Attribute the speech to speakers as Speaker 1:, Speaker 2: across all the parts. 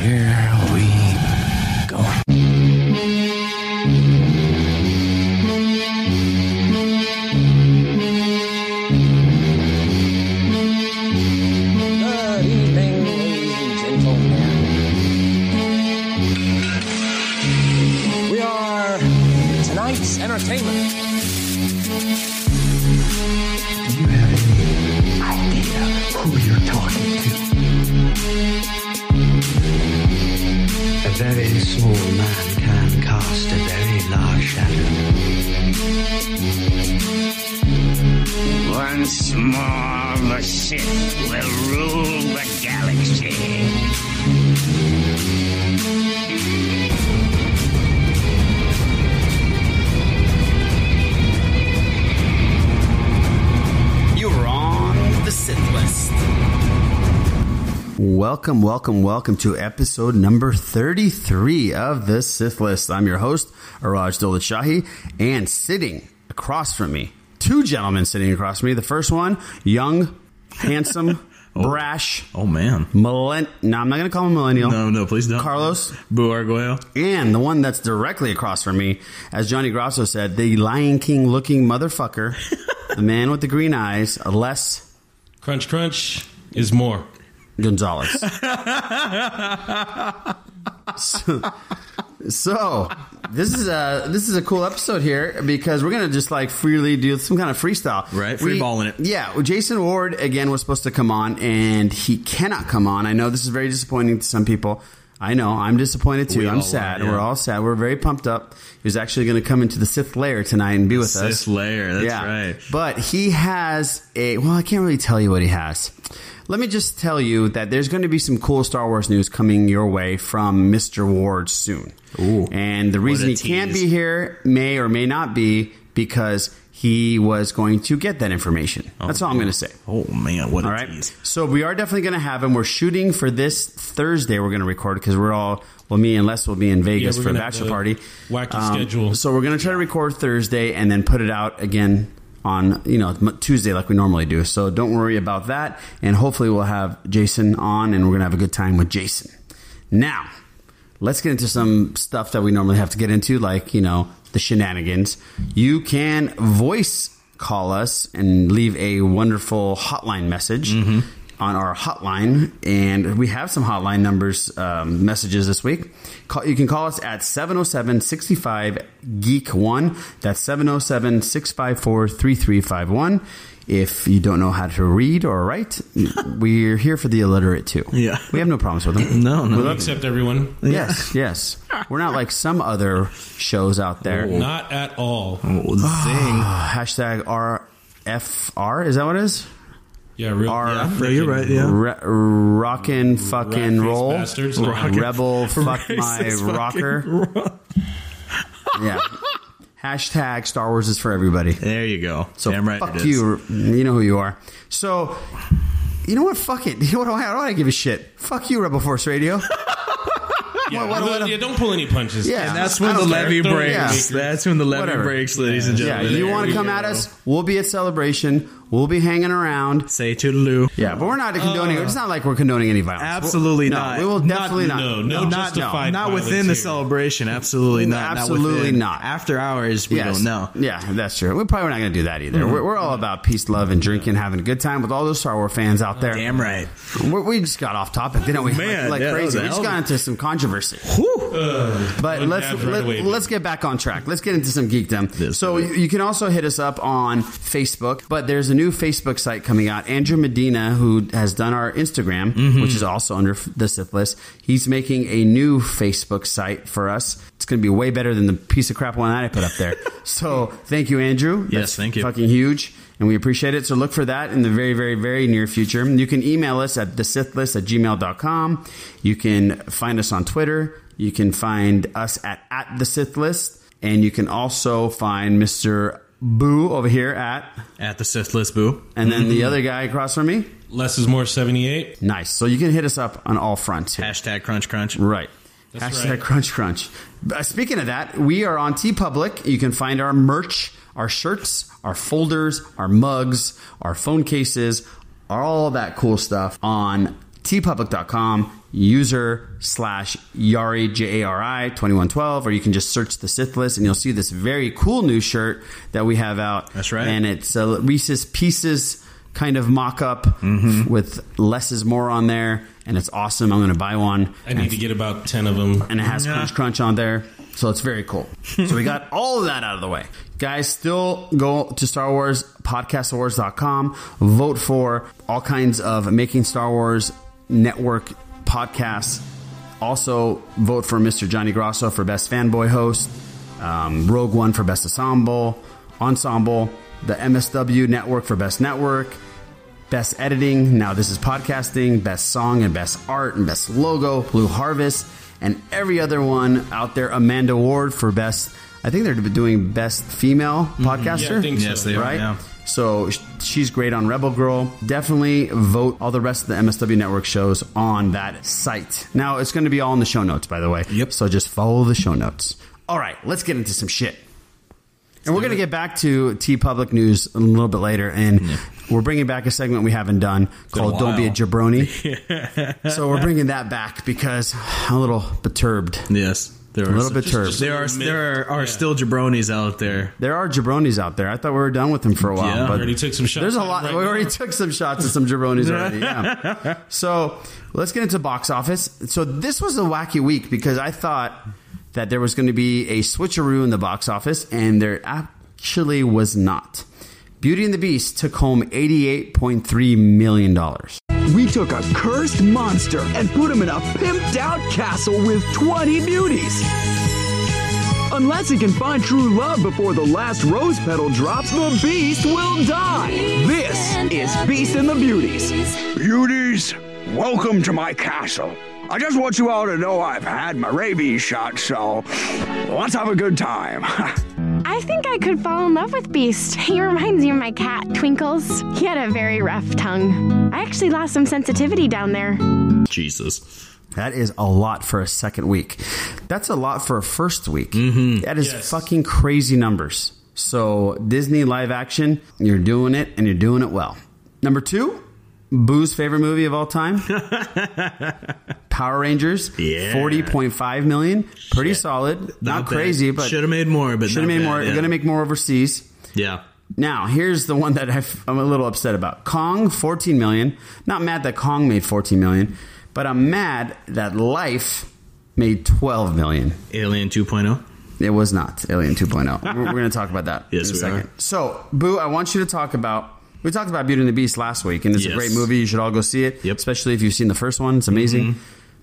Speaker 1: Here we go.
Speaker 2: Good evening, ladies and gentlemen. We are tonight's entertainment.
Speaker 1: Do you have any idea who you're talking to? A very small man can cast a very large shadow.
Speaker 3: Once more, the Sith will rule the galaxy.
Speaker 4: You're on the Sith List.
Speaker 5: Welcome, welcome, welcome to episode number 33 of the Sith List. I'm your host, Araj Dolachahi, and sitting across from me, two gentlemen sitting across from me. The first one, young, handsome, brash,
Speaker 4: Oh man.
Speaker 5: millen- no, I'm not going to call him millennial.
Speaker 4: No, no, please don't.
Speaker 5: Carlos.
Speaker 4: Boo Arguello.
Speaker 5: And the one that's directly across from me, as Johnny Grosso said, the Lion King looking motherfucker, the man with the green eyes, Les
Speaker 6: Crunch crunch is more.
Speaker 5: Gonzalez. so, so, this is a this is a cool episode here because we're gonna just like freely do some kind of freestyle,
Speaker 4: Right,
Speaker 5: We-
Speaker 4: freeballing it.
Speaker 5: Yeah, well, Jason Ward again was supposed to come on and he cannot come on. I know this is very disappointing to some people. I know I'm disappointed too.
Speaker 4: We all
Speaker 5: I'm
Speaker 4: are,
Speaker 5: sad.
Speaker 4: yeah.
Speaker 5: We're all sad. We're very pumped up. He was actually going to come into the Sith Lair tonight and be with us.
Speaker 4: Sith Lair, that's right.
Speaker 5: But he has a well, I can't really tell you what he has. Let me just tell you that there's going to be some cool Star Wars news coming your way from Mr. Ward soon. Ooh. And the reason
Speaker 4: a
Speaker 5: he can't
Speaker 4: tease.
Speaker 5: be here may or may not be because he was going to get that information. That's all I'm going to say.
Speaker 4: Oh man, what a
Speaker 5: All right.
Speaker 4: tease.
Speaker 5: So we are definitely going to have him. We're shooting for this Thursday. We're going to record because we're all well, me and Les will be in Vegas
Speaker 6: we're
Speaker 5: for a
Speaker 6: gonna have
Speaker 5: bachelor
Speaker 6: a
Speaker 5: party.
Speaker 6: wacky schedule.
Speaker 5: Um, So we're going to try to record Thursday and then put it out again on you know m- Tuesday like we normally do. So don't worry about that. And hopefully we'll have Jason on and we're going to have a good time with Jason. Now let's get into some stuff that we normally have to get into, like, you know, the shenanigans. You can voice call us and leave a wonderful hotline message
Speaker 4: Mm-hmm.
Speaker 5: on our hotline. And we have some hotline numbers, um, messages this week. Call, you can call us at 707 65 Geek 1. E That's 707 654 3351. If you don't know how to read or write, we're here for the illiterate too.
Speaker 4: Yeah.
Speaker 5: We have no problems with them.
Speaker 4: No, no.
Speaker 6: Except everyone.
Speaker 5: Yes, yes. We're not like some other shows out there.
Speaker 6: Not at all.
Speaker 4: Oh,
Speaker 5: Ah.
Speaker 4: zing.
Speaker 5: Hashtag RFR, is that what it is?
Speaker 6: Yeah, real
Speaker 5: Our-
Speaker 6: yeah,
Speaker 4: No, you're
Speaker 6: freaking
Speaker 4: right, yeah.
Speaker 5: Re- rockin' fucking
Speaker 6: rat-faced
Speaker 5: roll.
Speaker 6: bastards.
Speaker 5: Rebel fuck my
Speaker 4: Racist fucking
Speaker 5: rocker.
Speaker 4: rock.
Speaker 5: Yeah. Hashtag Star Wars is for everybody.
Speaker 4: There you go.
Speaker 5: So
Speaker 4: Damn right it
Speaker 5: fuck
Speaker 4: is.
Speaker 5: you. You know who you are. So, you know what? Fuck it. You know what? Why do I give a shit? Fuck you, Rebel Force Radio.
Speaker 6: Yeah,
Speaker 5: What- what-
Speaker 6: yeah, don't pull any punches.
Speaker 5: Yeah.
Speaker 4: And that's
Speaker 5: I
Speaker 4: when the
Speaker 5: don't care.
Speaker 4: levy
Speaker 6: Throw it in
Speaker 4: breaks.
Speaker 6: the beaker.
Speaker 4: That's when the levy
Speaker 5: Whatever.
Speaker 4: breaks, ladies and
Speaker 5: Yeah,
Speaker 4: gentlemen.
Speaker 5: you
Speaker 4: There
Speaker 5: want
Speaker 4: we
Speaker 5: to come
Speaker 4: go.
Speaker 5: at us? We'll be at Celebration. We'll be hanging around.
Speaker 4: Say toodaloo.
Speaker 5: Yeah, but we're not condoning. it's not like we're condoning any violence.
Speaker 4: Uh, Absolutely
Speaker 5: No,
Speaker 4: not.
Speaker 5: We will
Speaker 4: Not-
Speaker 5: definitely not.
Speaker 6: no, no justified
Speaker 4: Not
Speaker 6: violence
Speaker 4: within the
Speaker 6: here.
Speaker 4: celebration. Absolutely not.
Speaker 5: Absolutely
Speaker 4: within.
Speaker 5: not.
Speaker 4: After hours, we
Speaker 5: Yes.
Speaker 4: don't know. Mm-hmm.
Speaker 5: Yeah, that's true. We're probably not going to do that either. We're, we're all about peace, love, and drinking, having a good time with all those Star Wars fans out there.
Speaker 4: Damn right.
Speaker 5: We're, we just got off topic, didn't we?
Speaker 4: Man,
Speaker 5: like, like
Speaker 4: yeah, that was
Speaker 5: crazy.
Speaker 4: a
Speaker 5: We just
Speaker 4: hell of
Speaker 5: got
Speaker 4: a-
Speaker 5: into some controversy. But
Speaker 6: uh, One
Speaker 5: let's
Speaker 6: jab right
Speaker 5: let,
Speaker 6: away, dude.
Speaker 5: us get back on track. Let's get into some geekdom.
Speaker 4: Yes,
Speaker 5: so
Speaker 4: sir.
Speaker 5: you, you can also hit us up on Facebook. But there's a new Facebook site coming out. Andrew Medina, who has done our Instagram,
Speaker 4: Mm-hmm.
Speaker 5: which is also under f- the Sith list, he's making a new Facebook site for us. It's going to be way better than the piece of crap one that I put up there. so thank you, Andrew.
Speaker 4: Yes,
Speaker 5: That's
Speaker 4: thank you.
Speaker 5: Fucking huge. And we appreciate it. So look for that in the very, very, very near future. You can email us at thesithlist at gmail.com. You can find us on Twitter. You can find us at, at the Sith List. And you can also find Mr. Boo over here at,
Speaker 4: At the Sith List Boo.
Speaker 5: and then
Speaker 4: Mm-hmm.
Speaker 5: the other guy across from me.
Speaker 6: Less is more 78.
Speaker 5: Nice. So you can hit us up on all fronts. here.
Speaker 4: Hashtag crunch crunch.
Speaker 5: Right.
Speaker 6: That's
Speaker 5: Hashtag
Speaker 6: right.
Speaker 5: crunch crunch. Uh, speaking of that, we are on T Public. You can find our merch, our shirts, our folders, our mugs, our phone cases, all that cool stuff on tpublic.com user slash Yari, J A R I 2112, or you can just search the Sith list and you'll see this very cool new shirt that we have out.
Speaker 4: That's right.
Speaker 5: And it's a Reese's Pieces kind of mock up
Speaker 6: Mm-hmm.
Speaker 5: with less is more on there. And it's awesome. I'm going to buy one.
Speaker 6: I need to get about 10 of them.
Speaker 5: and it has
Speaker 4: Yeah.
Speaker 5: Crunch Crunch on there. So it's very cool. so we got all of that out of the way. Guys, still go to Star Wars, podcastawards.com, vote for all kinds of Making Star Wars Network podcasts. Also, vote for Mr. Johnny Grosso for Best Fanboy Host, um, Rogue One for Best Ensemble, Ensemble, the MSW Network for Best Network, Best editing, now this is podcasting, best song and best art and best logo, Blue Harvest, and every other one out there. Amanda Ward for best, I think they're doing best female podcaster.
Speaker 6: Yeah, I think so.
Speaker 4: Yes, they are.
Speaker 5: right?
Speaker 4: yeah.
Speaker 5: So sh- she's great on Rebel Girl. Definitely vote all the rest of the MSW Network shows on that site. Now, it's going to be all in the show notes, by the way.
Speaker 4: Yep.
Speaker 5: So just follow the show notes. All right, let's get into some shit. And we're going to get back to T Public News a little bit later. And we're bringing back a segment we haven't done called
Speaker 4: a
Speaker 5: Don't Be a
Speaker 4: while.
Speaker 5: Jabroni. so we're bringing that back because I'm a little perturbed.
Speaker 4: Yes. There are
Speaker 5: little
Speaker 4: some-
Speaker 5: bit perturbed.
Speaker 4: There are there are, are still jabronis out there.
Speaker 5: There are jabronis out there. I thought we were done with them for a while.
Speaker 4: Yeah.
Speaker 5: but
Speaker 6: Already took some shots
Speaker 5: There's a
Speaker 6: at them
Speaker 5: lot.
Speaker 6: right
Speaker 5: we
Speaker 6: now.
Speaker 5: already took some shots at some jabronis already. Yeah. so let's get into box office. So this was a wacky week because I thought that there was going to be a switcheroo in the box office, and there actually was not. Beauty and the Beast took home $88.3 million.
Speaker 7: We took a cursed monster and put him in a pimped out castle with 20 beauties. Unless he can find true love before the last rose petal drops, the beast will die. This is Beast and the Beauties.
Speaker 8: Beauties, welcome to my castle. I just want you all to know I've had my rabies shot, so let's have a good time.
Speaker 9: I think I could fall in love with Beast. He reminds me of my cat, Twinkles. He had a very rough tongue. I actually lost some sensitivity down there.
Speaker 4: Jesus.
Speaker 5: That is a lot for a second week. That's a lot for a first week.
Speaker 4: Mm-hmm.
Speaker 5: That is
Speaker 6: Yes.
Speaker 5: fucking crazy numbers. So, Disney live action, you're doing it and you're doing it well. Number two, Boo's favorite movie of all time Power Rangers,
Speaker 4: Yeah.
Speaker 5: 40.5 million. Pretty solid. Not, crazy, but
Speaker 4: should have made more. But
Speaker 5: should
Speaker 4: not
Speaker 5: have made
Speaker 4: bad,
Speaker 5: more.
Speaker 4: Yeah.
Speaker 5: Going to make more overseas.
Speaker 4: yeah.
Speaker 5: Now, here's the one that I've, I'm a little upset about. Kong, 14 million. Not mad that Kong made 14 million, but I'm mad that Life made 12 million.
Speaker 4: Alien oh. 2.0.
Speaker 5: It was not Alien 2.0. We're, we're going to talk about that
Speaker 4: Yes,
Speaker 5: in a
Speaker 4: we
Speaker 5: second.
Speaker 4: are.
Speaker 5: So, Boo, I want you to talk about. We talked about Beauty and the Beast last week, and it's a
Speaker 4: Yes.
Speaker 5: great movie. You should all go see it,
Speaker 4: Yep. Mm-hmm.
Speaker 5: especially if you've seen the first one. It's amazing.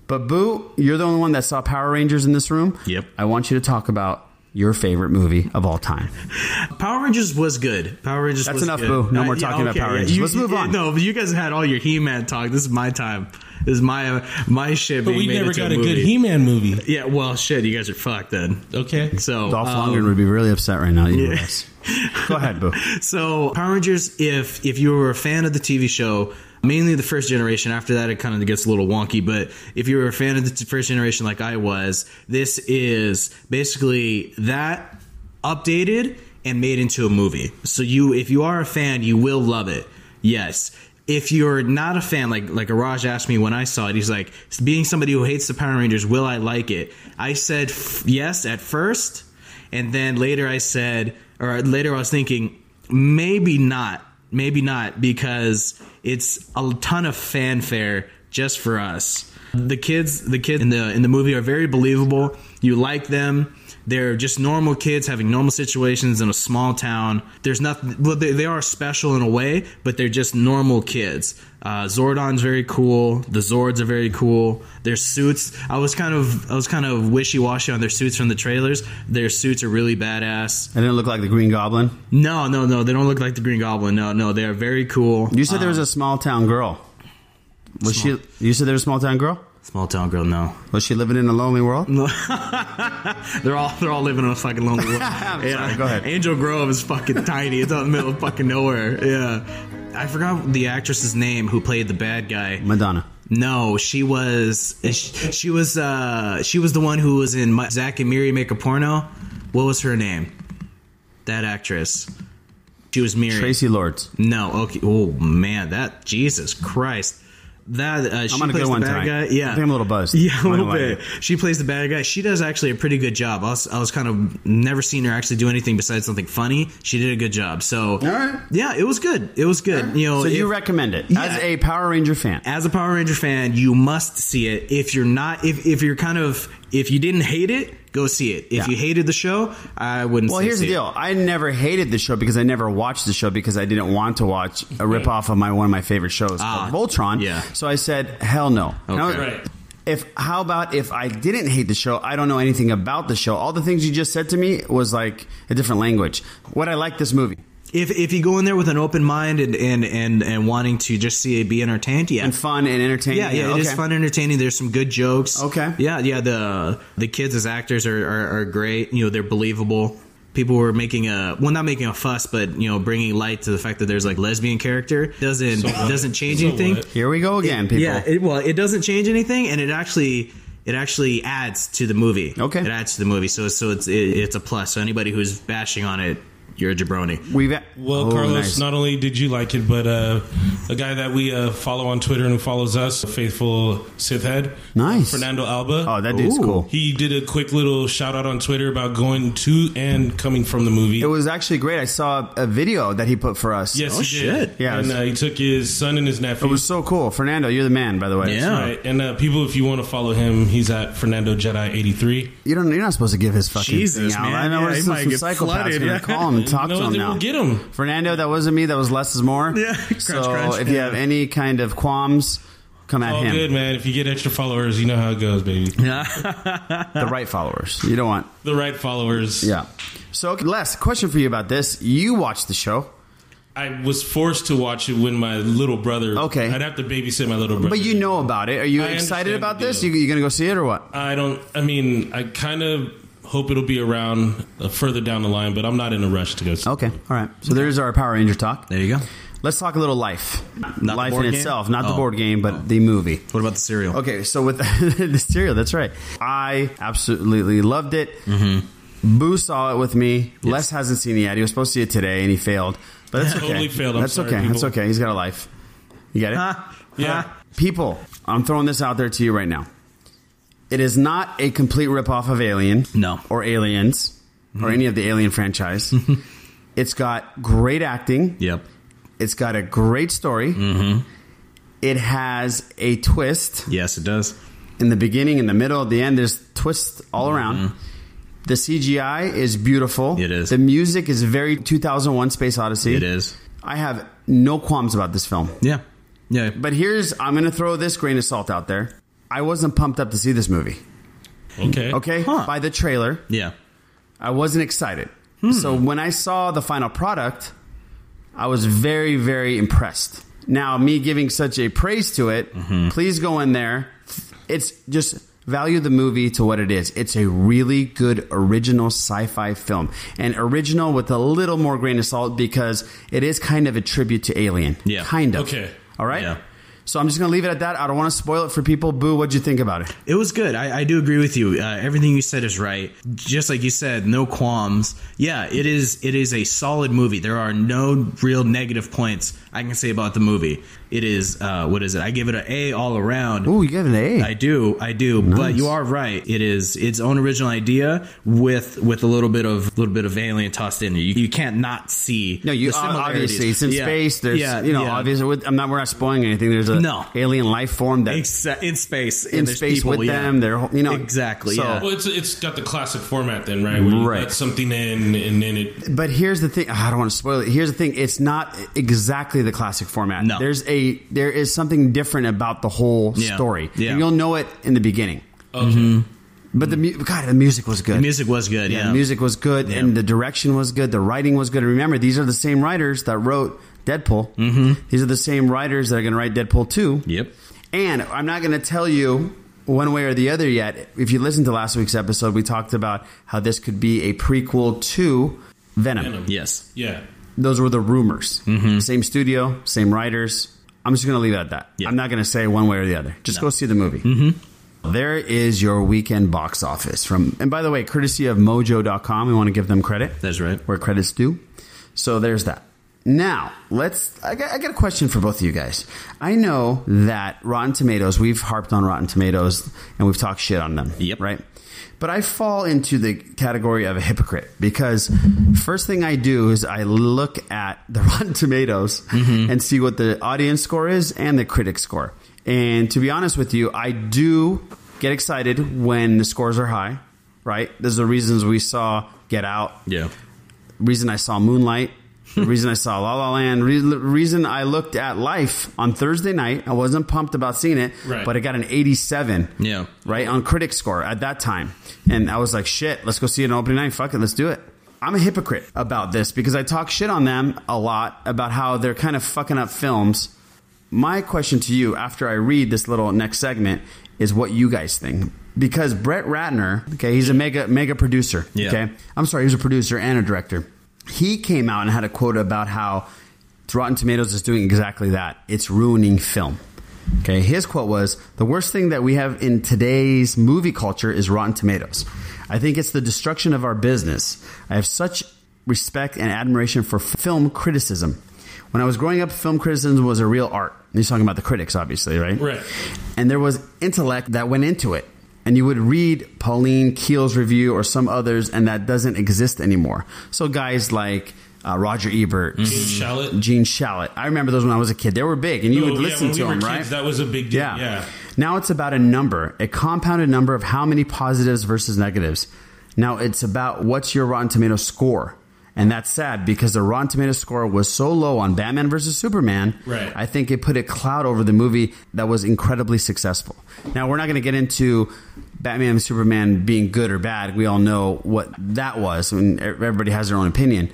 Speaker 5: But, Boo, you're the only one that saw Power Rangers in this room.
Speaker 4: Yep.
Speaker 5: I want you to talk about your favorite movie of all time.
Speaker 4: Power Rangers was good. Power Rangers.
Speaker 5: That's
Speaker 4: was
Speaker 5: enough,
Speaker 4: good.
Speaker 5: boo. No
Speaker 4: Uh,
Speaker 5: more
Speaker 4: yeah,
Speaker 5: talking about
Speaker 4: okay,
Speaker 5: Power
Speaker 4: yeah.
Speaker 5: Rangers.
Speaker 4: You-
Speaker 5: Let's move
Speaker 4: you-
Speaker 5: on.
Speaker 4: No, but you guys had all your He-Man talk. This is my time. This is my uh, my shit.
Speaker 6: But
Speaker 4: being
Speaker 6: we
Speaker 4: made
Speaker 6: never
Speaker 4: into
Speaker 6: got
Speaker 4: a
Speaker 6: a good
Speaker 4: movie.
Speaker 6: He Man movie.
Speaker 4: Yeah, well, shit, you guys are fucked then.
Speaker 6: Okay.
Speaker 4: So
Speaker 5: Dolph
Speaker 4: um,
Speaker 5: Lundgren would be really upset right now. that You realize. Go ahead, Boo.
Speaker 4: So Power Rangers, if if you were a fan of the TV show, mainly the first generation. After that, it kind of gets a little wonky. But if you were a fan of the t- first generation, like I was, this is basically that updated and made into a movie. So you, if you are a fan, you will love it. Yes. If you're not a fan, like like Araj asked me when I saw it, he's like, being somebody who hates the Power Rangers, will I like it? I said f- yes at first, and then later I said, or later I was thinking, maybe not, maybe not, because it's a ton of fanfare just for us. The kids, the kids in the in the movie are very believable. You like them. They're just normal kids having normal situations in a small town. There's nothing. Well, they, they are special in a way, but they're just normal kids. Uh, Zordon's very cool. The Zords are very cool. Their suits. I was kind of I was kind of wishy washy on their suits from the trailers. Their suits are really badass.
Speaker 5: I didn't look like the Green Goblin.
Speaker 4: No, no, no. They don't look like the Green Goblin. No, no. They are very cool.
Speaker 5: You said there was a small town girl. Was she? You said there was a Uh. small town girl.
Speaker 4: Small town girl. No.
Speaker 5: Was she living in a lonely world?
Speaker 4: They're all they're all living in a fucking lonely world. yeah.
Speaker 5: sorry, go ahead.
Speaker 4: Angel Grove is fucking tiny. It's out in the middle of fucking nowhere. Yeah. I forgot the actress's name who played the bad guy.
Speaker 5: Madonna.
Speaker 4: No, she was she, she was uh she was the one who was in my, Zach and Miri Make a Porno. What was her name? That actress. She was Miri.
Speaker 5: Tracy Lords.
Speaker 4: No, okay. Oh man, that Jesus Christ. that uh, she
Speaker 5: on a good
Speaker 4: plays the
Speaker 5: one
Speaker 4: bad
Speaker 5: tonight.
Speaker 4: guy. Yeah,
Speaker 5: I think I'm a little buzzed.
Speaker 4: Yeah, a
Speaker 5: I'm not
Speaker 4: little
Speaker 5: gonna lie
Speaker 4: bit.
Speaker 5: to
Speaker 4: She plays the bad guy. She does actually a pretty good job. I was, I was kind of never seen her actually do anything besides something funny. She did a good job. So
Speaker 5: right.
Speaker 4: yeah, it was good. It was good. You know,
Speaker 5: So you
Speaker 4: if-
Speaker 5: recommend it
Speaker 4: Yeah.
Speaker 5: as a Power Ranger fan?
Speaker 4: as a Power Ranger fan, you must see it. If you're not, if if you're kind of, if you didn't hate it, go see it. If
Speaker 5: Yeah.
Speaker 4: you hated the show, I wouldn't.
Speaker 5: Well,
Speaker 4: say
Speaker 5: here's
Speaker 4: see
Speaker 5: the
Speaker 4: it.
Speaker 5: deal. I never hated the show because I never watched the show because I didn't want to watch a ripoff of my one of my favorite shows,
Speaker 4: Ah,
Speaker 5: called Voltron.
Speaker 4: yeah.
Speaker 5: So I said, hell no. And I was-
Speaker 4: Right.
Speaker 5: If how about if I didn't hate the show? I don't know anything about the show. All the things you just said to me was like a different language. Would I like this movie
Speaker 4: If if you go in there with an open mind and and and, and wanting to just see it, be entertained, yeah.
Speaker 5: and fun and entertaining?
Speaker 4: yeah, yeah, it is
Speaker 5: okay.
Speaker 4: fun, entertaining. There's some good jokes.
Speaker 5: Okay.
Speaker 4: Yeah, yeah. The the kids as actors are, are, are great. You know, they're believable. People were making a well, not making a fuss, but you know, bringing light to the fact that there's like lesbian character doesn't
Speaker 6: what?
Speaker 4: doesn't change
Speaker 6: So
Speaker 4: anything.
Speaker 6: what?
Speaker 5: Here we go again, people.
Speaker 4: Yeah, it, well, it doesn't change anything, and it actually it actually adds to the movie.
Speaker 5: Okay.
Speaker 4: it adds to the movie, so so it's it, it's a plus. So anybody who's bashing on it, you're a jabroni.
Speaker 5: We've
Speaker 6: Well,
Speaker 5: Oh,
Speaker 6: Carlos,
Speaker 5: nice.
Speaker 6: not only did you like it, but uh, a guy that we uh, follow on Twitter and who follows us, faithful Sith head,
Speaker 5: Nice.
Speaker 6: Fernando Alba.
Speaker 5: Oh, that dude's
Speaker 4: Ooh.
Speaker 5: cool.
Speaker 6: He did a quick little shout out on Twitter about going to and coming from the movie.
Speaker 5: It was actually great. I saw a video that he put for us.
Speaker 6: yes,
Speaker 4: Oh,
Speaker 6: he did.
Speaker 4: shit.
Speaker 5: Yeah, it
Speaker 6: and
Speaker 5: was-
Speaker 6: uh, he took his son and his nephew.
Speaker 5: It was so cool. Fernando, you're the man, by the way.
Speaker 4: Yeah.
Speaker 6: Right, and uh, people, if you want to follow him, he's at Fernando Jedi eighty three.
Speaker 5: You don't. You're not supposed to give his fucking
Speaker 4: Jesus,
Speaker 5: thing out.
Speaker 4: man.
Speaker 5: I know
Speaker 4: Yeah,
Speaker 5: we're
Speaker 4: he
Speaker 5: some,
Speaker 4: might
Speaker 5: some
Speaker 4: get
Speaker 5: psychopaths
Speaker 4: flooded,
Speaker 5: gonna
Speaker 4: yeah.
Speaker 5: call him and talk
Speaker 6: No,
Speaker 5: to him
Speaker 6: they
Speaker 5: now.
Speaker 6: will get him.
Speaker 5: Fernando, that wasn't me. That was less is more.
Speaker 4: Yeah. Crunch,
Speaker 5: so
Speaker 4: crunch.
Speaker 5: if you
Speaker 4: Yeah.
Speaker 5: have any kind of qualms, come at
Speaker 6: All
Speaker 5: him.
Speaker 6: good, man. If you get extra followers, you know how it goes, baby.
Speaker 5: The right followers. You don't want.
Speaker 6: The right followers.
Speaker 5: Yeah. So okay, Les, question for you about this. You watched the show,
Speaker 6: I was forced to watch it when my little brother.
Speaker 5: Okay.
Speaker 6: I'd have to babysit my little brother.
Speaker 5: but you know about it. Are you
Speaker 6: I
Speaker 5: excited
Speaker 6: understand
Speaker 5: about
Speaker 6: the
Speaker 5: this? You,
Speaker 6: deal.
Speaker 5: you gonna go see it or what?
Speaker 6: I don't. I mean, I kind of hope it'll be around uh, further down the line, but I'm not in a rush to go. See.
Speaker 5: Okay. All right. So there's our Power Ranger talk.
Speaker 4: There you go.
Speaker 5: Let's talk a little life.
Speaker 4: the
Speaker 5: life
Speaker 4: board
Speaker 5: in
Speaker 4: game?
Speaker 5: itself, not the
Speaker 4: Oh.
Speaker 5: board game, but the movie.
Speaker 4: What about the cereal?
Speaker 5: Okay, so with the cereal, that's right. I absolutely loved it. Mm-hmm. Boo saw it with me. Les hasn't seen it yet. He was supposed to see it today, and he failed. But that's okay.
Speaker 6: Totally failed. I'm
Speaker 5: that's
Speaker 6: sorry,
Speaker 5: okay. That's
Speaker 6: people.
Speaker 5: okay. He's got a life. You get it?
Speaker 6: Yeah.
Speaker 5: People, I'm throwing this out there to you right now. It is not a complete ripoff of Alien.
Speaker 4: No.
Speaker 5: Or Aliens. Or
Speaker 6: Mm-hmm.
Speaker 5: any of the Alien franchise. it's got great acting.
Speaker 4: Yep.
Speaker 5: It's got a great story.
Speaker 6: Mm-hmm.
Speaker 5: It has a twist
Speaker 4: Yes, it does.
Speaker 5: in the beginning, in the middle, at the end. There's twists all around. The CGI is beautiful.
Speaker 4: Mm-hmm. It is.
Speaker 5: The music is very 2001 Space Odyssey.
Speaker 4: It is.
Speaker 5: I have no qualms about this film.
Speaker 4: Yeah. Yeah.
Speaker 5: But here's, I'm going to throw this grain of salt out there. I wasn't pumped up to see this movie.
Speaker 6: Okay.
Speaker 5: Okay?
Speaker 4: Huh.
Speaker 5: By the trailer,
Speaker 4: Yeah.
Speaker 5: I wasn't excited.
Speaker 4: Hmm.
Speaker 5: So when I saw the final product, I was very, very impressed. Now, me giving such a praise to it,
Speaker 4: Mm-hmm.
Speaker 5: please go in there. It's just value the movie to what it is. It's a really good original sci fi film, and original with a little more grain of salt because it is kind of a tribute to Alien.
Speaker 4: Yeah.
Speaker 5: Kind of.
Speaker 6: Okay.
Speaker 5: All right.
Speaker 4: Yeah.
Speaker 5: So I'm just going to leave it at that. I don't want to spoil it for people. Boo, what'd you think about it?
Speaker 4: It was good. I, I do agree with you. Uh, everything you said is right. Just like you said, no qualms. Yeah, it is. It is a solid movie. There are no real negative points I can say about the movie. It is uh, what is it? I give it an A all around.
Speaker 5: Ooh, you got an A.
Speaker 4: I do, I do. But you are right. It is its own original idea with with a little bit of little bit of alien tossed in. You, you can't not see.
Speaker 5: No, you
Speaker 4: the similarities.
Speaker 5: obviously it's in
Speaker 4: Yeah.
Speaker 5: space. There's you know
Speaker 4: yeah.
Speaker 5: obviously with, I'm not we're not spoiling anything. There's a
Speaker 4: No.
Speaker 5: alien life form that
Speaker 4: Exa- in space and
Speaker 5: in
Speaker 4: there's
Speaker 5: space
Speaker 4: people,
Speaker 5: with
Speaker 4: yeah.
Speaker 5: them. They're you know
Speaker 4: exactly.
Speaker 5: so-
Speaker 4: yeah.
Speaker 6: Well, it's it's got the classic format then, right? Where you
Speaker 5: Right.
Speaker 6: Put something in and then it.
Speaker 5: But here's the thing. I don't want to spoil it. Here's the thing. It's not exactly the classic format.
Speaker 4: No.
Speaker 5: There's a there is something different about the whole
Speaker 4: Yeah.
Speaker 5: story.
Speaker 4: Yeah.
Speaker 5: And you'll know it in the beginning. Mm-hmm.
Speaker 6: Okay.
Speaker 5: But the mu- God, the music was good.
Speaker 4: The music was good.
Speaker 5: yeah,
Speaker 4: Yeah,
Speaker 5: the music was good,
Speaker 4: Yeah.
Speaker 5: and the direction was good. The writing was good. And remember, these are the same writers that wrote Deadpool. Mm-hmm. These are the same writers that are going to write Deadpool two.
Speaker 4: Yep.
Speaker 5: And I'm not going to tell you one way or the other yet. If you listen to last week's episode, we talked about how this could be a prequel to Venom.
Speaker 4: Yes.
Speaker 6: Yeah.
Speaker 5: Those were the rumors. Same studio, same writers. I'm just going to leave it at that.
Speaker 4: Yeah.
Speaker 5: I'm not going to say one way or the other. Just go see the movie. There is your weekend box office from, and by the way, courtesy of mojo.com. We want to give them credit
Speaker 4: That's right.
Speaker 5: where credit's due. So there's that. Now, let's. I got, I got a question for both of you guys. I know that Rotten Tomatoes, we've harped on Rotten Tomatoes and we've talked shit on them.
Speaker 4: Yep.
Speaker 5: Right? But I fall into the category of a hypocrite because first thing I do is I look at the Rotten Tomatoes and see what the audience score is and the critic score. And to be honest with you, I do get excited when the scores are high, right? There's the reasons we saw Get Out,
Speaker 4: Yeah.
Speaker 5: reason I saw Moonlight, the reason I saw La La Land, re- reason I looked at Life on Thursday night. I wasn't pumped about seeing it,
Speaker 6: Right.
Speaker 5: but it got an 87.
Speaker 4: Yeah.
Speaker 5: Right on critic score at that time. And I was like, shit, let's go see it on opening night. Fuck it, let's do it. I'm a hypocrite about this because I talk shit on them a lot about how they're kind of fucking up films. My question to you after I read this little next segment is what you guys think. Because Brett Ratner, okay, he's a mega mega producer.
Speaker 4: Yeah.
Speaker 5: Okay. I'm sorry, he was a producer and a director. He came out and had a quote about how Rotten Tomatoes is doing exactly that. It's ruining film. Okay, his quote was The worst thing that we have in today's movie culture is Rotten Tomatoes. I think it's the destruction of our business. I have such respect and admiration for film criticism. When I was growing up, film criticism was a real art. And He's talking about the critics, obviously, right?
Speaker 6: Right.
Speaker 5: And there was intellect that went into it. And you would read Pauline Keel's review or some others, and that doesn't exist anymore. So guys like uh, Roger Ebert,
Speaker 6: Mm. Shallot.
Speaker 5: Gene Shalit. I remember those when I was a kid. They were big, and you
Speaker 6: Oh,
Speaker 5: would
Speaker 6: yeah,
Speaker 5: listen
Speaker 6: when
Speaker 5: to
Speaker 6: we were
Speaker 5: them,
Speaker 6: kids,
Speaker 5: right?
Speaker 6: That was a big deal.
Speaker 5: yeah.
Speaker 6: Yeah.
Speaker 5: Now it's about a number, a compounded number of how many positives versus negatives. Now it's about what's your Rotten Tomato score. And that's sad because the Rotten Tomato score was so low on Batman versus Superman.
Speaker 6: Right.
Speaker 5: I think it put a cloud over the movie that was incredibly successful. Now we're not going to get into Batman and Superman being good or bad. We all know what that was, and e, everybody has their own opinion.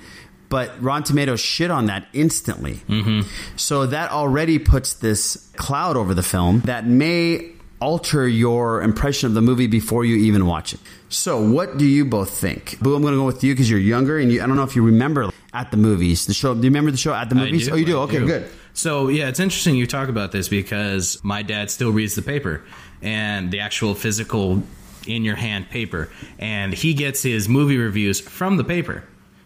Speaker 5: But Rotten Tomatoes shit on that instantly.
Speaker 4: Mm-hmm.
Speaker 5: So that already puts this cloud over the film that may alter your impression of the movie before you even watch it. So, what do you both think? Boo, I'm going to go with you because you're younger, and you, I don't know if you remember at the movies. The show. Do you remember the show at the
Speaker 4: I
Speaker 5: movies?
Speaker 4: do,
Speaker 5: oh, you do.
Speaker 4: I
Speaker 5: okay, good.
Speaker 4: So yeah, it's interesting you talk about this because my dad still reads the paper and the actual physical in your hand paper, and he gets his movie reviews from the paper.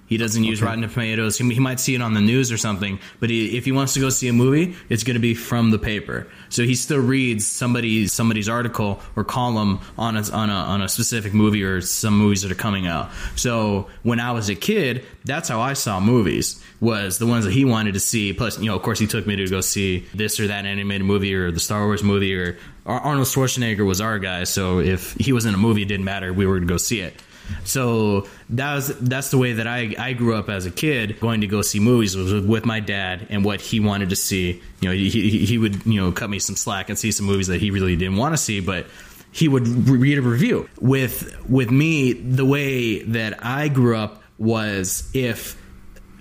Speaker 4: He doesn't use Rotten Tomatoes. He, he might see it on the news or something, but he, if he wants to go see a movie, it's going to be from the paper. So he still reads somebody's somebody's article or column on a, on a on a specific movie or some movies that are coming out. So when I was a kid, that's how I saw movies was the ones that he wanted to see. Plus, you know, of course, he took me to go see this or that animated movie or the Star Wars movie or Ar- Arnold Schwarzenegger was our guy. So if he was in a movie, it didn't matter. We were to go see it. So that was that's the way that I I grew up as a kid going to go see movies was with my dad and what he wanted to see. You know, he he he would you know cut me some slack and see some movies that he really didn't want to see, but he would re- read a review. With with me, the way that I grew up was if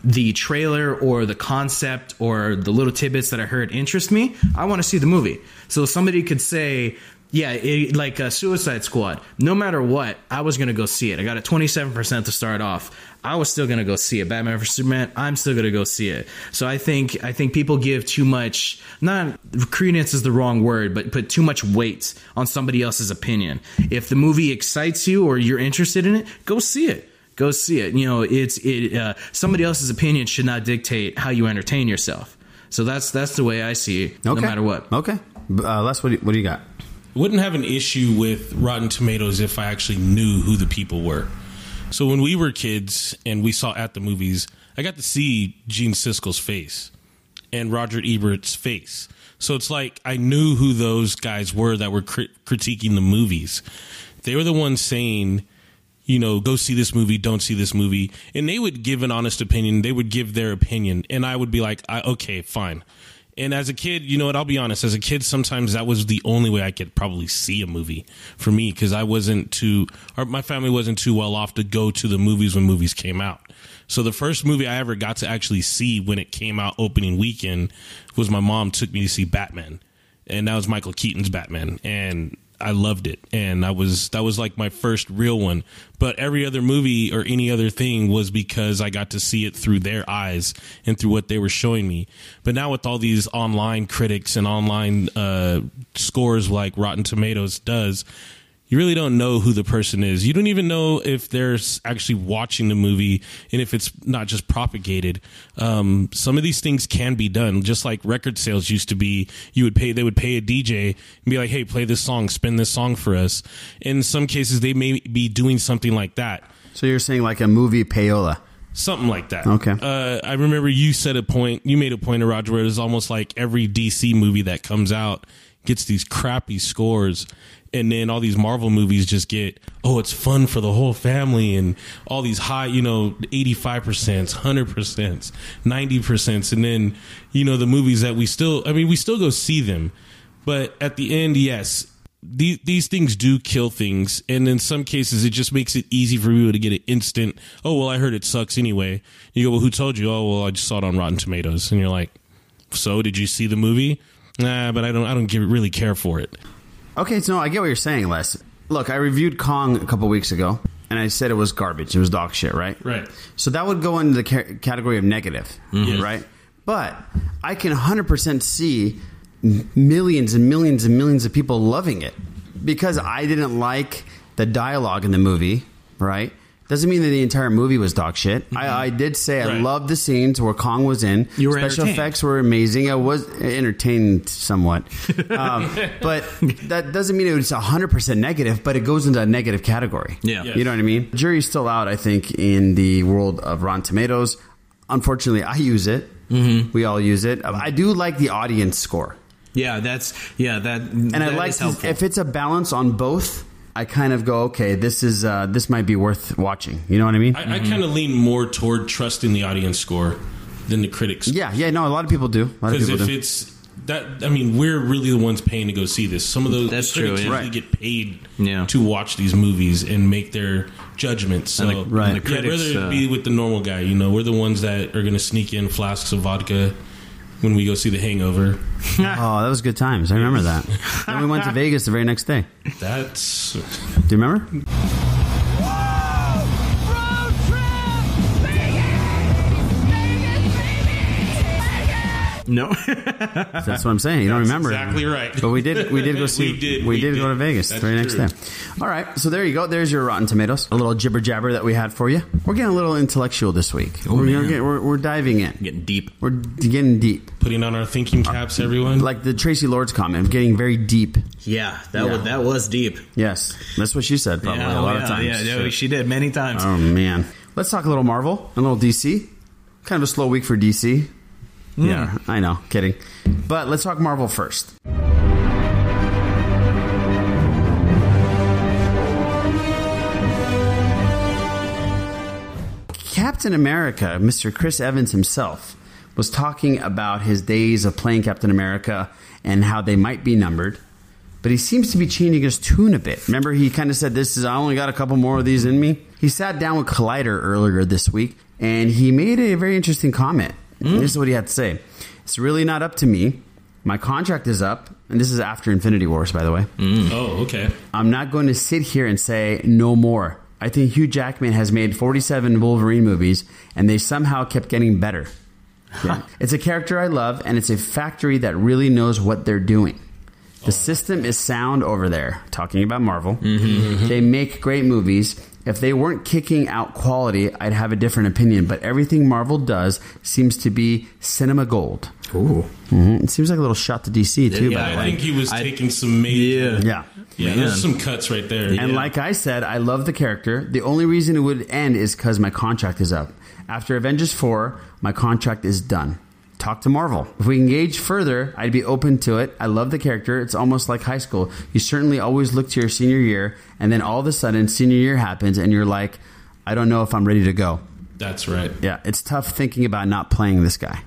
Speaker 4: the trailer or the concept or the little tidbits that I heard interest me, I want to see the movie. So somebody could say, yeah, it, like uh, Suicide Squad. No matter what, I was gonna go see it. I got a twenty seven percent to start off. I was still gonna go see it. Batman vs Superman. I'm still gonna go see it. So I think I think people give too much. Not credence is the wrong word, but put too much weight on somebody else's opinion. If the movie excites you or you're interested in it, go see it go see it you know it's it uh, somebody else's opinion should not dictate how you entertain yourself so that's that's the way i see it no
Speaker 5: Okay.
Speaker 4: matter what
Speaker 5: Okay. Uh, Les, what do, you, what do you got?
Speaker 6: Wouldn't have an issue with Rotten Tomatoes if I actually knew who the people were. So when we were kids and we saw at the movies, I got to see Gene Siskel's face and Roger Ebert's face. So it's like I knew who those guys were that were crit- critiquing the movies. They were the ones saying, you know, go see this movie, don't see this movie. And they would give an honest opinion. They would give their opinion. And I would be like, I, okay, fine. And as a kid, you know what? I'll be honest. As a kid, sometimes that was the only way I could probably see a movie for me because I wasn't too, or my family wasn't too well off to go to the movies when movies came out. So the first movie I ever got to actually see when it came out opening weekend was my mom took me to see Batman and that was Michael Keaton's Batman, and I loved it. And I was that was like my first real one. But every other movie or any other thing was because I got to see it through their eyes and through what they were showing me. But now with all these online critics and online uh, scores like Rotten Tomatoes does, you really don't know who the person is. You don't even know if they're s- actually watching the movie and if it's not just propagated. Um, some of these things can be done, just like record sales used to be. You would pay, they would pay a DJ and be like, "Hey, play this song, spin this song for us." In some cases, they may be doing something like that
Speaker 5: So you're saying like a movie payola.
Speaker 6: something like that.
Speaker 5: Okay.
Speaker 6: Uh, I remember you said a point. You made a point, Roger, where it's almost like every DC movie that comes out gets these crappy scores, and then all these Marvel movies just get oh, it's fun for the whole family, and all these high, you know, eighty five percent, hundred percent, ninety percent, and then you know the movies that we still, I mean, we still go see them, but at the end, yes. These, these things do kill things, and in some cases, it just makes it easy for people to get an instant. Oh well, I heard it sucks anyway. You go, well, who told you? Oh well, I just saw it on Rotten Tomatoes, and you're like, so did you see the movie? Nah, but I don't. I don't give, really care for it.
Speaker 5: Okay, so no, I get what you're saying, Les. Look, I reviewed Kong a couple weeks ago, and I said it was garbage. It was dog shit, right?
Speaker 6: Right.
Speaker 5: So that would go into the ca- category of negative,
Speaker 4: Mm-hmm.
Speaker 6: Yes.
Speaker 5: right? But I can 100% see m- millions and millions and millions of people loving it because I didn't like the dialogue in the movie, right? Doesn't mean that the entire movie was dog shit. I, I did say I
Speaker 6: Right.
Speaker 5: loved the scenes where Kong was in.
Speaker 4: Mm-hmm. You were
Speaker 5: Special
Speaker 4: entertained.
Speaker 5: effects were amazing. I was entertained somewhat. Um, but that doesn't mean it was 100% negative, but it goes into a negative category.
Speaker 4: Yeah. Yes.
Speaker 5: You know what I mean? The jury's still out, I think, in the world of Rotten Tomatoes. Unfortunately, I use it. Mm-hmm. We all use it. I do like the audience score.
Speaker 4: Yeah, that's yeah that
Speaker 5: And I like to, if it's a balance on both, I kind of go, okay, this is uh, this might be worth watching. You know what I mean?
Speaker 6: I, I kind of lean more toward trusting the audience score than the critics.
Speaker 5: yeah, yeah, no, a lot of people do. A lot of
Speaker 6: Because
Speaker 5: people
Speaker 6: if
Speaker 5: do.
Speaker 6: it's that, I mean, we're really the ones paying to go see this. Some of those
Speaker 4: That's
Speaker 6: critics
Speaker 4: true, yeah.
Speaker 6: usually
Speaker 4: Right.
Speaker 6: get paid
Speaker 4: Yeah.
Speaker 6: to watch these movies and make their judgments. So,
Speaker 4: the- Right. and the
Speaker 6: yeah, I'd
Speaker 4: critics,
Speaker 6: rather
Speaker 4: uh,
Speaker 6: be with the normal guy. You know, we're the ones that are going to sneak in flasks of vodka when we go see The Hangover.
Speaker 5: oh, that was good times. I remember that. then we went to Vegas the very next day.
Speaker 6: That's
Speaker 5: Do you remember?
Speaker 4: no
Speaker 5: That's what I'm saying. You don't remember it.
Speaker 6: exactly right.
Speaker 5: But we did. We did go
Speaker 6: We
Speaker 5: see. we did.
Speaker 6: did,
Speaker 5: We,
Speaker 6: we
Speaker 5: did, go
Speaker 6: did.
Speaker 5: to Vegas the
Speaker 6: That's
Speaker 5: very next
Speaker 6: true.
Speaker 5: day. All right. So there you go. There's your Rotten Tomatoes. A little jibber jabber that we had for you. We're getting a little intellectual this week. we're, gonna
Speaker 4: man.
Speaker 5: get- we're, we're diving in.
Speaker 4: getting deep.
Speaker 5: We're d- getting deep.
Speaker 6: putting on our thinking caps, everyone.
Speaker 5: Uh, Like the Tracy Lords comment, getting very deep.
Speaker 4: Yeah, that
Speaker 5: Yeah.
Speaker 4: was that was deep.
Speaker 5: Yes, that's what she said probably
Speaker 4: yeah, oh,
Speaker 5: a lot
Speaker 4: yeah,
Speaker 5: of times.
Speaker 4: Yeah, no,
Speaker 5: Shit.
Speaker 4: she did many times.
Speaker 5: Oh man, let's talk a little Marvel and a little DC. Kind of a slow week for DC. Yeah, I know, kidding. But let's talk Marvel first. Captain America, Mr. Chris Evans himself, was talking about his days of playing Captain America and how they might be numbered. But he seems to be changing his tune a bit. Remember, he kind of said, "This is I only got a couple more of these in me." He sat down with Collider earlier this week, and he made a very interesting comment. This is what he had to say: "It's really not up to me. My contract is up, and this is after Infinity Wars, by the way."
Speaker 6: oh, okay.
Speaker 5: I'm not going to sit here and say no more. I think Hugh Jackman has made 47 Wolverine movies, and they somehow kept getting better. Yeah. it's a character I love, and it's a factory that really knows what they're doing. The system is sound over there. Talking about Marvel,
Speaker 6: Mm-hmm.
Speaker 5: they make great movies. If they weren't kicking out quality, I'd have a different opinion. But everything Marvel does seems to be cinema gold.
Speaker 4: Ooh.
Speaker 5: hmm It seems like a little shot to DC too.
Speaker 6: Mm-hmm. Yeah,
Speaker 5: by the
Speaker 6: I
Speaker 5: way.
Speaker 6: think he was
Speaker 4: I-
Speaker 6: taking some major.
Speaker 4: Yeah.
Speaker 5: yeah.
Speaker 6: Yeah,
Speaker 4: Man.
Speaker 6: there's some cuts right there.
Speaker 5: And
Speaker 6: Yeah.
Speaker 5: like I said, I love the character. The only reason it would end is because my contract is up. After Avengers 4, my contract is done. Talk to Marvel. If we engage further, I'd be open to it. I love the character. It's almost like high school. You certainly always look to your senior year, and then all of a sudden, senior year happens, and you're like, I don't know if I'm ready to go.
Speaker 6: that's right.
Speaker 5: Yeah, it's tough thinking about not playing this guy.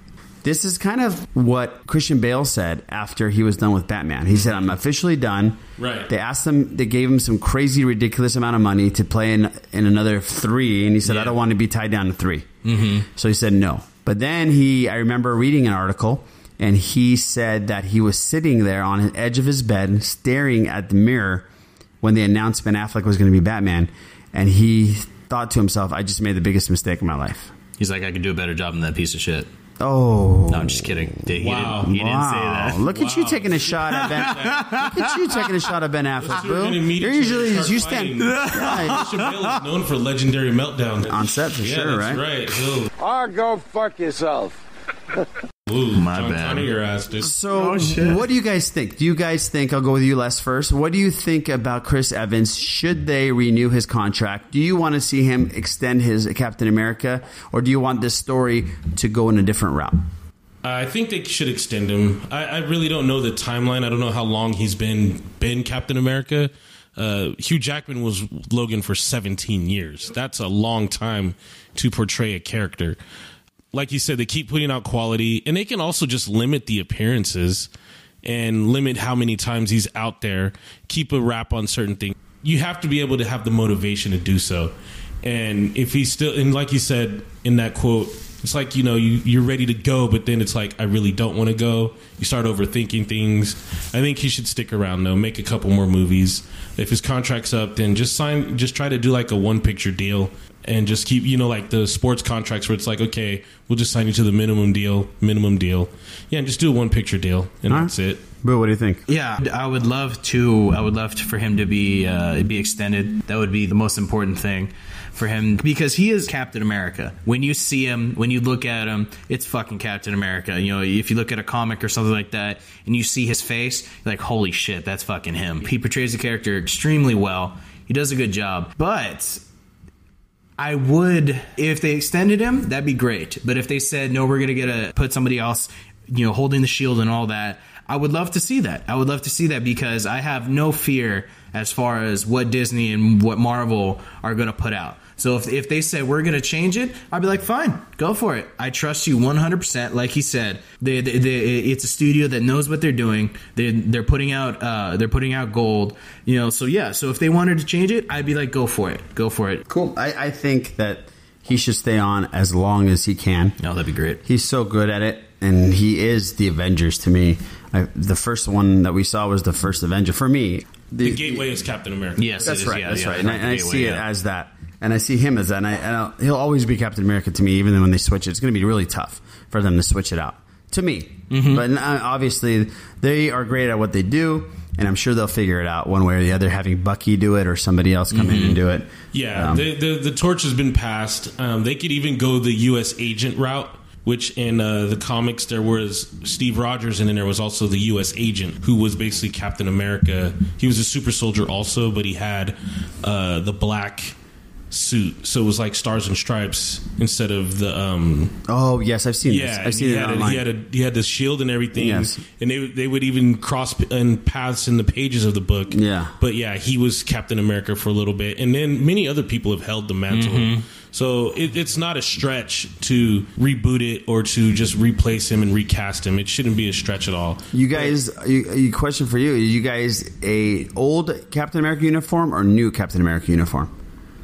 Speaker 5: This is kind of what Christian Bale said after he was done with Batman. He said, "I'm officially done."
Speaker 6: Right.
Speaker 5: They asked him. They gave him some crazy, ridiculous amount of money to play in in another three, and he said, "I
Speaker 6: Yeah.
Speaker 5: don't want to be tied down to 3 Mm-hmm. So he said no. But then he, I remember reading an article, and he said that he was sitting there on the edge of his bed, staring at the mirror when they announced Ben Affleck was going to be Batman, and he thought to himself, "I just made the biggest mistake of my life."
Speaker 4: He's like, I could do a better job than that piece of shit.
Speaker 5: Oh.
Speaker 4: No, I'm just kidding. He,
Speaker 6: Wow.
Speaker 4: didn't, he
Speaker 5: Wow.
Speaker 4: didn't say that.
Speaker 5: Look at you taking a shot at Ben. Look at you taking a shot at Ben Affleck,
Speaker 6: We're gonna
Speaker 5: boo.
Speaker 6: meet
Speaker 5: Ah. You're
Speaker 6: each other
Speaker 5: usually
Speaker 6: and start
Speaker 5: you stand
Speaker 6: fighting.
Speaker 5: Yeah,
Speaker 6: Christian Bale is known for legendary meltdowns
Speaker 5: On set for
Speaker 6: yeah,
Speaker 5: sure,
Speaker 6: that's
Speaker 5: right?
Speaker 6: right. He'll-
Speaker 2: Or Ah, go fuck yourself.
Speaker 6: Ooh,
Speaker 4: My
Speaker 6: John
Speaker 4: bad.
Speaker 6: Connor, your ass, dude.
Speaker 5: So, what do you guys think? Do you guys think I'll go with you less first? What do you think about Chris Evans? Should they renew his contract? Do you want to see him extend his Captain America, or do you want this story to go in a different route?
Speaker 6: I think they should extend him. I, I really don't know the timeline. I don't know how long he's been been Captain America. Uh, Hugh Jackman was Logan for 17 years. That's a long time to portray a character. Like you said, they keep putting out quality, and they can also just limit the appearances and limit how many times he's out there. Keep a wrap on certain things. You have to be able to have the motivation to do so. And if he's still, and like you said in that quote, it's like you know you, you're ready to go, but then it's like I really don't want to go. You start overthinking things. I think he should stick around though, make a couple more movies. If his contract's up, then just sign. Just try to do like a one picture deal, and just keep you know like the sports contracts where it's like okay, we'll just sign you to the minimum deal, minimum deal. Yeah, and just do a one picture deal, and
Speaker 5: All right.
Speaker 6: that's it.
Speaker 5: Boo, what do you think?
Speaker 4: Yeah, I would love to. I would love to, for him to be uh, be extended. That would be the most important thing for him because he is Captain America. When you see him, when you look at him, it's fucking Captain America. You know, if you look at a comic or something like that, and you see his face, you're like, holy shit, that's fucking him. He portrays the character extremely well. He does a good job, but I would if they extended him, that'd be great. But if they said no, we're gonna get a put somebody else, you know, holding the shield and all that, I would love to see that. I would love to see that because I have no fear as far as what Disney and what Marvel are gonna put out. So if, if they said we're gonna change it, I'd be like, fine, go for it. I trust you 100. percent Like he said, they, they, they, it's a studio that knows what they're doing. They, they're putting out uh, they're putting out gold, you know. So yeah, so if they wanted to change it, I'd be like, go for it, go for it.
Speaker 5: Cool. I, I think that he should stay on as long as he can.
Speaker 4: No, Oh, that'd be great.
Speaker 5: He's so good at it, and he is the Avengers to me. I, the first one that we saw was the first Avenger for me.
Speaker 6: The gateway is Captain America.
Speaker 4: Yes,
Speaker 5: That's
Speaker 4: it is.
Speaker 5: right.
Speaker 4: Yeah,
Speaker 5: that's
Speaker 4: yeah,
Speaker 5: right. And I,
Speaker 4: like
Speaker 5: and I
Speaker 4: the gateway,
Speaker 5: see it
Speaker 4: yeah.
Speaker 5: as that, and I see him as that. And, I, and I'll, he'll always be Captain America to me, even though when they switch it. It's going to be really tough for them to switch it out to me.
Speaker 6: Mm-hmm.
Speaker 5: But uh, obviously, they are great at what they do, and I'm sure they'll figure it out one way or the other. Having Bucky do it or somebody else come
Speaker 6: Mm-hmm.
Speaker 5: in and do it.
Speaker 6: Yeah,
Speaker 5: Um,
Speaker 6: the, the the torch has been passed. Um, they could even go the U.S. agent route, which in uh, the comics there was Steve Rogers, and then there was also the U.S. agent who was basically Captain America. He was a super soldier also, but he had uh, the black suit, so it was like stars and stripes instead of the um,
Speaker 5: Oh yes, I've seen
Speaker 6: yeah,
Speaker 5: this.
Speaker 6: and
Speaker 5: I've seen
Speaker 6: he
Speaker 5: it
Speaker 6: had
Speaker 5: online.
Speaker 6: A, he had a he had the shield and everything.
Speaker 5: Yes.
Speaker 6: and they they would even cross p- and paths in the pages of the book.
Speaker 5: Yeah.
Speaker 6: but yeah, he was Captain America for a little bit, and then many other people have held the mantle.
Speaker 4: Mm-hmm.
Speaker 6: So it, it's not a stretch to reboot it or to just replace him and recast him. It shouldn't be a stretch at all.
Speaker 5: you guys, you, you question for you: You guys, a old Captain America uniform or new Captain America uniform?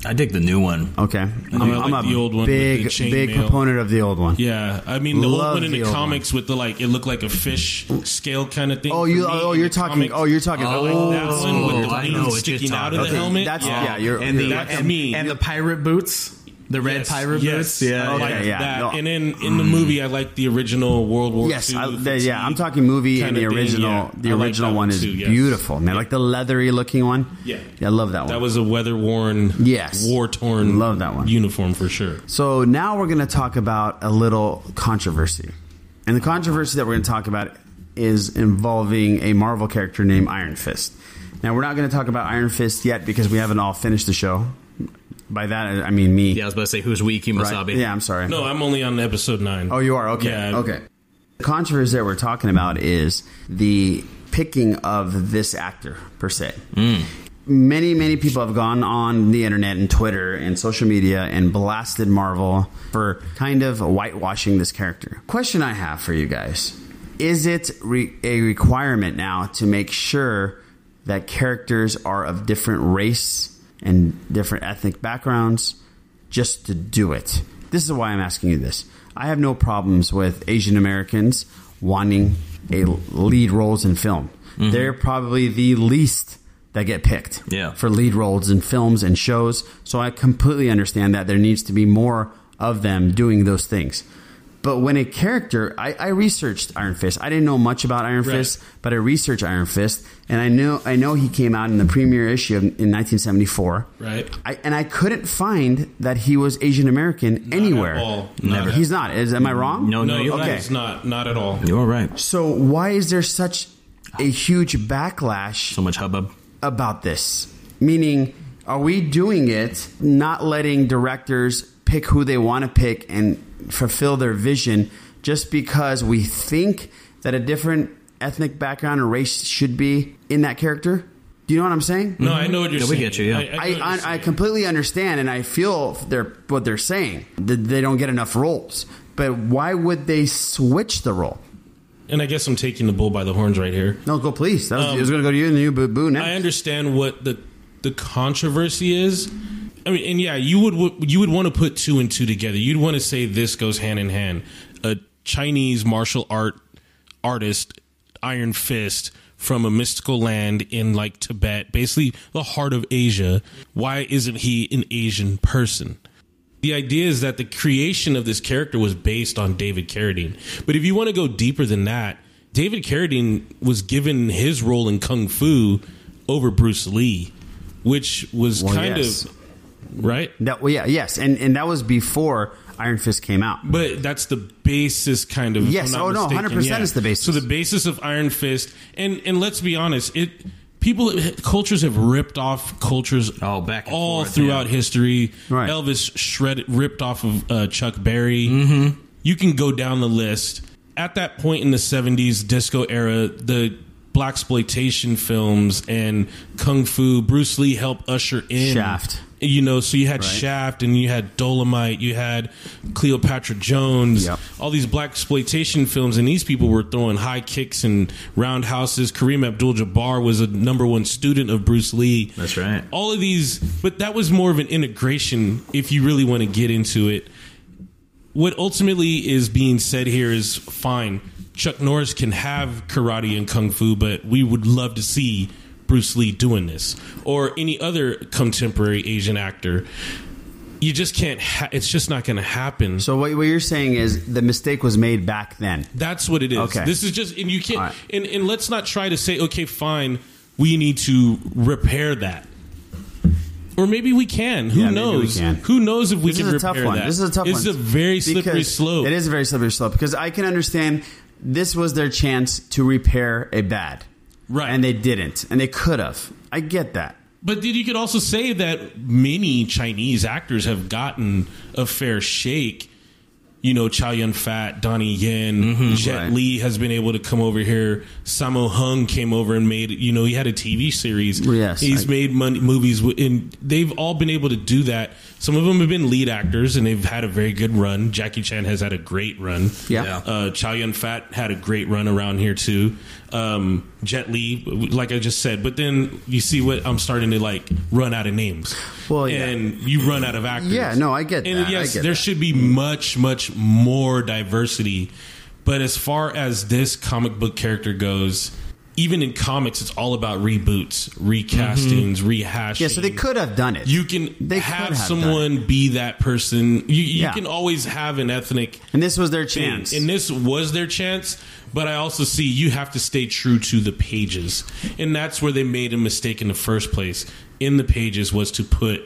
Speaker 4: I dig the new one.
Speaker 5: Okay, I'm,
Speaker 6: I like
Speaker 5: I'm a
Speaker 6: the old one with
Speaker 5: big,
Speaker 6: the chain
Speaker 5: big
Speaker 6: mail.
Speaker 5: proponent of the old one.
Speaker 6: Yeah, I mean the
Speaker 5: Love
Speaker 6: old one in
Speaker 5: the
Speaker 6: the,
Speaker 5: old
Speaker 6: comics with the like it looked like a fish scale kind of thing.
Speaker 5: Oh,
Speaker 6: for
Speaker 5: you!
Speaker 6: me
Speaker 5: Oh,
Speaker 6: in
Speaker 5: you're
Speaker 6: the
Speaker 5: talking.
Speaker 6: comics.
Speaker 5: Oh, you're talking.
Speaker 6: I like that one with the
Speaker 4: I know
Speaker 6: wings
Speaker 4: what you're
Speaker 6: sticking out of the
Speaker 4: talking-
Speaker 5: okay,
Speaker 6: helmet.
Speaker 5: that's- yeah, you're-
Speaker 4: And the,
Speaker 6: that's
Speaker 4: and,
Speaker 6: me.
Speaker 4: and the pirate boots, the red
Speaker 6: Yes,
Speaker 4: pirate
Speaker 6: yes,
Speaker 4: boots. Oh, Yeah,
Speaker 6: I
Speaker 5: Okay,
Speaker 6: like
Speaker 5: yeah,
Speaker 6: that.
Speaker 5: no.
Speaker 6: And then in the movie, I like the original World War
Speaker 5: Yes,
Speaker 6: II.
Speaker 5: I, the,
Speaker 6: fatigue
Speaker 5: yeah. I'm talking movie and
Speaker 6: kinda
Speaker 5: the
Speaker 6: thing,
Speaker 5: original.
Speaker 6: yeah.
Speaker 5: The
Speaker 6: I like
Speaker 5: original
Speaker 6: that
Speaker 5: one is
Speaker 6: too, yes.
Speaker 5: beautiful, man.
Speaker 6: Yeah.
Speaker 5: Like the leathery looking one.
Speaker 6: Yeah.
Speaker 5: I love that one.
Speaker 6: That was a weather worn,
Speaker 5: Yes.
Speaker 6: war torn,
Speaker 5: Love that one.
Speaker 6: uniform for sure.
Speaker 5: so now we're going to talk about a little controversy, and the controversy that we're going to talk about is involving a Marvel character named Iron Fist. Now we're not going to talk about Iron Fist yet because we haven't all finished the show. By that I I mean me.
Speaker 4: yeah. I was about to say who's weak, you
Speaker 5: right?
Speaker 4: Musabi.
Speaker 5: yeah I'm sorry.
Speaker 6: No, I'm only on episode nine.
Speaker 5: Oh, you are okay.
Speaker 6: Yeah.
Speaker 5: Okay. The controversy that we're talking about is the picking of this actor per se. Many, many people have gone on the internet and Twitter and social media and blasted Marvel for kind of whitewashing this character. Question I have for you guys is it re- a requirement now to make sure that characters are of different race and different ethnic backgrounds just to do it. This is why I'm asking you this. I have no problems with Asian Americans wanting a lead roles in film. They're probably the least that get picked
Speaker 4: Yeah.
Speaker 5: for lead roles in films and shows. So I completely understand that there needs to be more of them doing those things. But when a character, I, I researched Iron Fist. I didn't know much about Iron
Speaker 6: Right.
Speaker 5: Fist, but I researched Iron Fist, and I know I know he came out in the premiere issue in 1974.
Speaker 6: Right.
Speaker 5: I, and I couldn't find that he was Asian American anywhere.
Speaker 6: all. Not
Speaker 5: Never.
Speaker 6: at-
Speaker 5: He's not. Is, am I wrong?
Speaker 4: No,
Speaker 6: No,
Speaker 4: no, you
Speaker 6: that
Speaker 5: okay.
Speaker 6: is not not at all.
Speaker 4: You're right.
Speaker 5: So why is there such a huge backlash
Speaker 4: So much hubbub.
Speaker 5: about this? Meaning, are we doing it not letting directors pick who they want to pick and fulfill their vision just because we think that a different ethnic background or race should be in that character? Do you know what I'm saying?
Speaker 6: No, I know what you're
Speaker 4: Yeah, we
Speaker 6: saying.
Speaker 4: get you, yeah.
Speaker 6: I,
Speaker 5: I,
Speaker 6: know what you're
Speaker 5: I, I
Speaker 6: saying.
Speaker 5: completely understand and I feel they're, what they're saying. That they don't get enough roles. But why would they switch the role?
Speaker 6: and I guess I'm taking the bull by the horns right here.
Speaker 5: No, go please. That was, it was going to go to you and then you boo boo next.
Speaker 6: Um, I understand what the the controversy is. I mean, and yeah, you would you would want to put two and two together. You'd want to say this goes hand in hand. A Chinese martial art artist, Iron Fist from a mystical land in like Tibet, basically the heart of Asia. Why isn't he an Asian person? the idea is that the creation of this character was based on David Carradine. But if you want to go deeper than that, David Carradine was given his role in Kung Fu over Bruce Lee, which was
Speaker 5: Well,
Speaker 6: kind
Speaker 5: yes.
Speaker 6: of right.
Speaker 5: That well, yeah, yes, and and that was before Iron Fist came out.
Speaker 6: But that's the basis, kind of. if
Speaker 5: Yes.
Speaker 6: I'm not
Speaker 5: Oh, no,
Speaker 6: mistaken.
Speaker 5: 100% is the basis.
Speaker 6: So the basis of Iron Fist, and and let's be honest, it people cultures have ripped off cultures
Speaker 4: Oh, back and
Speaker 6: all
Speaker 4: forth,
Speaker 6: throughout
Speaker 4: yeah.
Speaker 6: history.
Speaker 5: Right.
Speaker 6: Elvis shredded ripped off of uh, Chuck Berry.
Speaker 4: Mm-hmm.
Speaker 6: You can go down the list. At that point in the '70s disco era, the black exploitation films and kung fu. Bruce Lee helped usher in
Speaker 5: Shaft.
Speaker 6: you know, so you had Shaft and you had Dolomite, you had Cleopatra Jones,
Speaker 5: Yep.
Speaker 6: all these black exploitation films, and these people were throwing high kicks and roundhouses. Kareem Abdul-Jabbar was a number one student of Bruce Lee.
Speaker 4: That's right.
Speaker 6: All of these, but that was more of an integration. If you really want to get into it, what ultimately is being said here is fine. Chuck Norris can have karate and kung fu, but we would love to see Bruce Lee doing this or any other contemporary Asian actor. You just can't. Ha- it's just not going to happen.
Speaker 5: So what, what you're saying is the mistake was made back then.
Speaker 6: That's what it is.
Speaker 5: Okay.
Speaker 6: This is just, and you can't,
Speaker 5: All right.
Speaker 6: and, and let's not try to say, okay, fine, we need to repair that. Or maybe we can. Who
Speaker 5: Yeah, maybe we
Speaker 6: knows?
Speaker 5: can.
Speaker 6: Who knows if we
Speaker 5: This
Speaker 6: can
Speaker 5: is a
Speaker 6: repair
Speaker 5: tough one.
Speaker 6: that?
Speaker 5: This is a tough
Speaker 6: it's
Speaker 5: one.
Speaker 6: a very slippery
Speaker 5: Because
Speaker 6: slope.
Speaker 5: It is a very slippery slope because I can understand this was their chance to repair a bad,
Speaker 6: Right.
Speaker 5: And they didn't, and they could have. I get that.
Speaker 6: But then you could also say that many Chinese actors have gotten a fair shake. You know, Chow Yun Fat, Donnie Yen, Jet
Speaker 5: Mm-hmm. Right.
Speaker 6: Li has been able to come over here. Sammo Hung came over and made, you know, he had a TV series.
Speaker 5: Yes,
Speaker 6: He's
Speaker 5: I-
Speaker 6: made money, movies, w- and they've all been able to do that. Some of them have been lead actors and they've had a very good run. Jackie Chan has had a great run.
Speaker 5: Yeah. Yeah.
Speaker 6: Uh, Chow Yun Fat had a great run around here too. Um, Jet Li, like I just said, but then you see what I'm starting to like run out of names.
Speaker 5: Well, yeah.
Speaker 6: and you run out of actors.
Speaker 5: Yeah, no, I get
Speaker 6: And
Speaker 5: that. I
Speaker 6: yes,
Speaker 5: get
Speaker 6: there
Speaker 5: that.
Speaker 6: should be much, much more diversity. But as far as this comic book character goes, even in comics, it's all about reboots, recastings, rehashing.
Speaker 5: Mm-hmm. Yeah, so they could have done it.
Speaker 6: You can
Speaker 5: They could
Speaker 6: have,
Speaker 5: have done
Speaker 6: someone be that person. You, you
Speaker 5: Yeah.
Speaker 6: can always have an ethnic
Speaker 5: and this was their
Speaker 6: thing.
Speaker 5: chance.
Speaker 6: And this was their chance, but I also see you have to stay true to the pages. And that's where they made a mistake in the first place. In the pages was to put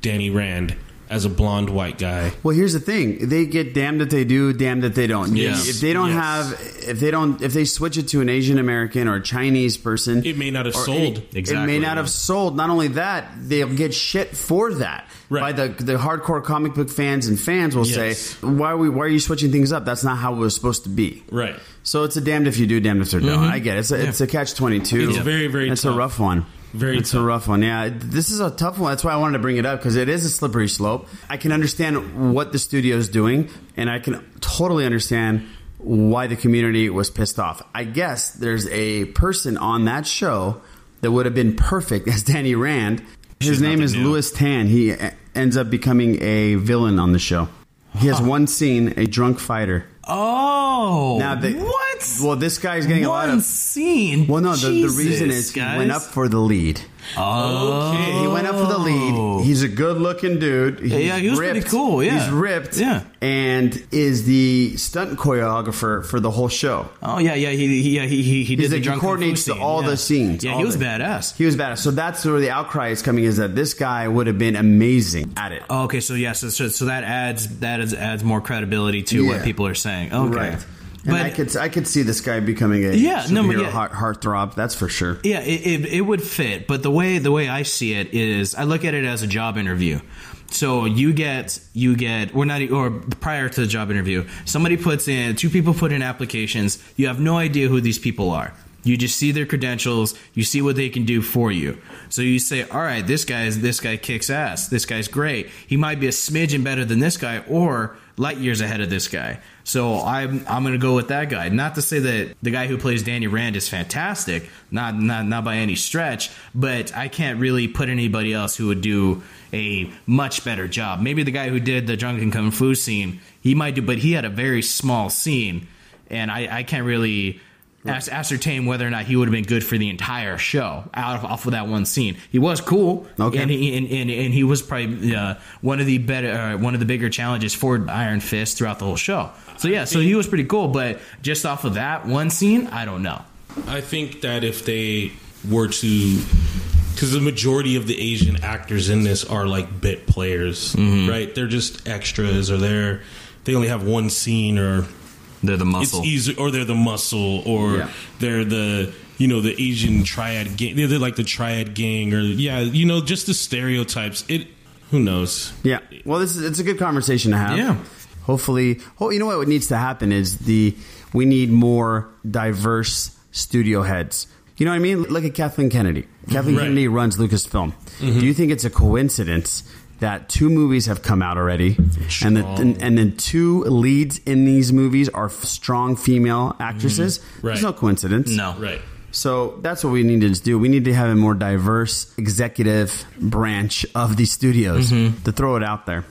Speaker 6: Danny Rand as a blonde white guy.
Speaker 5: Well, here's the thing: they get damned if they do, damned if they don't.
Speaker 6: Yes.
Speaker 5: If they don't
Speaker 6: Yes.
Speaker 5: have, if they don't, if they switch it to an Asian American or a Chinese person,
Speaker 6: It may not have
Speaker 5: or
Speaker 6: sold.
Speaker 5: any- It
Speaker 4: Exactly,
Speaker 5: may not
Speaker 4: yeah.
Speaker 5: have sold. Not only that, they'll get shit for that
Speaker 6: Right.
Speaker 5: by the the hardcore comic book fans and fans will
Speaker 6: Yes.
Speaker 5: say, "Why are we? Why are you switching things up? That's not how it was supposed to be."
Speaker 6: Right.
Speaker 5: So it's a damned if you do, damned if you don't. I get it. It's a, it's a catch twenty two.
Speaker 6: Mm-hmm. It's very, very
Speaker 5: It's
Speaker 6: tough.
Speaker 5: a rough one.
Speaker 6: Very
Speaker 5: It's a
Speaker 6: tough.
Speaker 5: rough one. Yeah, this is a tough one. That's why I wanted to bring it up because it is a slippery slope. I can understand what the studio is doing, and I can totally understand why the community was pissed off. I guess there's a person on that show that would have been perfect as Danny Rand. His name is Louis Tan. He e- ends up becoming a villain on the show. He has one scene, a drunk fighter.
Speaker 4: Oh,
Speaker 5: Now they-
Speaker 4: what?
Speaker 5: Well, this guy's getting a lot
Speaker 4: One
Speaker 5: of
Speaker 4: scene.
Speaker 5: well, no, the, the
Speaker 4: Jesus,
Speaker 5: reason is he
Speaker 4: guys.
Speaker 5: went up for the lead.
Speaker 4: Oh,
Speaker 5: He went up for the lead. Oh. He's a good looking dude. He's
Speaker 4: Yeah, he was
Speaker 5: ripped.
Speaker 4: pretty cool, yeah.
Speaker 5: He's ripped.
Speaker 4: Yeah.
Speaker 5: And is the stunt choreographer for the whole show.
Speaker 4: Oh yeah, yeah, he, he yeah he he, he did
Speaker 5: He's
Speaker 4: the
Speaker 5: like, he
Speaker 4: drunk
Speaker 5: coordinates
Speaker 4: Kung Fu
Speaker 5: the- all
Speaker 4: scene, yeah.
Speaker 5: the scenes,
Speaker 4: Yeah,
Speaker 5: all
Speaker 4: he was
Speaker 5: the-
Speaker 4: badass.
Speaker 5: He was badass. So that's where the outcry is coming is that this guy would have been amazing at it.
Speaker 4: Oh, okay, so yeah, so, so so that adds that adds, adds more credibility to what
Speaker 5: Yeah.
Speaker 4: people are saying. Okay,
Speaker 5: Right. And
Speaker 4: but
Speaker 5: I could I could see this guy becoming a
Speaker 4: Yeah,
Speaker 5: superhero
Speaker 4: no, but yeah.
Speaker 5: heart, heartthrob, that's for sure.
Speaker 4: Yeah, it, it, it would fit, but the way the way I see it is, I look at it as a job interview. So you get you get or not or prior to the job interview, somebody puts in two people put in applications. You have no idea who these people are. You just see their credentials. You see what they can do for you. So you say, "All right, this guy is this guy kicks ass. This guy's great. He might be a smidgen better than this guy, or light years ahead of this guy. So I'm I'm gonna go with that guy. Not to say that the guy who plays Danny Rand is fantastic, not not not by any stretch, but I can't really put anybody else who would do a much better job. Maybe the guy who did the drunken kung fu scene, he might do, but he had a very small scene, and I, I can't really. as- Ascertain whether or not he would have been good for the entire show out of off of that one scene. He was cool,
Speaker 5: Okay.
Speaker 4: and he and, and, and he was probably uh, one of the better uh, one of the bigger challenges for Iron Fist throughout the whole show. So yeah, so he was pretty cool, but just off of that one scene, I don't know.
Speaker 6: I think that if they were to, because the majority of the Asian actors in this are like bit players,
Speaker 5: Mm-hmm.
Speaker 6: right? They're just extras, or they're they only have one scene, or
Speaker 4: They're the
Speaker 6: it's
Speaker 4: muscle.
Speaker 6: easy, or they're the muscle, or
Speaker 5: Yeah.
Speaker 6: they're the you know the Asian triad gang. They're, they're like the triad gang, or yeah, you know, just the stereotypes. It who knows?
Speaker 5: Yeah. Well, this is it's a good conversation to have.
Speaker 4: Yeah.
Speaker 5: Hopefully, oh, you know what needs to happen is the we need more diverse studio heads. You know what I mean? Look at Kathleen Kennedy. Kathleen
Speaker 6: Right. Mm-hmm.
Speaker 5: Kennedy runs Lucasfilm. Do you think it's a coincidence that two movies have come out already, and the, and, and then two leads in these movies are f- strong female actresses? There's
Speaker 6: Mm-hmm. Right.
Speaker 5: no coincidence.
Speaker 4: no,
Speaker 6: Right.
Speaker 5: So that's what we need to do. We need to have a more diverse executive branch of these studios
Speaker 6: Mm-hmm.
Speaker 5: to throw it out there.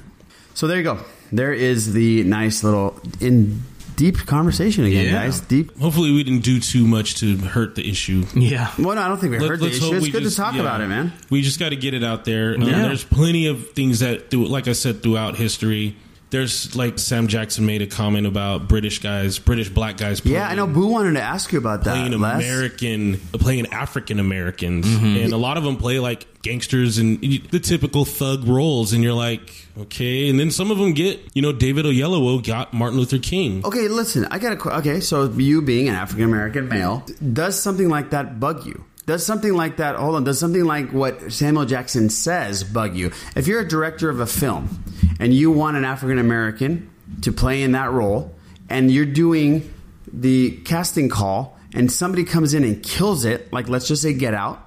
Speaker 5: So there you go. There is the nice little in deep conversation again,
Speaker 4: Yeah.
Speaker 5: guys. Deep.
Speaker 6: Hopefully, we didn't do too much to hurt the issue.
Speaker 4: Yeah.
Speaker 5: Well, no, I don't think we
Speaker 6: Let-
Speaker 5: heard the
Speaker 6: let's hope
Speaker 5: issue. It's
Speaker 6: we
Speaker 5: good
Speaker 6: just-
Speaker 5: to talk
Speaker 6: yeah.
Speaker 5: about it, man.
Speaker 6: We just got to get it out there. Um,
Speaker 4: Yeah.
Speaker 6: There's plenty of things that, do, like I said, throughout history. There's like Sam Jackson made a comment about British guys, British black guys. Playing,
Speaker 5: Yeah, I know. Boo wanted to ask you about that.
Speaker 6: Playing
Speaker 5: Les.
Speaker 6: American, playing African Americans,
Speaker 5: Mm-hmm.
Speaker 6: and a lot of them play like gangsters and y- the typical thug roles. And you're like, okay. And then some of them get, you know, David Oyelowo got Martin Luther King.
Speaker 5: Okay, listen. I got a. qu- Okay, so you being an African American male, does something like that bug you? Does something like that? Hold on. Does something like what Samuel Jackson says bug you? If you're a director of a film and you want an African American to play in that role, and you're doing the casting call, and somebody comes in and kills it, like let's just say Get Out,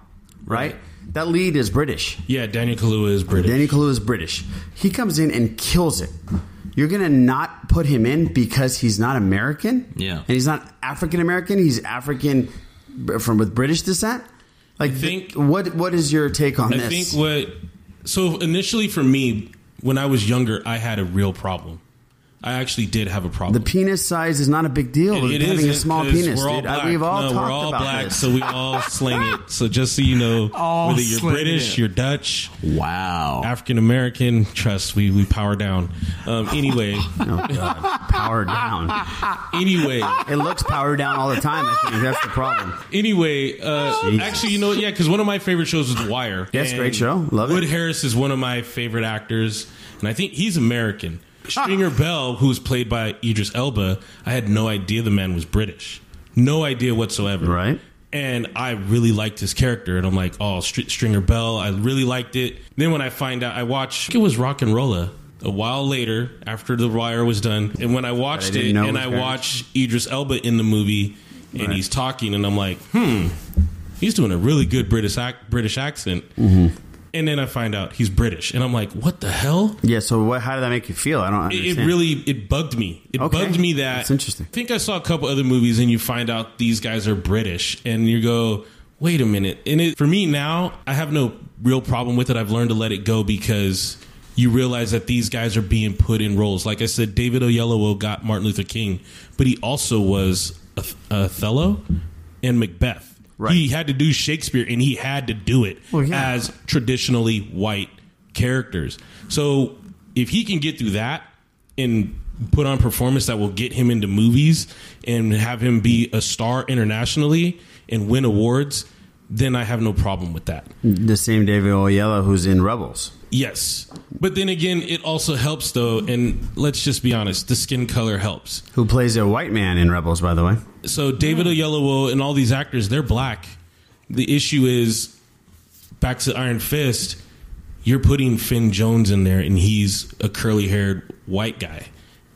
Speaker 5: right? That lead is British.
Speaker 6: Yeah, Daniel Kaluuya is British.
Speaker 5: Danny Kaluuya is British. He comes in and kills it. You're gonna not put him in because he's not American.
Speaker 4: Yeah.
Speaker 5: and he's not African American. He's African from with British descent. Like,
Speaker 6: think-
Speaker 5: th- what what is your take on
Speaker 6: I
Speaker 5: this?
Speaker 6: think what so initially for me when I was younger, I had a real problem. I actually did have a
Speaker 5: the
Speaker 6: problem.
Speaker 5: penis size is not a big deal. with having a
Speaker 6: isn't
Speaker 5: small
Speaker 6: 'cause
Speaker 5: penis,
Speaker 6: we're all
Speaker 5: dude. I-
Speaker 6: black.
Speaker 5: we've all
Speaker 6: no,
Speaker 5: talked
Speaker 6: we're all
Speaker 5: about
Speaker 6: black,
Speaker 5: this.
Speaker 6: so we all sling it. So just so you know,
Speaker 4: All
Speaker 6: whether you're
Speaker 4: sling
Speaker 6: British,
Speaker 4: it.
Speaker 6: you're Dutch,
Speaker 4: Wow.
Speaker 6: African American, trust we we power down. Um, anyway,
Speaker 5: oh god, power down.
Speaker 6: anyway.
Speaker 5: It looks powered down all the time. I think that's the problem.
Speaker 6: Anyway, uh, actually, you know what? Yeah, because one of my favorite shows was The Wire.
Speaker 5: Yes,
Speaker 6: And
Speaker 5: great show. Love it.
Speaker 6: Wood Harris is one of my favorite actors, and I think he's American. Stringer Bell, who's played by Idris Elba, I had no idea the man was British. No idea whatsoever.
Speaker 5: Right.
Speaker 6: And I really liked his character, and I'm like, oh, Str- Stringer Bell, I really liked it. Then when I find out, I watched, I think it was Rock and Rolla. A while later, after The Wire was done, and when I watched
Speaker 5: didn't
Speaker 6: it,
Speaker 5: know it
Speaker 6: and
Speaker 5: was
Speaker 6: I
Speaker 5: British.
Speaker 6: watched Idris Elba in the movie, and
Speaker 5: Right.
Speaker 6: he's talking, and I'm like, hmm, he's doing a really good British ac- British accent.
Speaker 5: Mm-hmm.
Speaker 6: And then I find out he's British, and I'm like, what the hell?
Speaker 5: Yeah. So what, how did that make you feel? I don't.
Speaker 6: It,
Speaker 5: Understand.
Speaker 6: it really it bugged me. It
Speaker 5: Okay.
Speaker 6: bugged me that
Speaker 5: That's interesting.
Speaker 6: I think I saw a couple other movies, and you find out these guys are British, and you go, wait a minute. And it, for me now, I have no real problem with it. I've learned to let it go because. You realize that these guys are being put in roles. Like I said, David Oyelowo got Martin Luther King, but he also was Oth- Othello and Macbeth.
Speaker 5: Right.
Speaker 6: He had to do Shakespeare, and he had to do it
Speaker 5: Well, yeah.
Speaker 6: as traditionally white characters. So if he can get through that and put on performance that will get him into movies and have him be a star internationally and win awards, then I have no problem with that.
Speaker 5: The same David Oyelowo who's in Rebels.
Speaker 6: Yes. But then again, it also helps though, and let's just be honest, the skin color helps.
Speaker 5: Who plays a white man in Rebels, by the way?
Speaker 6: So David Oyelowo and all these actors, they're black. The issue is back to Iron Fist, you're putting Finn Jones in there and he's a curly-haired white guy,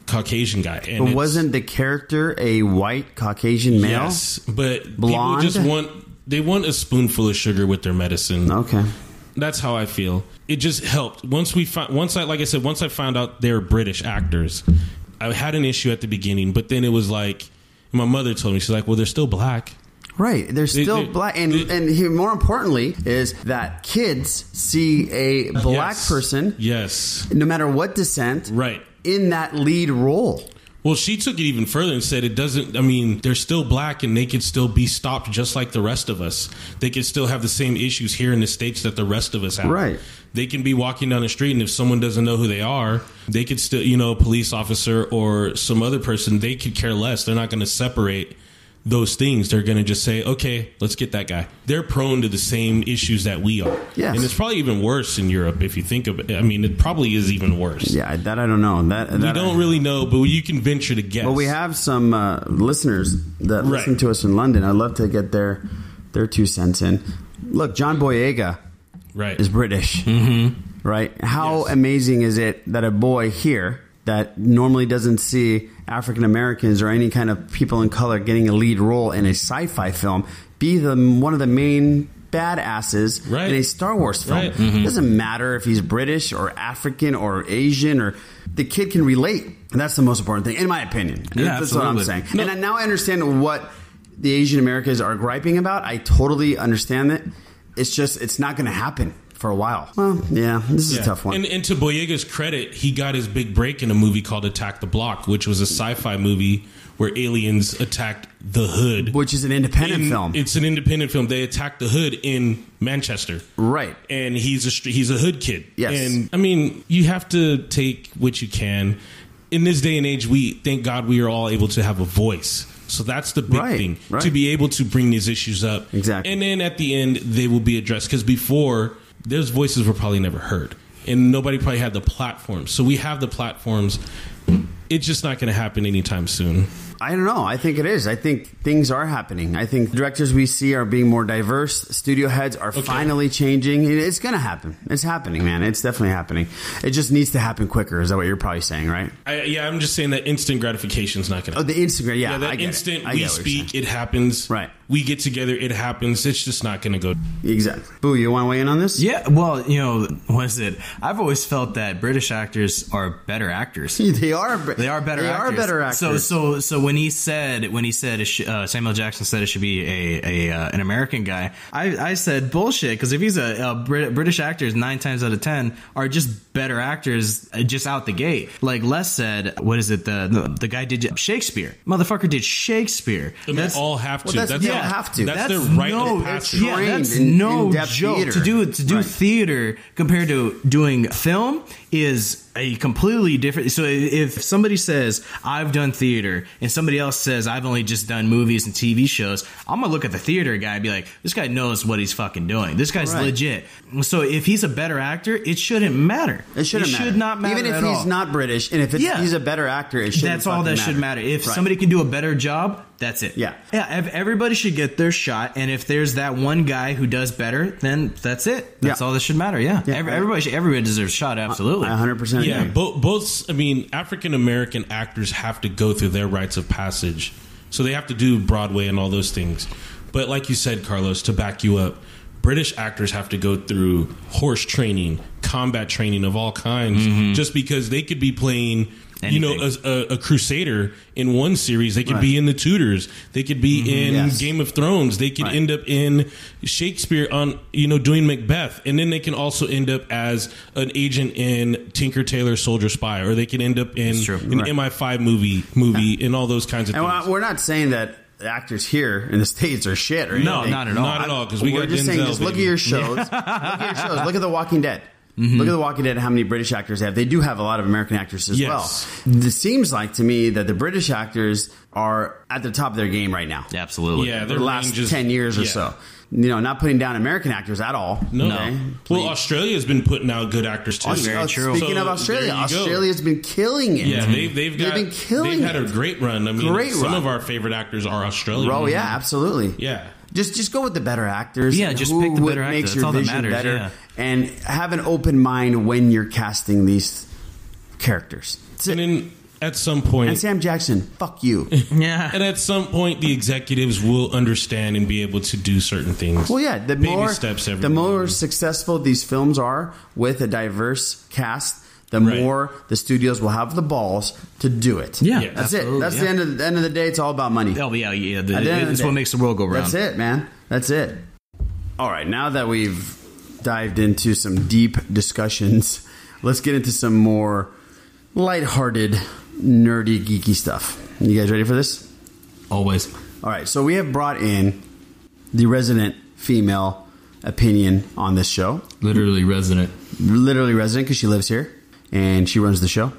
Speaker 6: Caucasian guy. And
Speaker 5: But
Speaker 6: it's-
Speaker 5: wasn't the character a white Caucasian male?
Speaker 6: Yes, but
Speaker 5: Blonde?
Speaker 6: people just want they want a spoonful of sugar with their medicine.
Speaker 5: Okay.
Speaker 6: That's how I feel. It just helped. Once we found, once I like I said, once I found out they're British actors, I had an issue at the beginning, but then it was like my mother told me she's like, "Well, they're still black."
Speaker 5: Right. They're
Speaker 6: they-
Speaker 5: still black. And,
Speaker 6: they-
Speaker 5: and here, more importantly, is that kids see a black
Speaker 6: Yes.
Speaker 5: person,
Speaker 6: Yes.
Speaker 5: no matter what descent,
Speaker 6: Right.
Speaker 5: in that lead role.
Speaker 6: Well, she took it even further and said it doesn't. I mean, they're still black and they can still be stopped just like the rest of us. They can still have the same issues here in the states that the rest of us have.
Speaker 5: Right.
Speaker 6: They can be walking down the street and if someone doesn't know who they are, they could still, you know, a police officer or some other person, they could care less. They're not going to separate those things. They're going to just say, okay, let's get that guy. They're prone to the same issues that we are.
Speaker 5: Yes.
Speaker 6: And it's probably even worse in Europe if you think of it. I mean, it probably is even worse.
Speaker 5: Yeah, that I don't know. That,
Speaker 6: We don't really know, but you can venture to guess.
Speaker 5: Well, we have some uh, listeners that
Speaker 6: Right.
Speaker 5: listen to us in London. I'd love to get their their two cents in. Look, John Boyega
Speaker 6: Right.
Speaker 5: is British, mm-hmm. right? How amazing is it that a boy here that normally doesn't see African Americans or any kind of people in color getting a lead role in a sci-fi film be the one of the main badasses
Speaker 6: Right.
Speaker 5: in a Star Wars film?
Speaker 6: Right. Mhm.
Speaker 5: It doesn't matter if he's British or African or Asian or the kid can relate. And that's the most important thing, in my opinion.
Speaker 4: Yeah,
Speaker 5: that's what I'm
Speaker 4: absolutely.
Speaker 5: saying. And I, now I understand what the Asian Americans are griping about. I totally understand it. It's just it's not going to happen for a while. Well, yeah, this is a tough one.
Speaker 6: And, and to Boyega's credit, he got his big break in a movie called Attack the Block, which was a sci-fi movie where aliens attacked the hood.
Speaker 5: which is an independent
Speaker 6: In-
Speaker 5: film,
Speaker 6: It's an independent film. They attacked the hood in Manchester.
Speaker 5: right?
Speaker 6: And he's a str- he's a hood kid.
Speaker 5: Yes.
Speaker 6: And I mean, you have to take what you can. In this day and age, we thank God we are all able to have a voice. So that's the big
Speaker 5: Right,
Speaker 6: thing
Speaker 5: right.
Speaker 6: to be able to bring these issues up.
Speaker 5: Exactly.
Speaker 6: And then at the end, they will be addressed because before, those voices were probably never heard, and nobody probably had the platforms. So we have the platforms. It's just not going to happen anytime soon.
Speaker 5: I don't know. I think it is. I think things are happening. I think directors we see are being more diverse. Studio heads are finally changing. It- It's going to happen. It's happening, man. It's definitely happening. It just needs to happen quicker. Is that what you're probably saying, right?
Speaker 6: I, yeah, I'm just saying that instant gratification is not going to.
Speaker 5: Oh, the Instagram. Yeah,
Speaker 6: Yeah,
Speaker 5: I
Speaker 6: that
Speaker 5: get it.
Speaker 6: instant
Speaker 5: I
Speaker 6: we
Speaker 5: get what you're
Speaker 6: speak, it happens.
Speaker 5: Right.
Speaker 6: We get together, it happens. It's just not going to go.
Speaker 5: saying. Exactly. Boo, you want to weigh in on this?
Speaker 4: Yeah, well, you know, what is it? I've always felt that British actors are better actors.
Speaker 5: They are.
Speaker 4: They are better.
Speaker 5: They
Speaker 4: actors.
Speaker 5: are better actors.
Speaker 4: So so so when he said when he said it sh- uh, Samuel Jackson said it should be a, a uh, an American guy, I, I said bullshit because if he's a, a Brit- British actors nine times out of ten are just better actors uh, just out the gate. Like Les said, what is it? The the, the guy did Shakespeare. Motherfucker did Shakespeare.
Speaker 6: They all have to.
Speaker 5: Well, that's-
Speaker 6: that's
Speaker 5: they
Speaker 6: all-
Speaker 5: all have to.
Speaker 6: That's,
Speaker 4: That's
Speaker 6: their right
Speaker 4: no,
Speaker 6: of passage.
Speaker 4: yeah,
Speaker 5: trained
Speaker 4: that's
Speaker 5: in-
Speaker 4: no
Speaker 5: in-depth
Speaker 4: joke.
Speaker 5: theater.
Speaker 4: To do to do
Speaker 5: Right.
Speaker 4: theater compared to doing film is a completely different. So if somebody says I've done theater and somebody else says I've only just done movies and TV shows, I'm gonna look at the theater guy and be like, this guy knows what he's fucking doing. This guy's
Speaker 5: Right.
Speaker 4: legit. So if he's a better actor, it shouldn't matter.
Speaker 5: It shouldn't matter.
Speaker 4: should not matter.
Speaker 5: Even if
Speaker 4: at
Speaker 5: he's
Speaker 4: all.
Speaker 5: not British, and if it's,
Speaker 4: Yeah.
Speaker 5: he's a better actor, it should.
Speaker 4: That's all that should matter. If somebody can do a better job, that's it.
Speaker 5: Yeah.
Speaker 4: Yeah. ev- Everybody should get their shot. And if there's that one guy who does better, then that's it. That's
Speaker 5: Yeah.
Speaker 4: all that should matter. Yeah.
Speaker 5: Yeah.
Speaker 4: Ev- everybody, should, everybody deserves a shot. Absolutely.
Speaker 5: I 100 percent
Speaker 6: Yeah,
Speaker 5: agree.
Speaker 6: bo- both. I mean, African American actors have to go through their rites of passage, so they have to do Broadway and all those things. But like you said, Carlos, to back you up, British actors have to go through horse training, combat training of all kinds, just because they could be playing. You know,
Speaker 4: Anything.
Speaker 6: a, a, a crusader in one series, they could be in the Tudors, they could be in
Speaker 5: Yes.
Speaker 6: Game of Thrones, they could
Speaker 5: Right.
Speaker 6: end up in Shakespeare on you know doing Macbeth, and then they can also end up as an agent in Tinker Tailor Soldier Spy, or they can end up in
Speaker 4: true.
Speaker 6: an
Speaker 5: Right.
Speaker 6: MI5 movie, movie, and all those kinds of
Speaker 5: and
Speaker 6: things.
Speaker 5: we're- we're not saying that the actors here in the states are shit or
Speaker 4: No,
Speaker 5: anything.
Speaker 4: not at all.
Speaker 6: Not at all because we
Speaker 5: We are
Speaker 6: got
Speaker 5: just
Speaker 6: Denzel.
Speaker 5: saying, just look at
Speaker 6: baby.
Speaker 5: your shows. look at your shows. Look at The Walking Dead.
Speaker 4: Mm-hmm.
Speaker 5: Look at The Walking Dead. How many British actors they have? They do have a lot of American actors as
Speaker 6: Yes.
Speaker 5: well. It seems like to me that the British actors are at the top of their game right now.
Speaker 4: Absolutely.
Speaker 6: Yeah,
Speaker 5: the
Speaker 6: their
Speaker 5: last
Speaker 6: range is-
Speaker 5: ten years or
Speaker 6: yeah.
Speaker 5: so. You know, not putting down American actors at all.
Speaker 6: No.
Speaker 5: Okay?
Speaker 6: Well, Australia's been putting out good actors too.
Speaker 5: Aus- uh, Speaking
Speaker 6: So,
Speaker 5: of Australia,
Speaker 6: there you go.
Speaker 5: Australia's been killing it.
Speaker 6: Yeah, they've they've, got,
Speaker 5: been killing
Speaker 6: They've had a
Speaker 5: it.
Speaker 6: great run. I mean,
Speaker 5: Great
Speaker 6: some
Speaker 5: run.
Speaker 6: of our favorite actors are Australian.
Speaker 5: Oh yeah, absolutely.
Speaker 6: yeah.
Speaker 5: Just just go with the better actors.
Speaker 4: Yeah,
Speaker 5: and
Speaker 4: just
Speaker 5: who
Speaker 4: pick the
Speaker 5: would-
Speaker 4: better actor.
Speaker 5: makes
Speaker 4: That's
Speaker 5: your
Speaker 4: all that
Speaker 5: vision
Speaker 4: matters,
Speaker 5: better,
Speaker 4: yeah.
Speaker 5: and have an open mind when you're casting these characters. That's it.
Speaker 6: And
Speaker 5: And,
Speaker 6: then at some point,
Speaker 5: Sam Jackson, fuck you.
Speaker 4: Yeah.
Speaker 6: and at some point, the executives will understand and be able to do certain things.
Speaker 5: well, yeah, the
Speaker 6: Baby
Speaker 5: more
Speaker 6: steps every
Speaker 5: the more
Speaker 6: morning.
Speaker 5: successful these films are with a diverse cast. The
Speaker 6: Right.
Speaker 5: more the studios will have the balls to do it.
Speaker 4: Yeah,
Speaker 6: Yeah.
Speaker 5: that's
Speaker 4: absolutely,
Speaker 5: it. That's the
Speaker 4: yeah.
Speaker 5: end of the end of the day. It's all about money.
Speaker 4: Oh, yeah, yeah.
Speaker 5: At the end of
Speaker 4: The,
Speaker 5: the
Speaker 4: it's
Speaker 5: day.
Speaker 4: what makes the world go round.
Speaker 5: That's it, man. That's it. All right, now that we've dived into some deep discussions, let's get into some more lighthearted, nerdy, geeky stuff. You guys ready for this?
Speaker 4: Always.
Speaker 5: All right, so we have brought in the resident female opinion on this show.
Speaker 4: Literally resident.
Speaker 5: Literally resident because she lives here and she runs the show.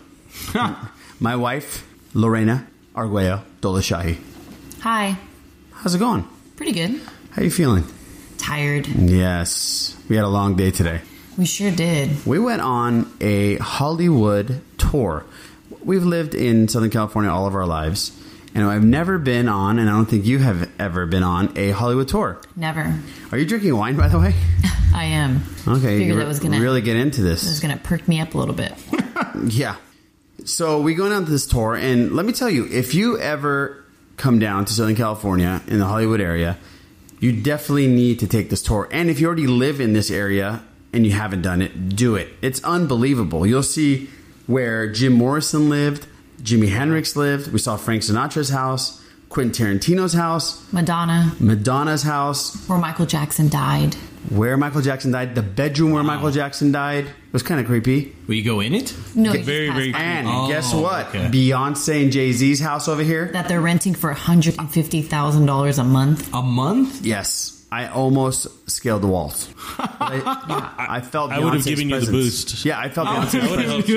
Speaker 5: My wife, Lorena Arguello Dolashahi.
Speaker 10: Hi.
Speaker 5: How's it going?
Speaker 10: Pretty good.
Speaker 5: How you feeling?
Speaker 10: Tired.
Speaker 5: Yes, we had a long day today.
Speaker 10: We sure did.
Speaker 5: We went on a Hollywood tour. We've lived in Southern California all of our lives, and I've never been on, and I don't think you have ever been on a Hollywood tour.
Speaker 10: Never.
Speaker 5: Are you drinking wine, by the way?
Speaker 10: I am.
Speaker 5: Okay,
Speaker 10: Figured
Speaker 5: you
Speaker 10: that was gonna
Speaker 5: really get into
Speaker 10: that was
Speaker 5: this.
Speaker 10: gonna perk me up a little bit.
Speaker 5: Yeah. So we going on to this tour, and let me tell you, if you ever come down to Southern California in the Hollywood area, you definitely need to take this tour. And if you already live in this area and you haven't done it, do it. It's unbelievable. You'll see where Jim Morrison lived, Jimi Hendrix lived. We saw Frank Sinatra's house, Quentin Tarantino's house,
Speaker 10: Madonna,
Speaker 5: Madonna's house
Speaker 10: where Michael Jackson died.
Speaker 5: where Michael Jackson died, the bedroom where Michael Jackson died. It was kind of creepy.
Speaker 4: Will you go in it?
Speaker 10: No, he
Speaker 6: Very,
Speaker 10: just passed
Speaker 6: very
Speaker 10: by.
Speaker 5: And
Speaker 4: Oh,
Speaker 5: guess what?
Speaker 4: okay.
Speaker 5: Beyonce and Jay Z's house over here.
Speaker 10: that they're renting for hundred and fifty thousand dollars a month.
Speaker 4: A month?
Speaker 5: Yes, I almost scaled the walls. I, I felt.
Speaker 6: I would have
Speaker 5: Beyonce's
Speaker 6: given you the
Speaker 5: presence.
Speaker 6: boost.
Speaker 5: Yeah, I felt
Speaker 10: Oh.
Speaker 6: I would
Speaker 5: Beyonce's
Speaker 6: have helped
Speaker 5: presence.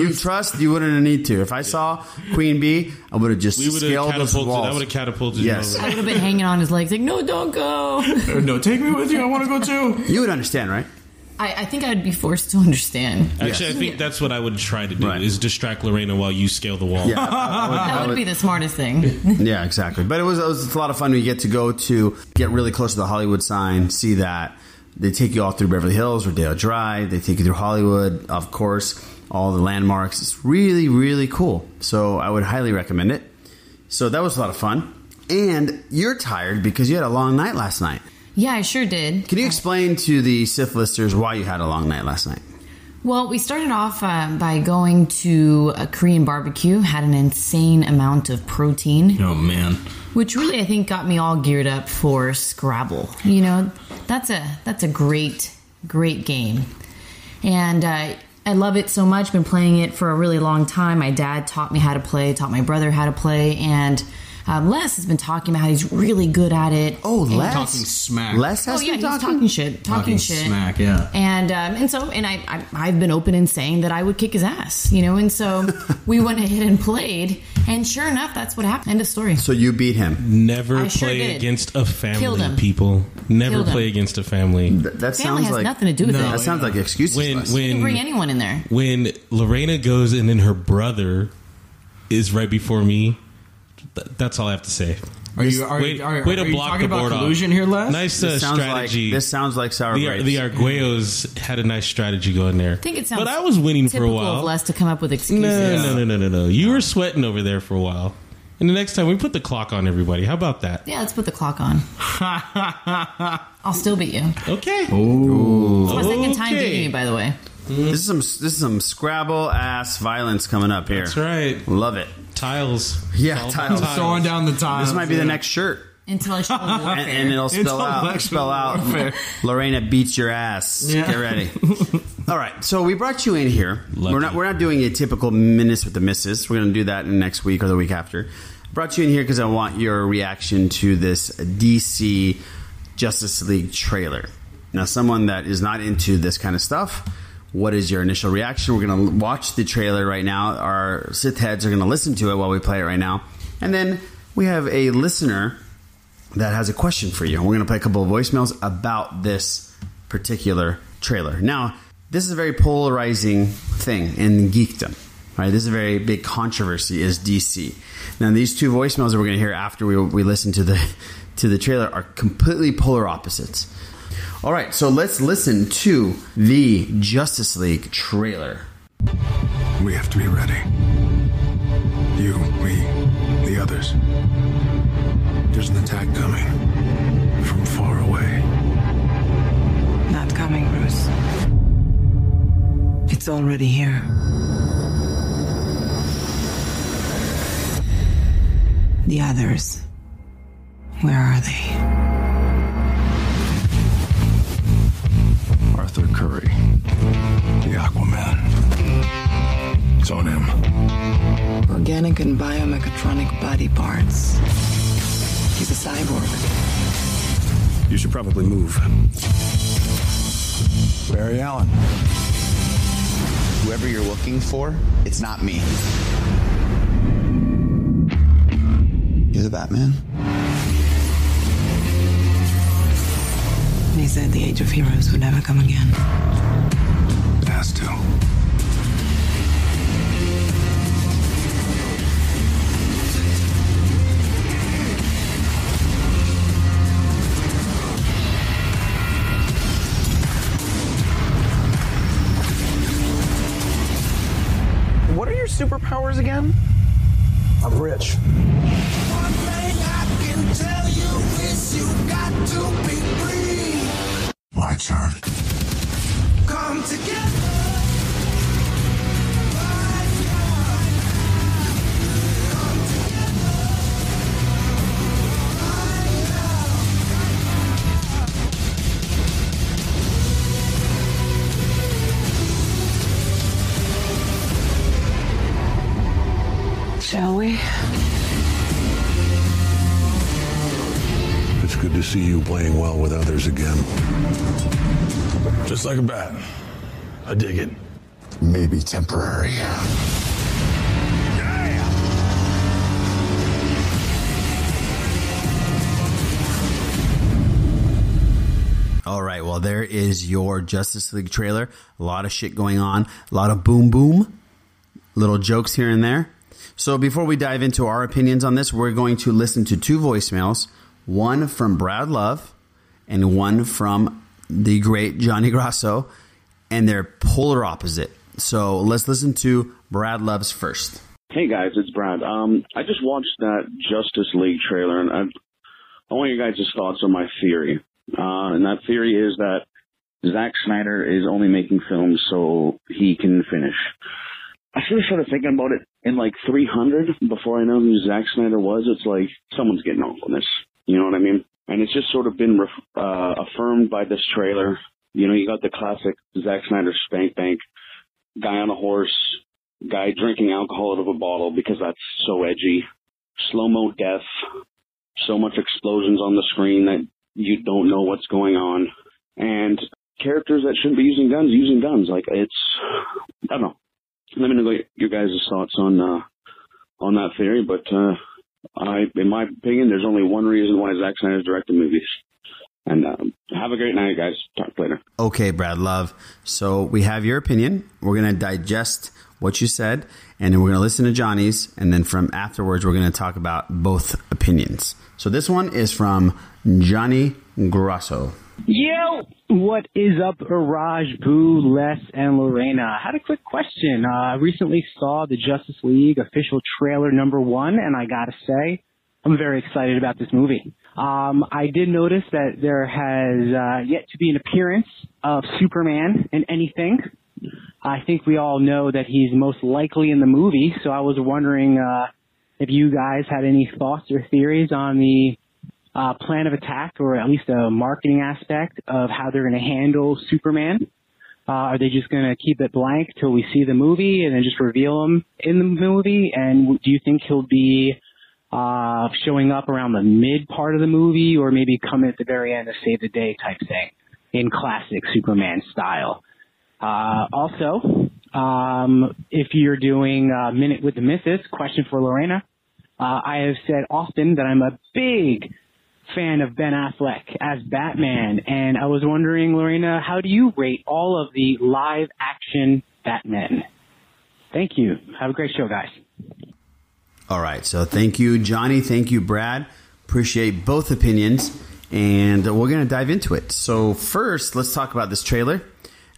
Speaker 6: you.
Speaker 5: You trust? You wouldn't need to. If I saw Queen Bee, I would have just
Speaker 6: We would have
Speaker 5: scaled those
Speaker 6: catapulted.
Speaker 5: walls.
Speaker 6: I would have catapulted. you
Speaker 5: Yes.
Speaker 10: I
Speaker 6: over.
Speaker 10: would have been hanging on his legs like, no, don't go. I,
Speaker 4: No, take me with you. I want to go too.
Speaker 5: you would understand, right?
Speaker 10: I think I'd be forced to understand.
Speaker 6: Actually, I think that's what I would try to do:
Speaker 5: Right.
Speaker 6: is distract Lorena while you scale the wall.
Speaker 5: Yeah. I- I would- I
Speaker 10: That would
Speaker 5: would-
Speaker 10: be the smartest thing.
Speaker 5: Yeah, exactly. But it was, it was a lot of fun. We get to go to get really close to the Hollywood sign, see that. They take you all through Beverly Hills, Rodeo Drive. They take you through Hollywood, of course, all the landmarks. It's really, really cool. So I would highly recommend it. So that was a lot of fun. And you're tired because you had a long night last night.
Speaker 10: yeah, I sure did.
Speaker 5: Can you explain to the Sith listeners why you had a long night last night?
Speaker 10: Well, we started off um, by going to a Korean barbecue, had an insane amount of protein,
Speaker 4: Oh, man.
Speaker 10: which really I think got me all geared up for Scrabble. You know, that's a that's a great great game, and uh, I love it so much. Been playing it for a really long time. My dad taught me how to play, taught my brother how to play, and um, Les has been talking about how he's really good at it.
Speaker 5: Oh,
Speaker 10: And-
Speaker 5: Les.
Speaker 4: Talking smack.
Speaker 5: Les
Speaker 10: Oh
Speaker 5: has
Speaker 10: yeah,
Speaker 5: been
Speaker 10: he's
Speaker 5: talking.
Speaker 10: talking shit, talking,
Speaker 4: Talking
Speaker 10: shit,
Speaker 4: smack, yeah.
Speaker 10: and um, and so and I, I I've been open in saying that I would kick his ass, you know, and so we went ahead and played, and sure enough, that's what happened. End of story.
Speaker 5: So you beat him.
Speaker 6: Never
Speaker 10: I sure
Speaker 6: play
Speaker 10: did.
Speaker 6: against a family,
Speaker 10: Killed him.
Speaker 6: people. Never
Speaker 10: Killed him.
Speaker 6: play against a family.
Speaker 5: Th- That
Speaker 10: Family
Speaker 5: sounds
Speaker 10: has
Speaker 5: like
Speaker 10: nothing to do with
Speaker 4: No,
Speaker 10: it.
Speaker 5: That sounds like excuses.
Speaker 6: When
Speaker 5: Les.
Speaker 10: You can
Speaker 6: when
Speaker 10: bring anyone in there.
Speaker 6: when Lorena goes and then her brother is right before me. th- That's all I have to say.
Speaker 4: Are you, are,
Speaker 6: Wait,
Speaker 4: you- are,
Speaker 6: way to
Speaker 4: are you
Speaker 6: block
Speaker 4: talking
Speaker 6: the
Speaker 4: about
Speaker 6: board off.
Speaker 4: collusion here, Les?
Speaker 6: Nice uh,
Speaker 5: this sounds
Speaker 6: strategy.
Speaker 5: like this sounds like sour
Speaker 6: the,
Speaker 5: grapes.
Speaker 6: the Arguellos had a nice strategy going there.
Speaker 10: I think it sounds.
Speaker 6: But I was winning for a
Speaker 10: typical
Speaker 6: while.
Speaker 10: Of Les to come up with excuses.
Speaker 6: no, no, no, no, no, no. You were sweating over there for a while. And the next time we put the clock on everybody. How about that?
Speaker 10: Yeah, let's put the clock on. I'll still beat you.
Speaker 6: Okay. Oh,
Speaker 10: It's my second time beating you, by the way.
Speaker 5: This is some this is some Scrabble ass violence coming up here.
Speaker 6: That's right.
Speaker 5: Love it.
Speaker 6: Tiles.
Speaker 5: Yeah,
Speaker 6: All the
Speaker 5: tiles.
Speaker 4: Throwing down the time.
Speaker 5: This might be the next shirt,
Speaker 10: Intellectual warfare.
Speaker 5: and, and it'll spell out
Speaker 4: Intellectual
Speaker 5: spell out.
Speaker 4: warfare.
Speaker 5: Lorena beats your ass.
Speaker 4: Yeah.
Speaker 5: Get ready. All right, so we brought you in here.
Speaker 6: Lucky.
Speaker 5: We're not we're not doing a typical menace with the missus. We're going to do that in next week or the week after. Brought you in here because I want your reaction to this DC Justice League trailer. Now, someone that is not into this kind of stuff What is your initial reaction? We're going to watch the trailer right now. Our Sith heads are going to listen to it while we play it right now. And then we have a listener that has a question for you. We're going to play a couple of voicemails about this particular trailer. Now, this is a very polarizing thing in geekdom. Right, this is a very big controversy. Is DC? Now, these two voicemails that we're going to hear after we, we listen to the to the trailer are completely polar opposites. All right, so let's listen to the Justice League trailer.
Speaker 11: We have to be ready. You, me, the others. There's an attack coming from far away.
Speaker 12: Not coming, Bruce. It's already here. The others. Where are they?
Speaker 11: Arthur Curry, the Aquaman. It's on him.
Speaker 12: Organic and biomechatronic body parts. He's a cyborg.
Speaker 11: You should probably move. Barry Allen.
Speaker 13: Whoever you're looking for, it's not me. You're the Batman?
Speaker 12: They said the Age of Heroes would never come again.
Speaker 11: It has to.
Speaker 14: What are your superpowers again?
Speaker 11: I'm rich. My turn.
Speaker 14: Come together.
Speaker 12: Shall we?
Speaker 11: It's good to see you playing well with others again. Just like a bat. I dig it. Maybe temporary.
Speaker 5: All right, well, there is your Justice League trailer. A lot of shit going on, a lot of boom boom, little jokes here and there. So, before we dive into our opinions on this, we're going to listen to two voicemails one from Brad Love and one from the great Johnny Grasso, and they're polar opposite. So, let's listen to Brad Love's first.
Speaker 15: Hey guys, it's Brad. Um, I just watched that Justice League trailer, and I, I want your guys' thoughts on my theory. Uh, and that theory is that Zack Snyder is only making films so he can finish. I should have started thinking about it in like 300 before I know who Zack Snyder was. It's like someone's getting off on this. You know what I mean? And it's just sort of been ref- uh, affirmed by this trailer. You know, you got the classic Zack Snyder spank bank guy on a horse, guy drinking alcohol out of a bottle because that's so edgy. Slow mo death, so much explosions on the screen that you don't know what's going on, and characters that shouldn't be using guns using guns. Like it's, I don't know. Let me know what your guys' thoughts on uh, on that theory, but uh, I, in my opinion, there's only one reason why Zack Snyder's directing movies. And um, have a great night, guys. Talk later.
Speaker 5: Okay, Brad Love. So we have your opinion. We're going to digest what you said, and then we're going to listen to Johnny's, and then from afterwards, we're going to talk about both opinions. So this one is from Johnny Grosso.
Speaker 16: Yo! What is up, Raj, Boo, Les, and Lorena? I had a quick question. Uh, I recently saw the Justice League official trailer number one, and I gotta say, I'm very excited about this movie. Um, I did notice that there has uh, yet to be an appearance of Superman in anything. I think we all know that he's most likely in the movie, so I was wondering uh, if you guys had any thoughts or theories on the uh, plan of attack or at least a marketing aspect of how they're going to handle Superman. Uh, are they just going to keep it blank till we see the movie and then just reveal him in the movie? And do you think he'll be uh, showing up around the mid part of the movie or maybe come at the very end to save the day type thing in classic Superman style? Uh, also, um, if you're doing uh, Minute with the Misses, question for Lorena. Uh, I have said often that I'm a big fan of Ben Affleck as Batman, and I was wondering, Lorena, how do you rate all of the live action Batman? Thank you. Have a great show, guys.
Speaker 5: All right. So thank you, Johnny. Thank you, Brad. Appreciate both opinions. And we're going to dive into it. So, first, let's talk about this trailer.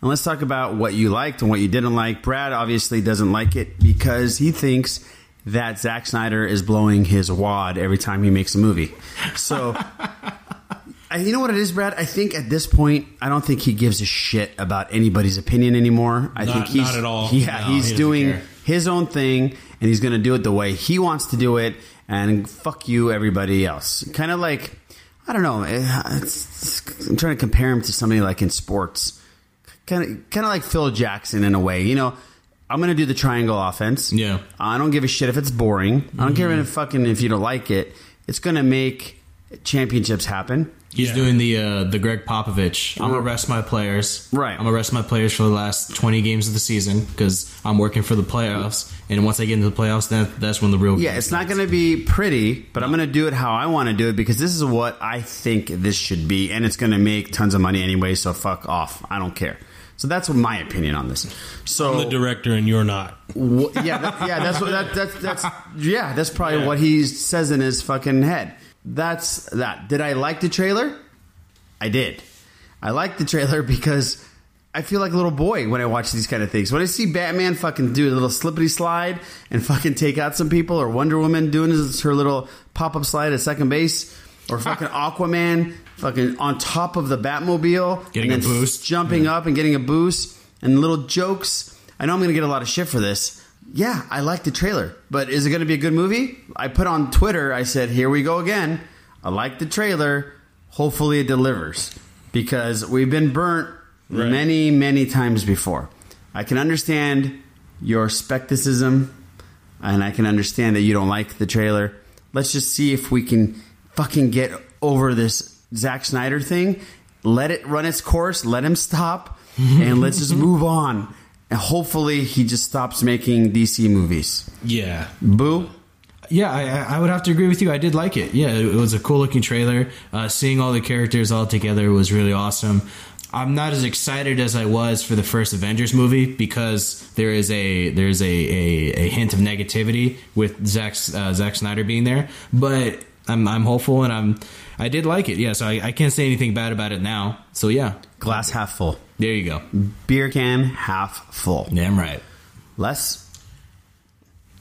Speaker 5: And let's talk about what you liked and what you didn't like. Brad obviously doesn't like it because he thinks that Zack Snyder is blowing his wad every time he makes a movie. So. I, you know what it is, Brad? I think at this point, I don't think he gives a shit about anybody's opinion anymore. I
Speaker 6: Not-
Speaker 5: think he's
Speaker 6: not at all.
Speaker 5: Yeah,
Speaker 6: No,
Speaker 5: he's
Speaker 6: he doesn't
Speaker 5: doing
Speaker 6: care.
Speaker 5: his own thing, and he's going to do it the way he wants to do it. And fuck you, everybody else. Kind of like I don't know. it- it's- it's- I'm trying to compare him to somebody like in sports, kind of kind of like Phil Jackson in a way. You know, I'm going to do the triangle offense. Yeah, I don't give a shit if it's boring. I don't
Speaker 6: Mm-hmm.
Speaker 5: care if fucking if you don't like it. It's going to make championships happen.
Speaker 4: He's doing the uh, the Greg Popovich. I'm gonna rest my players. Right. I'm gonna rest my players for the last 20 games of the season because I'm working for the playoffs. And once I get into the playoffs, that that's when the real
Speaker 5: Yeah, it's not going to be pretty, but I'm going to do it how I want to do it because this is what I think this should be, and it's going to make tons of money anyway. So fuck off. I don't care. So that's my opinion on this. So
Speaker 6: I'm the director, and you're not.
Speaker 5: Wha- yeah, that, yeah, that's what that, that's that's yeah, that's probably what he says in his fucking head. That's that. Did I like the trailer? I did. I like the trailer because I feel like a little boy when I watch these kind of things. When I see Batman fucking do a little slippity slide and fucking take out some people, or Wonder Woman doing his, her little pop up slide at second base, or fucking
Speaker 4: Ah.
Speaker 5: Aquaman fucking on top of the Batmobile,
Speaker 4: Getting
Speaker 5: and
Speaker 4: a
Speaker 5: then
Speaker 4: boost.
Speaker 5: jumping up and getting a boost, and little jokes. I know I'm going to get a lot of shit for this. Yeah, I like the trailer, but is it going to be a good movie? I put on Twitter, I said, here we go again. I like the trailer. Hopefully it delivers because we've been burnt many, many times before. I can understand your skepticism and I can understand that you don't like the trailer. Let's just see if we can fucking get over this Zack Snyder thing. Let it run its course. Let him stop, and let's just move on. And hopefully, he just stops making DC movies.
Speaker 6: Yeah.
Speaker 5: Boo.
Speaker 4: Yeah, I- I, I would have to agree with you. I did like it. Yeah, it was a cool looking trailer. Uh, seeing all the characters all together was really awesome. I'm not as excited as I was for the first Avengers movie because there is a there's a, a, a hint of negativity with Zack uh, Zack Snyder being there. But I'm I'm hopeful and I'm I did like it. Yeah, so I, I can't say anything bad about it now. So yeah,
Speaker 5: glass half full.
Speaker 4: There you go.
Speaker 5: Beer can half full.
Speaker 4: Damn right.
Speaker 5: Les.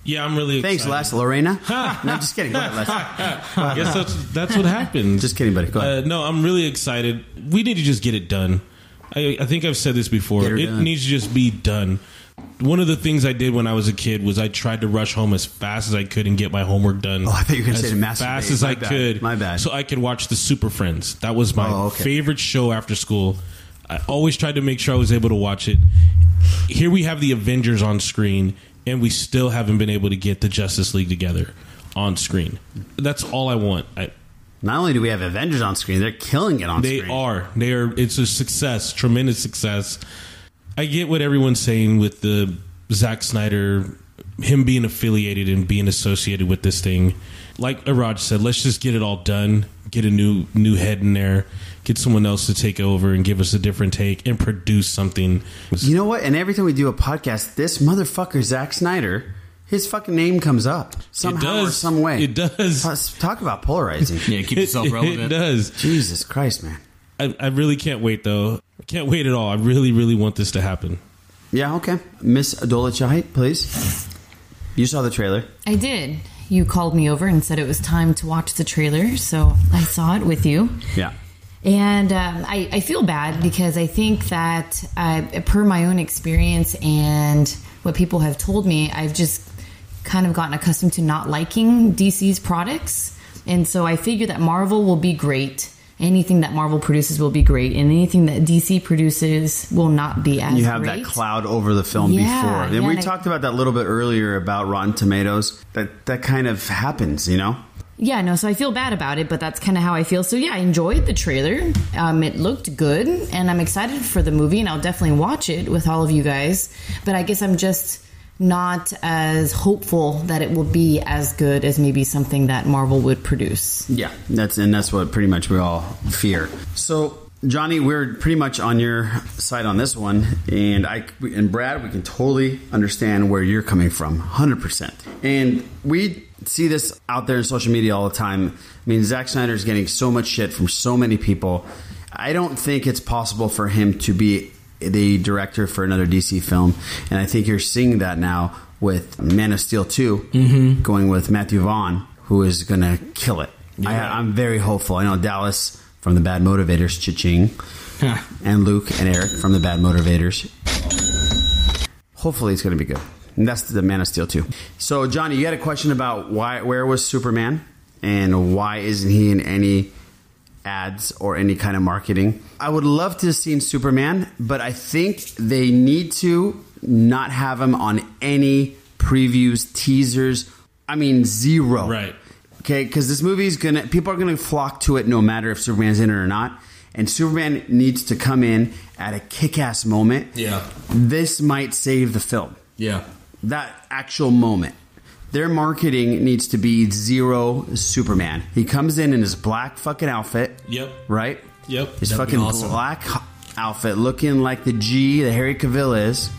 Speaker 6: Yeah, I'm really.
Speaker 5: Thanks,
Speaker 6: excited.
Speaker 5: Les. Lorena. no, just kidding. Go ahead, Les.
Speaker 6: I guess that's that's what happened.
Speaker 5: Just kidding, buddy. Go ahead.
Speaker 6: Uh, no, I'm really excited. We need to just get it done. I, I think I've said this before.
Speaker 5: Get her
Speaker 6: It
Speaker 5: done.
Speaker 6: needs to just be done. One of the things I did when I was a kid was I tried to rush home as fast as I could and get my homework done.
Speaker 5: Oh, I thought you were gonna
Speaker 6: as
Speaker 5: say to masturbate.
Speaker 6: fast as
Speaker 5: My
Speaker 6: I
Speaker 5: bad.
Speaker 6: could.
Speaker 5: My bad.
Speaker 6: So I could watch the Super Friends. That was my
Speaker 5: Oh, okay.
Speaker 6: favorite show after school. I always tried to make sure I was able to watch it. Here we have the Avengers on screen, and we still haven't been able to get the Justice League together on screen. That's all I want. I,
Speaker 5: Not only do we have Avengers on screen, they're killing it on
Speaker 6: they
Speaker 5: screen.
Speaker 6: are. They are. It's a success, tremendous success. I get what everyone's saying with the Zack Snyder, him being affiliated and being associated with this thing. Like Araj said, let's just get it all done. Get a new new head in there. Get someone else to take over and give us a different take and produce something.
Speaker 5: You know what? And every time we do a podcast, this motherfucker Zack Snyder, his fucking name comes up somehow or
Speaker 6: does.
Speaker 5: some way.
Speaker 6: It does.
Speaker 5: talk about polarizing.
Speaker 4: yeah, keep yourself
Speaker 6: It-
Speaker 4: relevant.
Speaker 6: It does.
Speaker 5: Jesus Christ, man.
Speaker 6: I, I really can't wait though. I can't wait at all. I really, really want this to happen.
Speaker 5: Yeah, okay. Miss Adolachai, please. You saw the trailer.
Speaker 10: I did. You called me over and said it was time to watch the trailer, so I saw it with you.
Speaker 5: Yeah.
Speaker 10: And um, I, I feel bad because I think that, uh, per my own experience and what people have told me, I've just kind of gotten accustomed to not liking DC's products. And so I figure that Marvel will be great. Anything that Marvel produces will be great, and anything that DC produces will not be as
Speaker 5: you have
Speaker 10: great.
Speaker 5: that cloud over the film
Speaker 10: Yeah,
Speaker 5: before. And
Speaker 10: yeah,
Speaker 5: we
Speaker 10: and I-
Speaker 5: talked about that a little bit earlier about Rotten Tomatoes. That that kind of happens, you know?
Speaker 10: yeah, no, so I feel bad about it, but that's kind of how I feel. So yeah, I enjoyed the trailer. Um, it looked good, and I'm excited for the movie, and I'll definitely watch it with all of you guys. But I guess I'm just not as hopeful that it will be as good as maybe something that Marvel would produce.
Speaker 5: Yeah, that's and that's what pretty much we all fear. So Johnny, we're pretty much on your side on this one, and I and Brad, we can totally understand where you're coming from, hundred percent. And we see this out there in social media all the time. I mean, Zack Snyder's getting so much shit from so many people. I don't think it's possible for him to be the director for another DC film, and I think you're seeing that now with Man of Steel 2
Speaker 4: Mhm.
Speaker 5: going with Matthew Vaughn, who is going to kill it.
Speaker 4: Yeah.
Speaker 5: I, I'm very hopeful. I know Dallas from the Bad Motivators, Cha-Ching, and Luke and Eric from the Bad Motivators. Hopefully, it's going to be good. And that's the Man of Steel too. So, Johnny, you had a question about why, where was Superman, and why isn't he in any ads or any kind of marketing? I would love to have seen Superman, but I think they need to not have him on any previews, teasers. I mean, zero. Right. Okay, because this movie is gonna people are gonna flock to it no matter if Superman's in it or not. And Superman needs to come in at a kick-ass moment.
Speaker 4: Yeah.
Speaker 5: This might save the film.
Speaker 4: Yeah.
Speaker 5: That actual moment. Their marketing needs to be zero Superman. He comes in in his black fucking outfit.
Speaker 6: Yep.
Speaker 5: Right?
Speaker 6: Yep.
Speaker 5: His
Speaker 6: That'd be
Speaker 5: fucking
Speaker 6: awesome.
Speaker 5: black outfit, looking like the G that Harry Cavill is,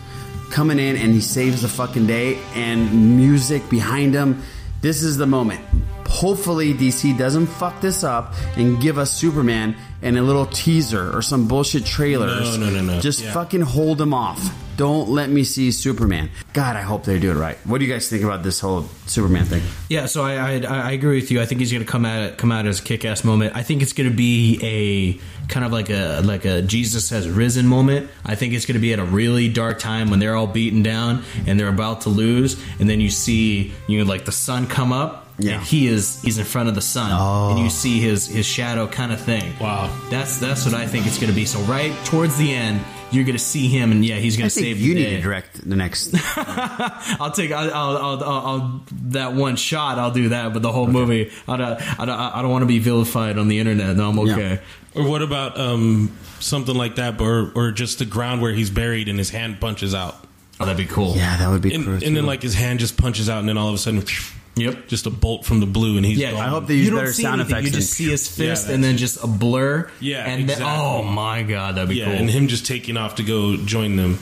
Speaker 5: coming in and he saves the fucking day, and music behind him. This is the moment. Hopefully, DC doesn't fuck this up and give us Superman and a little teaser or some bullshit trailer.
Speaker 6: No, no, no, no.
Speaker 5: Just
Speaker 6: Yeah.
Speaker 5: fucking hold him off. Don't let me see Superman. God, I hope they do it right. What do you guys think about this whole Superman thing?
Speaker 4: Yeah, so I I, I agree with you. I think he's going to come at it, come out as a kick ass moment. I think it's going to be a kind of like a like a Jesus has risen moment. I think it's going to be at a really dark time when they're all beaten down and they're about to lose, and then you see you know like the sun come up. And he is he's in front of the sun, and
Speaker 5: Oh.
Speaker 4: you see his his shadow kind of thing. Wow, that's that's what I think it's going to be. So right towards the end, you're going to see him, and yeah, he's going
Speaker 5: I
Speaker 4: to
Speaker 5: think
Speaker 4: save.
Speaker 5: you
Speaker 4: the
Speaker 5: need
Speaker 4: day.
Speaker 5: to direct the next.
Speaker 4: I'll take I'll, I'll, I'll, I'll, I'll that one shot. I'll do that, but the whole movie. I don't I don't, I don't want to be vilified on the internet. No, I'm okay.
Speaker 6: Or what about um, something like that, but- or or just the ground where he's buried and his hand punches out?
Speaker 4: Oh, that'd be cool.
Speaker 5: Yeah, that would be
Speaker 6: And,
Speaker 5: cool,
Speaker 6: and
Speaker 5: too.
Speaker 6: then like his hand just punches out, and then all of a sudden,
Speaker 4: yep,
Speaker 6: just a bolt from the blue, and he's
Speaker 4: yeah,
Speaker 6: gone.
Speaker 4: you don't see anything. You just see his fist
Speaker 6: Yeah,
Speaker 4: and then just a blur.
Speaker 6: Yeah,
Speaker 4: and then oh my god, that'd be
Speaker 6: yeah,
Speaker 4: cool.
Speaker 6: and him just taking off to go join them.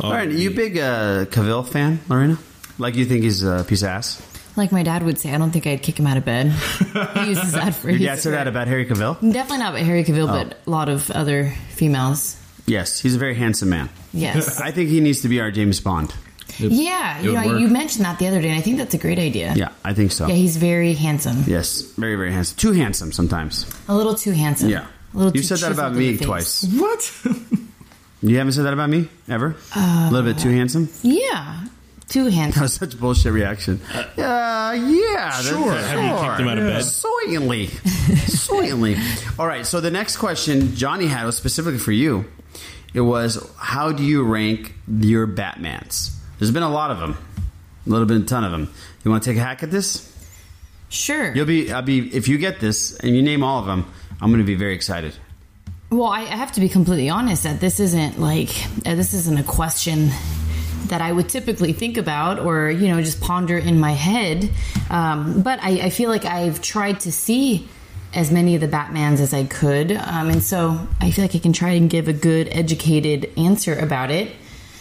Speaker 5: All right, are you a big uh, Cavill fan, Lorena? Like you think he's a piece of ass?
Speaker 10: Like my dad would say, I don't think I'd kick him out of bed. he uses that for
Speaker 5: Your dad said that about Harry Cavill.
Speaker 10: Definitely not about Harry Cavill,
Speaker 5: Oh.
Speaker 10: but a lot of other females.
Speaker 5: Yes, he's a very handsome man.
Speaker 10: Yes.
Speaker 5: I think he needs to be our James Bond.
Speaker 10: yeah, you know, you mentioned that the other day, and I think that's a great idea.
Speaker 5: Yeah, I think so.
Speaker 10: Yeah, he's very handsome.
Speaker 5: yes, very very handsome. Too handsome sometimes.
Speaker 10: A little too handsome.
Speaker 5: Yeah,
Speaker 10: A little
Speaker 5: you
Speaker 10: too
Speaker 5: said that
Speaker 10: chiseled
Speaker 5: about
Speaker 10: in the
Speaker 5: me
Speaker 10: face.
Speaker 5: twice.
Speaker 4: What?
Speaker 5: You haven't said that about me ever.
Speaker 10: Uh,
Speaker 5: a little bit too handsome.
Speaker 10: Yeah. Too handsome.
Speaker 5: That was such a bullshit reaction.
Speaker 10: Uh,
Speaker 5: yeah.
Speaker 10: Sure.
Speaker 6: Have you kicked him out of bed?
Speaker 5: Certainly. Certainly. All right. So the next question Johnny had was specifically for you. It was how do you rank your Batmans? There's been a lot of them, a little bit, a ton of them. You want to take a hack at this?
Speaker 10: Sure.
Speaker 5: You'll be. I'll be. If you get this and you name all of them, I'm going to be very excited.
Speaker 10: Well, I, I have to be completely honest that this isn't like uh, this isn't a question that I would typically think about or you know just ponder in my head. Um, but I, I feel like I've tried to see as many of the Batmans as I could, um, and so I feel like I can try and give a good, educated answer about it.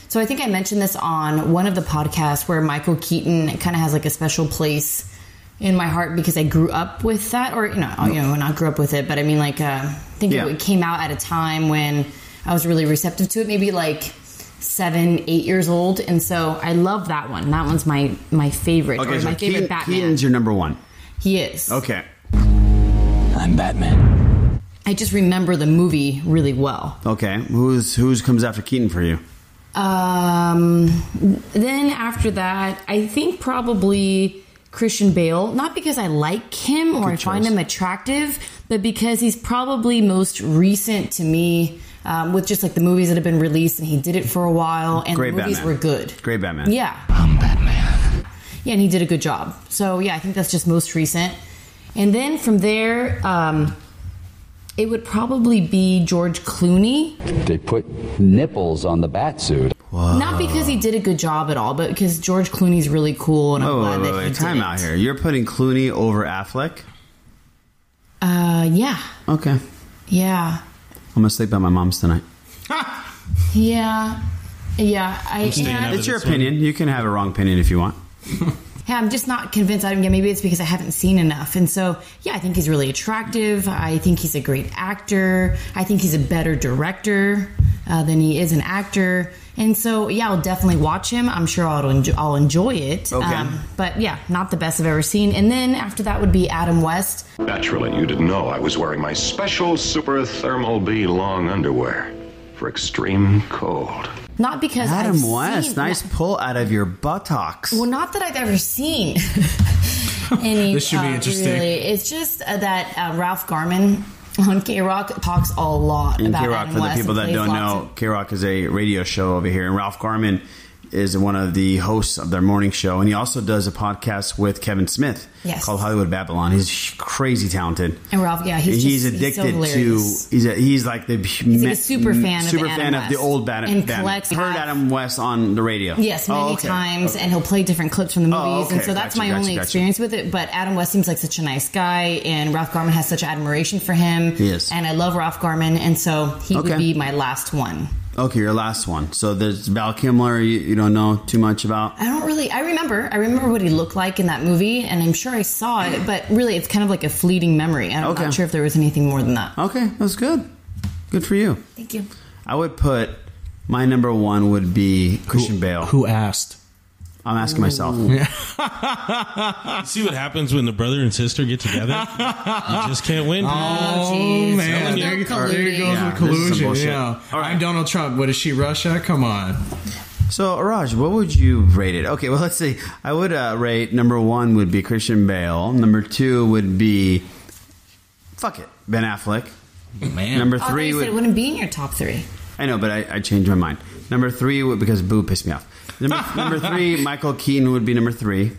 Speaker 10: So I think I mentioned this on one of the podcasts where Michael Keaton kind of has like a special place in my heart because I grew up with that, or you know, you know, not grew up with it, but I mean, like, uh, I think
Speaker 12: Yeah.
Speaker 10: it came out at a time when I was really receptive to it, maybe like seven, eight years old, and so I love that one. That one's my my favorite, or my favorite
Speaker 5: Keaton-
Speaker 10: Batman.
Speaker 5: Keaton's your number one.
Speaker 10: He is.
Speaker 5: Okay.
Speaker 10: I'm Batman. I just remember the movie really well.
Speaker 5: Okay. Who's who's comes after Keaton for you?
Speaker 10: Um, then after that, I think probably Christian Bale, not because I like him or I find him attractive, but because he's probably most recent to me um, with just like the movies that have been released and he did it for a while and
Speaker 5: Great
Speaker 10: the movies
Speaker 5: Batman.
Speaker 10: were good.
Speaker 5: Great Batman.
Speaker 10: Yeah. Yeah, and he did a good job. So yeah, I think that's just most recent. And then from there, um, it would probably be George Clooney.
Speaker 17: They put nipples on the batsuit.
Speaker 5: Uh-huh.
Speaker 10: Not because he did a good job at all, but because George Clooney's really cool, and I'm
Speaker 5: Whoa,
Speaker 10: glad
Speaker 5: wait, wait,
Speaker 10: that he
Speaker 5: wait,
Speaker 10: did
Speaker 5: time
Speaker 10: it.
Speaker 5: out here. You're putting Clooney over Affleck?
Speaker 10: Uh, yeah,
Speaker 5: Okay. I'm
Speaker 10: yeah,
Speaker 5: gonna sleep at my mom's tonight.
Speaker 10: yeah, yeah. I and I-
Speaker 5: it's your opinion. You can have a wrong opinion if you want.
Speaker 10: Yeah, I'm just not convinced. I don't get. Maybe it's because I haven't seen enough. And so, yeah, I think he's really attractive. I think he's a great actor. I think he's a better director uh, than he is an actor. And so, yeah, I'll definitely watch him. I'm sure I'll enjoy, I'll enjoy it. Um,
Speaker 18: Okay.
Speaker 10: but yeah, not the best I've ever seen. And then after that would be Adam West.
Speaker 18: Naturally, you didn't know I was wearing my special Super Thermal B long underwear for extreme cold.
Speaker 10: Not because
Speaker 5: Adam
Speaker 10: I've
Speaker 5: West,
Speaker 10: seen-
Speaker 5: nice pull out of your buttocks.
Speaker 10: Well, not that I've ever seen any.
Speaker 5: This should be
Speaker 10: uh,
Speaker 5: interesting.
Speaker 10: Really. It's just uh, that uh, Ralph Garman on K Rock talks a lot
Speaker 5: And
Speaker 10: about
Speaker 5: K Rock,
Speaker 10: Adam
Speaker 5: for the
Speaker 10: West
Speaker 5: people
Speaker 10: and
Speaker 5: that
Speaker 10: plays
Speaker 5: don't
Speaker 10: lots
Speaker 5: know, K Rock is a radio show over here, and Ralph Garman is one of the hosts of their morning show, and he also does a podcast with Kevin Smith
Speaker 10: Yes.
Speaker 5: called Hollywood Babylon. He's crazy talented.
Speaker 10: of- And Ralph, yeah, he's, just,
Speaker 5: addicted
Speaker 10: he's so hilarious.
Speaker 5: to he's a, he's like the he's
Speaker 10: like a super fan of
Speaker 5: super
Speaker 10: Adam
Speaker 5: fan of the
Speaker 10: West.
Speaker 5: old Bad
Speaker 10: And
Speaker 5: Bad-
Speaker 10: collects-
Speaker 5: heard Adam West on the radio
Speaker 10: Yes, many
Speaker 5: Oh, okay.
Speaker 10: times,
Speaker 5: Okay.
Speaker 10: and he'll play different clips from the movies,
Speaker 5: Oh,
Speaker 10: and
Speaker 5: okay,
Speaker 10: so that's
Speaker 5: gotcha,
Speaker 10: my
Speaker 5: gotcha,
Speaker 10: only
Speaker 5: gotcha.
Speaker 10: experience with it. But Adam West seems like such a nice guy, and Ralph Garman has such admiration for him.
Speaker 5: Yes.
Speaker 10: and I love Ralph Garman, and so he would
Speaker 5: Okay.
Speaker 10: be my last one.
Speaker 5: okay your last one so there's Val Kimler you, you don't know too much about
Speaker 10: I don't really. I remember. I remember what he looked like in that movie, and I'm sure I saw it. But really, it's kind of like a fleeting memory. I'm
Speaker 5: Okay.
Speaker 10: not sure if there was anything more than that.
Speaker 5: okay that's good good for you
Speaker 10: Thank you.
Speaker 5: I would put my number one would be Christian Bale who
Speaker 4: asked
Speaker 5: I'm asking myself
Speaker 6: You see what happens when the brother and sister get together? you just can't win.
Speaker 4: Oh, man, there, you- there you goes with
Speaker 5: Yeah, this is some
Speaker 4: collusion.
Speaker 5: bullshit.
Speaker 4: Yeah, I'm Donald Trump. What is she Russia? Come on.
Speaker 5: So, Raj, what would you rate it? Okay, well, let's see. I would uh, rate number one would be Christian Bale. Number two would be fuck it, Ben Affleck. Man, number
Speaker 10: Oh,
Speaker 5: three
Speaker 10: you said it
Speaker 5: would.
Speaker 10: wouldn't be in your top three.
Speaker 5: I know, but I, I changed my mind. Number three would because Boo pissed me off. Number, number three, Michael Keaton would be number three.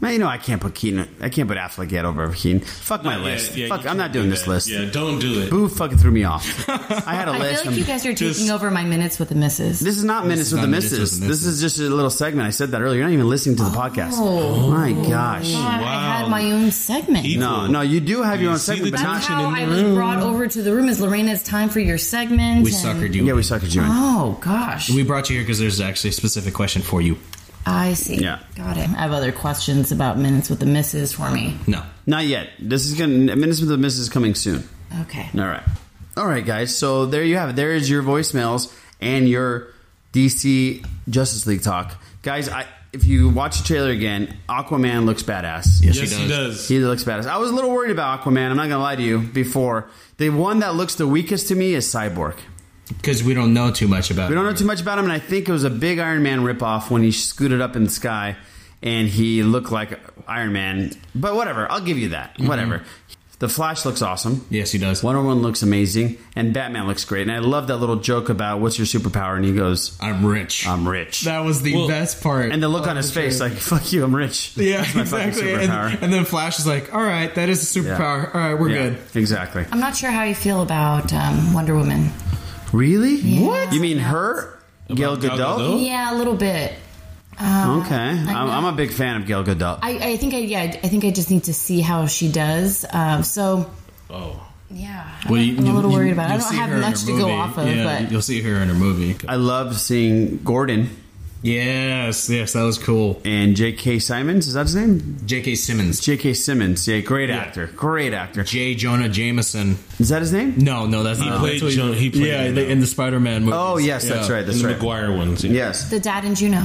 Speaker 5: Man, you know I can't put Keaton. I can't put Affleck yet over Keaton. Fuck my
Speaker 6: No, yeah,
Speaker 5: list.
Speaker 6: yeah,
Speaker 5: fuck,
Speaker 6: you
Speaker 5: I'm not
Speaker 6: can't
Speaker 5: doing
Speaker 6: do
Speaker 5: this
Speaker 6: that.
Speaker 5: list.
Speaker 6: Yeah, don't do it.
Speaker 5: Boo fucking threw me off. I had a
Speaker 10: I
Speaker 5: list.
Speaker 10: feel like
Speaker 5: I'm-
Speaker 10: you guys are taking over my minutes with the misses.
Speaker 5: This is not minutes with the misses. This is just a little segment. I said that earlier. You're not even listening to the podcast.
Speaker 10: Oh.
Speaker 5: my gosh!
Speaker 10: God, I had my own segment.
Speaker 5: No, no, you do have your own
Speaker 10: That's
Speaker 5: segment, but not
Speaker 10: how I was brought over to the room. Is Lorena? It's time for your segment. and-
Speaker 5: Yeah, we suckered
Speaker 10: you in. Oh, gosh.
Speaker 4: We brought you here because there's actually a specific question for you.
Speaker 10: I see.
Speaker 4: Yeah.
Speaker 10: got it. I have other questions about minutes with the misses for me.
Speaker 5: No, not yet. This is gonna minutes with the misses is coming soon.
Speaker 10: Okay.
Speaker 5: All right, all right, guys. So there you have it. There is your voicemails and your DC Justice League talk, guys. I. If you watch the trailer again, Aquaman looks badass.
Speaker 6: Yes, he Yes, he does. does.
Speaker 5: He looks badass. I was a little worried about Aquaman. I'm not gonna lie to you. Before the one that looks the weakest to me is Cyborg.
Speaker 4: Because we don't know too much about
Speaker 5: We
Speaker 4: it.
Speaker 5: don't know too much about him, and I think it was a big Iron Man ripoff when he scooted up in the sky and he looked like Iron Man. But whatever, I'll give you that.
Speaker 4: Mm-hmm.
Speaker 5: Whatever. The Flash looks awesome.
Speaker 4: Yes, he does.
Speaker 5: Wonder Woman looks amazing, and Batman looks great. And I love that little joke about what's your superpower, and he goes,
Speaker 4: "I'm rich.
Speaker 5: I'm rich."
Speaker 4: That was the best part.
Speaker 5: And the look on his face, like "fuck you, I'm rich."
Speaker 4: Yeah,
Speaker 5: That's my fucking
Speaker 4: exactly. And,
Speaker 5: superpower.
Speaker 4: and then Flash is like, all right, that is a
Speaker 5: Yeah.
Speaker 4: superpower. All right, we're
Speaker 5: Yeah,
Speaker 4: good.
Speaker 5: Exactly.
Speaker 10: I'm not sure how you feel about um, Wonder Woman.
Speaker 5: Really? What? You mean her, Gail
Speaker 6: Gal
Speaker 5: Gadot?
Speaker 10: Yeah, a little bit. Uh,
Speaker 5: Okay, I'm, I'm a big fan of Gail Gadot.
Speaker 10: I, I think I yeah I think I just need to see how she does. Um, so
Speaker 4: Oh.
Speaker 10: yeah, I'm, I'm a little worried about. it. I don't have much to go off of, but
Speaker 4: you'll see her in her movie.
Speaker 5: I love seeing Gordon.
Speaker 4: Yes, yes, that was cool.
Speaker 5: And J.K. Simmons is that his name?
Speaker 4: J.K. Simmons.
Speaker 5: J.K. Simmons, yeah, great actor, great actor.
Speaker 4: J. Jonah Jameson.
Speaker 5: Is that his name?
Speaker 4: No, no, that's
Speaker 6: He
Speaker 4: not.
Speaker 6: played
Speaker 4: that's what
Speaker 6: Jonah- he played
Speaker 4: yeah,
Speaker 6: him,
Speaker 4: they- in the Spider-Man movie.
Speaker 5: Oh yes, that's right. That's right.
Speaker 6: McGuire ones.
Speaker 5: Yes,
Speaker 10: the dad and Juno,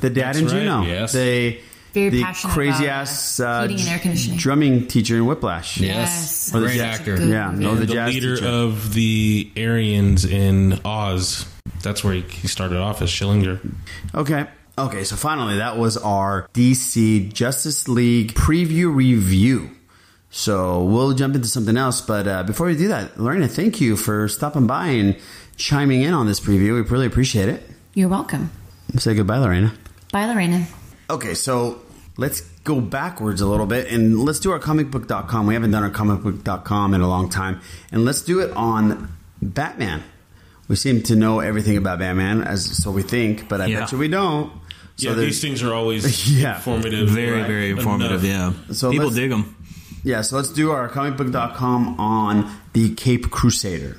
Speaker 5: the dad
Speaker 6: That's
Speaker 5: and
Speaker 6: right,
Speaker 5: Juno.
Speaker 6: yes.
Speaker 5: They.
Speaker 10: very
Speaker 5: the
Speaker 10: passionate
Speaker 5: crazy
Speaker 10: about
Speaker 5: ass uh,
Speaker 10: heating and air conditioning.
Speaker 5: drumming teacher in Whiplash.
Speaker 10: Yes.
Speaker 5: Or the
Speaker 6: Great
Speaker 5: jazz-
Speaker 6: actor.
Speaker 5: Yeah,
Speaker 6: And
Speaker 5: no, the, jazz
Speaker 6: leader
Speaker 5: teacher.
Speaker 6: of the Aryans in Oz. That's where he, he started off as Schillinger.
Speaker 5: Okay. Okay, so finally, that was our DC Justice League preview review. So we'll jump into something else. But uh, before we do that, Lorena, thank you for stopping by and chiming in on this preview. We really appreciate it.
Speaker 10: You're welcome.
Speaker 5: Say goodbye, Lorena.
Speaker 10: Bye, Lorena.
Speaker 5: Okay, so Let's go backwards a little bit and let's do our comicbook.com. We haven't done our comicbook.com in a long time. And let's do it on Batman. We seem to know everything about Batman, as so we think, but I
Speaker 6: Yeah.
Speaker 5: bet you we don't. So
Speaker 6: yeah,
Speaker 5: there's-
Speaker 6: these things are always
Speaker 5: Yeah.
Speaker 6: informative.
Speaker 5: Very,
Speaker 6: right?
Speaker 5: very informative,
Speaker 6: Enough.
Speaker 5: yeah. So People let's- dig
Speaker 4: them.
Speaker 5: Yeah, so let's do our comicbook.com on the Cape Crusader.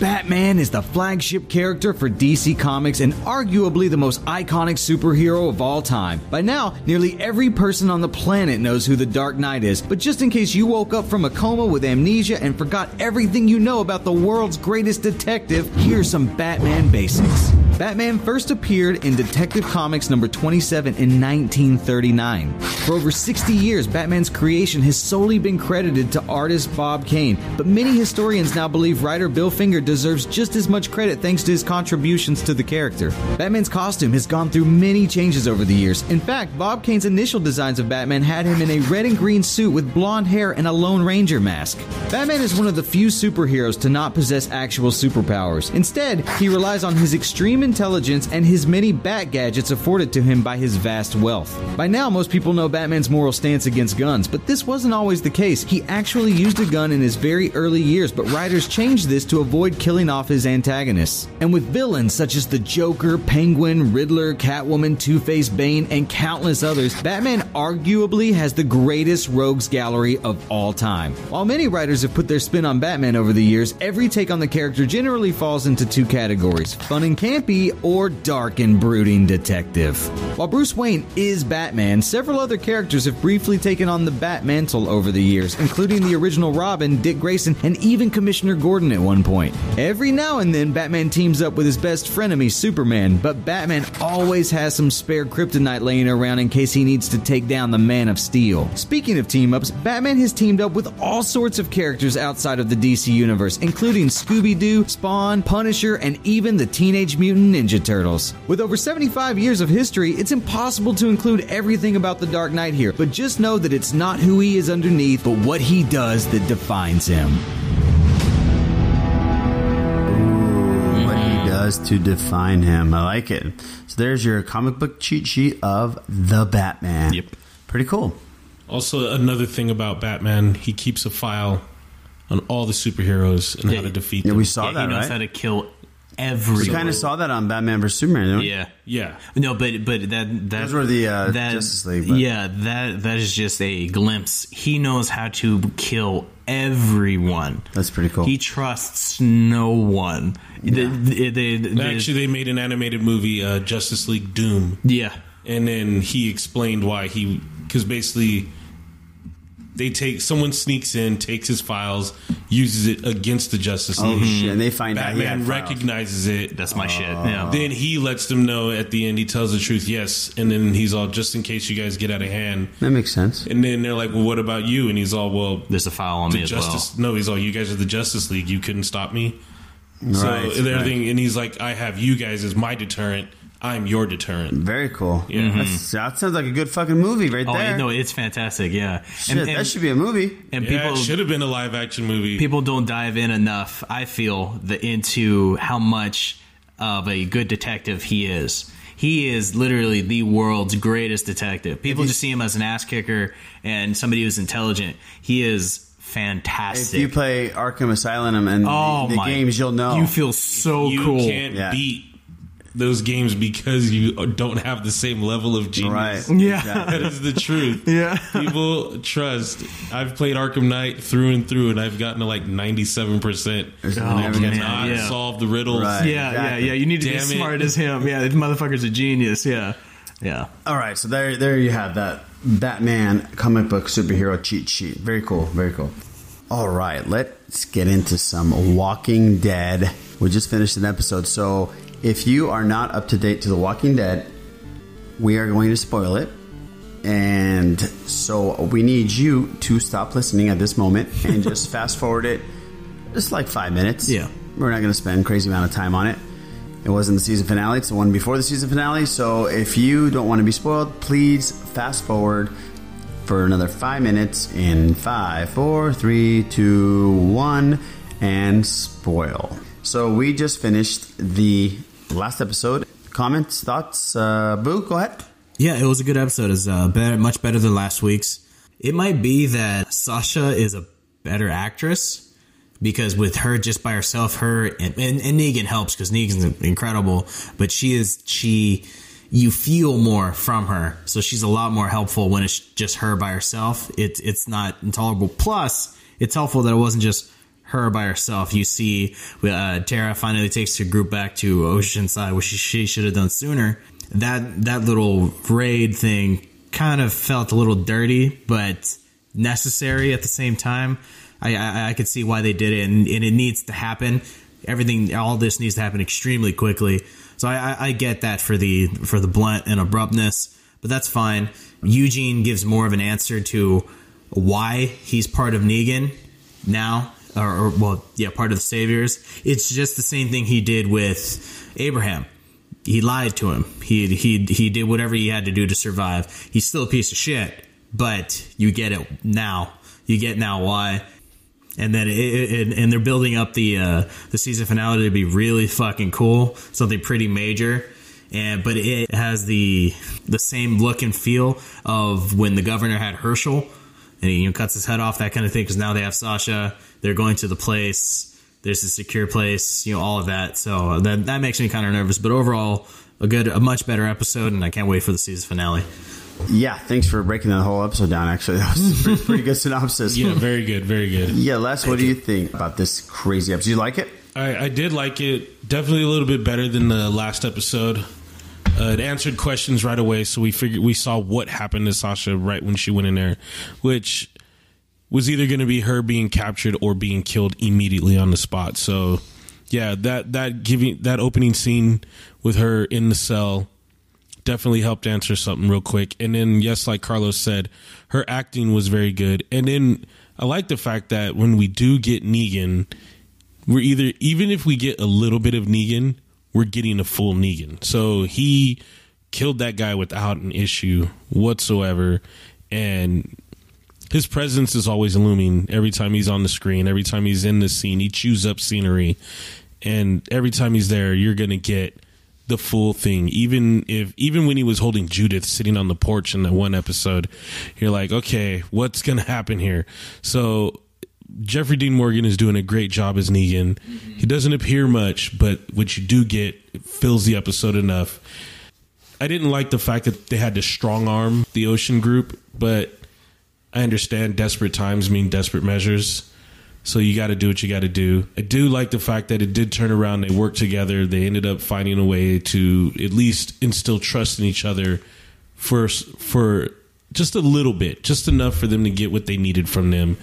Speaker 19: Batman is the flagship character for DC Comics and arguably the most iconic superhero of all time. By now, nearly every person on the planet knows who the Dark Knight is, but just in case you woke up from a coma with amnesia and forgot everything you know about the world's greatest detective, here's some Batman basics. Batman first appeared in Detective Comics number 27 in 1939. For over 60 years, Batman's creation has solely been credited to artist Bob Kane, but many historians now believe writer Bill Finger deserves just as much credit thanks to his contributions to the character. Batman's costume has gone through many changes over the years. In fact, Bob Kane's initial designs of Batman had him in a red and green suit with blonde hair and a Lone Ranger mask. Batman is one of the few superheroes to not possess actual superpowers. Instead, he relies on his extreme intelligence and his many bat gadgets afforded to him by his vast wealth. By now, most people know Batman's moral stance against guns, but this wasn't always the case. He actually used a gun in his very early years, but writers changed this to avoid killing off his antagonists. And with villains such as the Joker, Penguin, Riddler, Catwoman, Two Face, Bane, and countless others, Batman arguably has the greatest rogues gallery of all time. While many writers have put their spin on Batman over the years, every take on the character generally falls into two categories fun and campy, or dark and brooding detective. While Bruce Wayne is Batman, several other characters have briefly taken on the Bat mantle over the years, including the original Robin, Dick Grayson, and even Commissioner Gordon at one point. Every now and then, Batman teams up with his best frenemy, Superman, but Batman always has some spare kryptonite laying around in case he needs to take down the Man of Steel. Speaking of team ups, Batman has teamed up with all sorts of characters outside of the DC universe, including Scooby Doo, Spawn, Punisher, and even the Teenage Mutant Ninja Turtles. With over 75 years of history, it's impossible to include everything about the Dark Knight here, but just know that it's not who he is underneath, but what he does that defines him.
Speaker 5: What he does to define him. I like it. So there's your comic book cheat sheet of the Batman. Yep. Pretty cool.
Speaker 6: Also, another thing about Batman, he keeps a file on all the superheroes and how to defeat them.
Speaker 5: Yeah, we saw that,
Speaker 6: he knows
Speaker 5: right?
Speaker 6: how to
Speaker 4: kill
Speaker 5: We
Speaker 4: every.
Speaker 5: kind of saw that on Batman vs Superman. didn't we?
Speaker 4: Yeah,
Speaker 6: yeah.
Speaker 4: No, but but that that
Speaker 5: Those were the uh,
Speaker 4: that-
Speaker 5: Justice League. but-
Speaker 4: Yeah, that that is just a glimpse. He knows how to kill everyone.
Speaker 5: That's pretty cool.
Speaker 4: He trusts no one. The- the- the- the-
Speaker 6: Actually, they made an animated movie, uh, Justice League Doom.
Speaker 4: Yeah,
Speaker 6: and then he explained why he because basically they take someone sneaks in, takes his files, uses it against the Justice
Speaker 5: Oh,
Speaker 4: Mm-hmm.
Speaker 6: League.
Speaker 5: shit, and they find out he
Speaker 6: Batman
Speaker 5: had files.
Speaker 6: recognizes it. Uh,
Speaker 4: That's my shit.
Speaker 5: yeah.
Speaker 6: Then he lets them know at the end. He tells the truth. Yes, and then he's all just in case you guys get out of hand.
Speaker 5: That makes sense.
Speaker 6: And then they're like, "Well, what about you?" And he's all, "Well,
Speaker 4: there's a file on me as well."
Speaker 6: Justice, No, he's all, "You guys are the Justice League. You couldn't stop me."
Speaker 5: Right,
Speaker 6: so they're
Speaker 5: right.
Speaker 6: thinking- and he's like, "I have you guys as my deterrent. I'm your deterrent."
Speaker 5: Very cool.
Speaker 6: Yeah.
Speaker 5: That's, that sounds like a good fucking movie right
Speaker 4: Mm-hmm. oh
Speaker 5: there.
Speaker 4: no, it's fantastic. Yeah,
Speaker 5: Shit, that should be a movie.
Speaker 4: And
Speaker 6: Yeah,
Speaker 4: people
Speaker 6: it should have been a live action movie.
Speaker 4: people don't dive in enough. I feel the into how much of a good detective he is. He is literally the world's greatest detective. People just see him as an ass kicker and somebody who's intelligent. He is
Speaker 5: If
Speaker 4: fantastic.
Speaker 5: you play Arkham Asylum and
Speaker 4: Oh,
Speaker 5: the, the
Speaker 4: my-
Speaker 5: games, you'll know.
Speaker 4: you feel so
Speaker 6: you
Speaker 4: cool.
Speaker 6: can't beat those games because you don't have the same level of genius.
Speaker 5: Right.
Speaker 4: Yeah.
Speaker 6: That is the truth.
Speaker 4: yeah.
Speaker 6: People trust. I've played Arkham Knight through and through, and I've gotten to like 97%. I
Speaker 4: never gets
Speaker 6: cannot
Speaker 4: hard. Yeah.
Speaker 6: solve the riddles.
Speaker 4: yeah, yeah, yeah. You need to be
Speaker 6: Damn
Speaker 4: as
Speaker 6: it.
Speaker 4: smart as him. Yeah, the motherfucker's a genius. Yeah, yeah.
Speaker 5: All right, so there, there you have that Batman comic book superhero cheat sheet. Very cool, very cool. All right, let's get into some Walking Dead. We just finished an episode, so if you are not up to date to The Walking Dead, we are going to spoil it. And so we need you to stop listening at this moment and just fast forward it just like five minutes. Yeah. We're not going to spend crazy amount of time on it. It wasn't the season finale, it's the one before the season finale. So if you don't want to be spoiled, please fast forward for another five minutes in five, four, three, two, one, and spoil. So we just finished the last episode. Comments, thoughts? Uh, Boo, go ahead.
Speaker 4: Yeah, it was a good episode. It's uh, better, much better than last week's. It might be that Sasha is a better actress because with her just by herself, her and, and, and Negan helps because Negan's incredible, but she is she you feel more from her, so she's a lot more helpful when it's just her by herself. It's it's not intolerable. Plus, it's helpful that it wasn't just her by herself. You see, uh, Tara finally takes her group back to Oceanside, which she, she should have done sooner that that little raid thing kind of felt a little dirty, but necessary at the same time. I, I, I could see why they did it, and, and, it needs to happen. Everything, all this needs to happen extremely quickly. So I, I, I get that for the for the blunt and abruptness, but that's fine. Eugene gives more of an answer to why he's part of Negan now or, or, well, yeah, part of the Saviors. It's just the same thing he did with Abraham. He lied to him. He he he did whatever he had to do to survive. He's still a piece of shit, but you get it now. You get now why. And then it, it, and they're building up the uh, the season finale to be really fucking cool, something pretty major. And but it has the the same look and feel of when the governor had Herschel and he you know, cuts his head off, that kind of thing. Because now they have Sasha. They're going to the place. There's a secure place. You know all of that. So uh, that that makes me kind of nervous. But overall, a good, a much better episode, and I can't wait for the season finale.
Speaker 5: Yeah, thanks for breaking that whole episode down. Actually, that was a pretty, pretty good synopsis.
Speaker 6: Yeah, very good, very good.
Speaker 5: Yeah, Les, what do you think about this crazy episode? You like it?
Speaker 6: I, I did like it. Definitely a little bit better than the last episode. Uh, it answered questions right away, so we figured we saw what happened to Sasha right when she went in there, which was either going to be her being captured or being killed immediately on the spot. So, yeah, that that giving that opening scene with her in the cell definitely helped answer something real quick. And then, yes, like Carlos said, her acting was very good. And then I like the fact that when we do get Negan, we're either even if we get a little bit of Negan, we're getting a full Negan. So he killed that guy without an issue whatsoever, and his presence is always looming every time he's on the screen every time he's in the scene he chews up scenery and every time he's there you're gonna get the full thing even if even when he was holding judith sitting on the porch in that one episode you're like okay what's gonna happen here so jeffrey dean morgan is doing a great job as negan mm-hmm. he doesn't appear much but what you do get fills the episode enough i didn't like the fact that they had to strong arm the ocean group but I understand desperate times mean desperate measures. So you got to do what you got to do. I do like the fact that it did turn around. They worked together. They ended up finding a way to at least instill trust in each other for for just a little bit, just enough for them to get what they needed from them.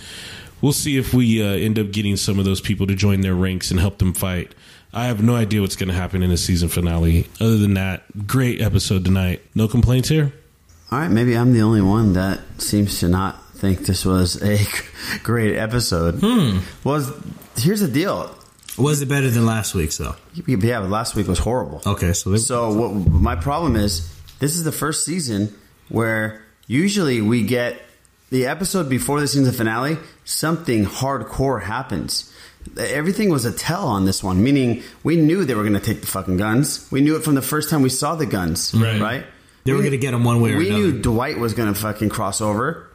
Speaker 6: We'll see if we uh, end up getting some of those people to join their ranks and help them fight. I have no idea what's going to happen in the season finale. Other than that, great episode tonight. No complaints here.
Speaker 5: All right, maybe I'm the only one that seems to not think this was a great episode.
Speaker 4: Hmm.
Speaker 5: Was here's the deal.
Speaker 4: Was it better than last week's though?
Speaker 5: Yeah, but last week was horrible.
Speaker 4: Okay, so they-
Speaker 5: so what, my problem is this is the first season where usually we get the episode before the season finale something hardcore happens everything was a tell on this one meaning we knew they were going to take the fucking guns we knew it from the first time we saw the guns
Speaker 4: right,
Speaker 5: right?
Speaker 4: They were going to get him one way or
Speaker 5: we
Speaker 4: another.
Speaker 5: We knew Dwight was going to fucking cross over.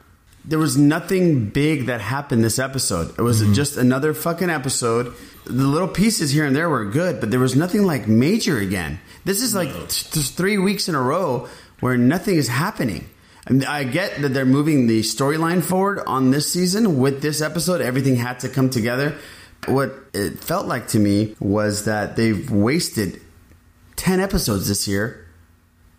Speaker 5: There was nothing big that happened this episode. It was mm-hmm. just another fucking episode. The little pieces here and there were good, but there was nothing like major again. This is like no. th- th- three weeks in a row where nothing is happening. I, mean, I get that they're moving the storyline forward on this season with this episode. Everything had to come together. What it felt like to me was that they've wasted 10 episodes this year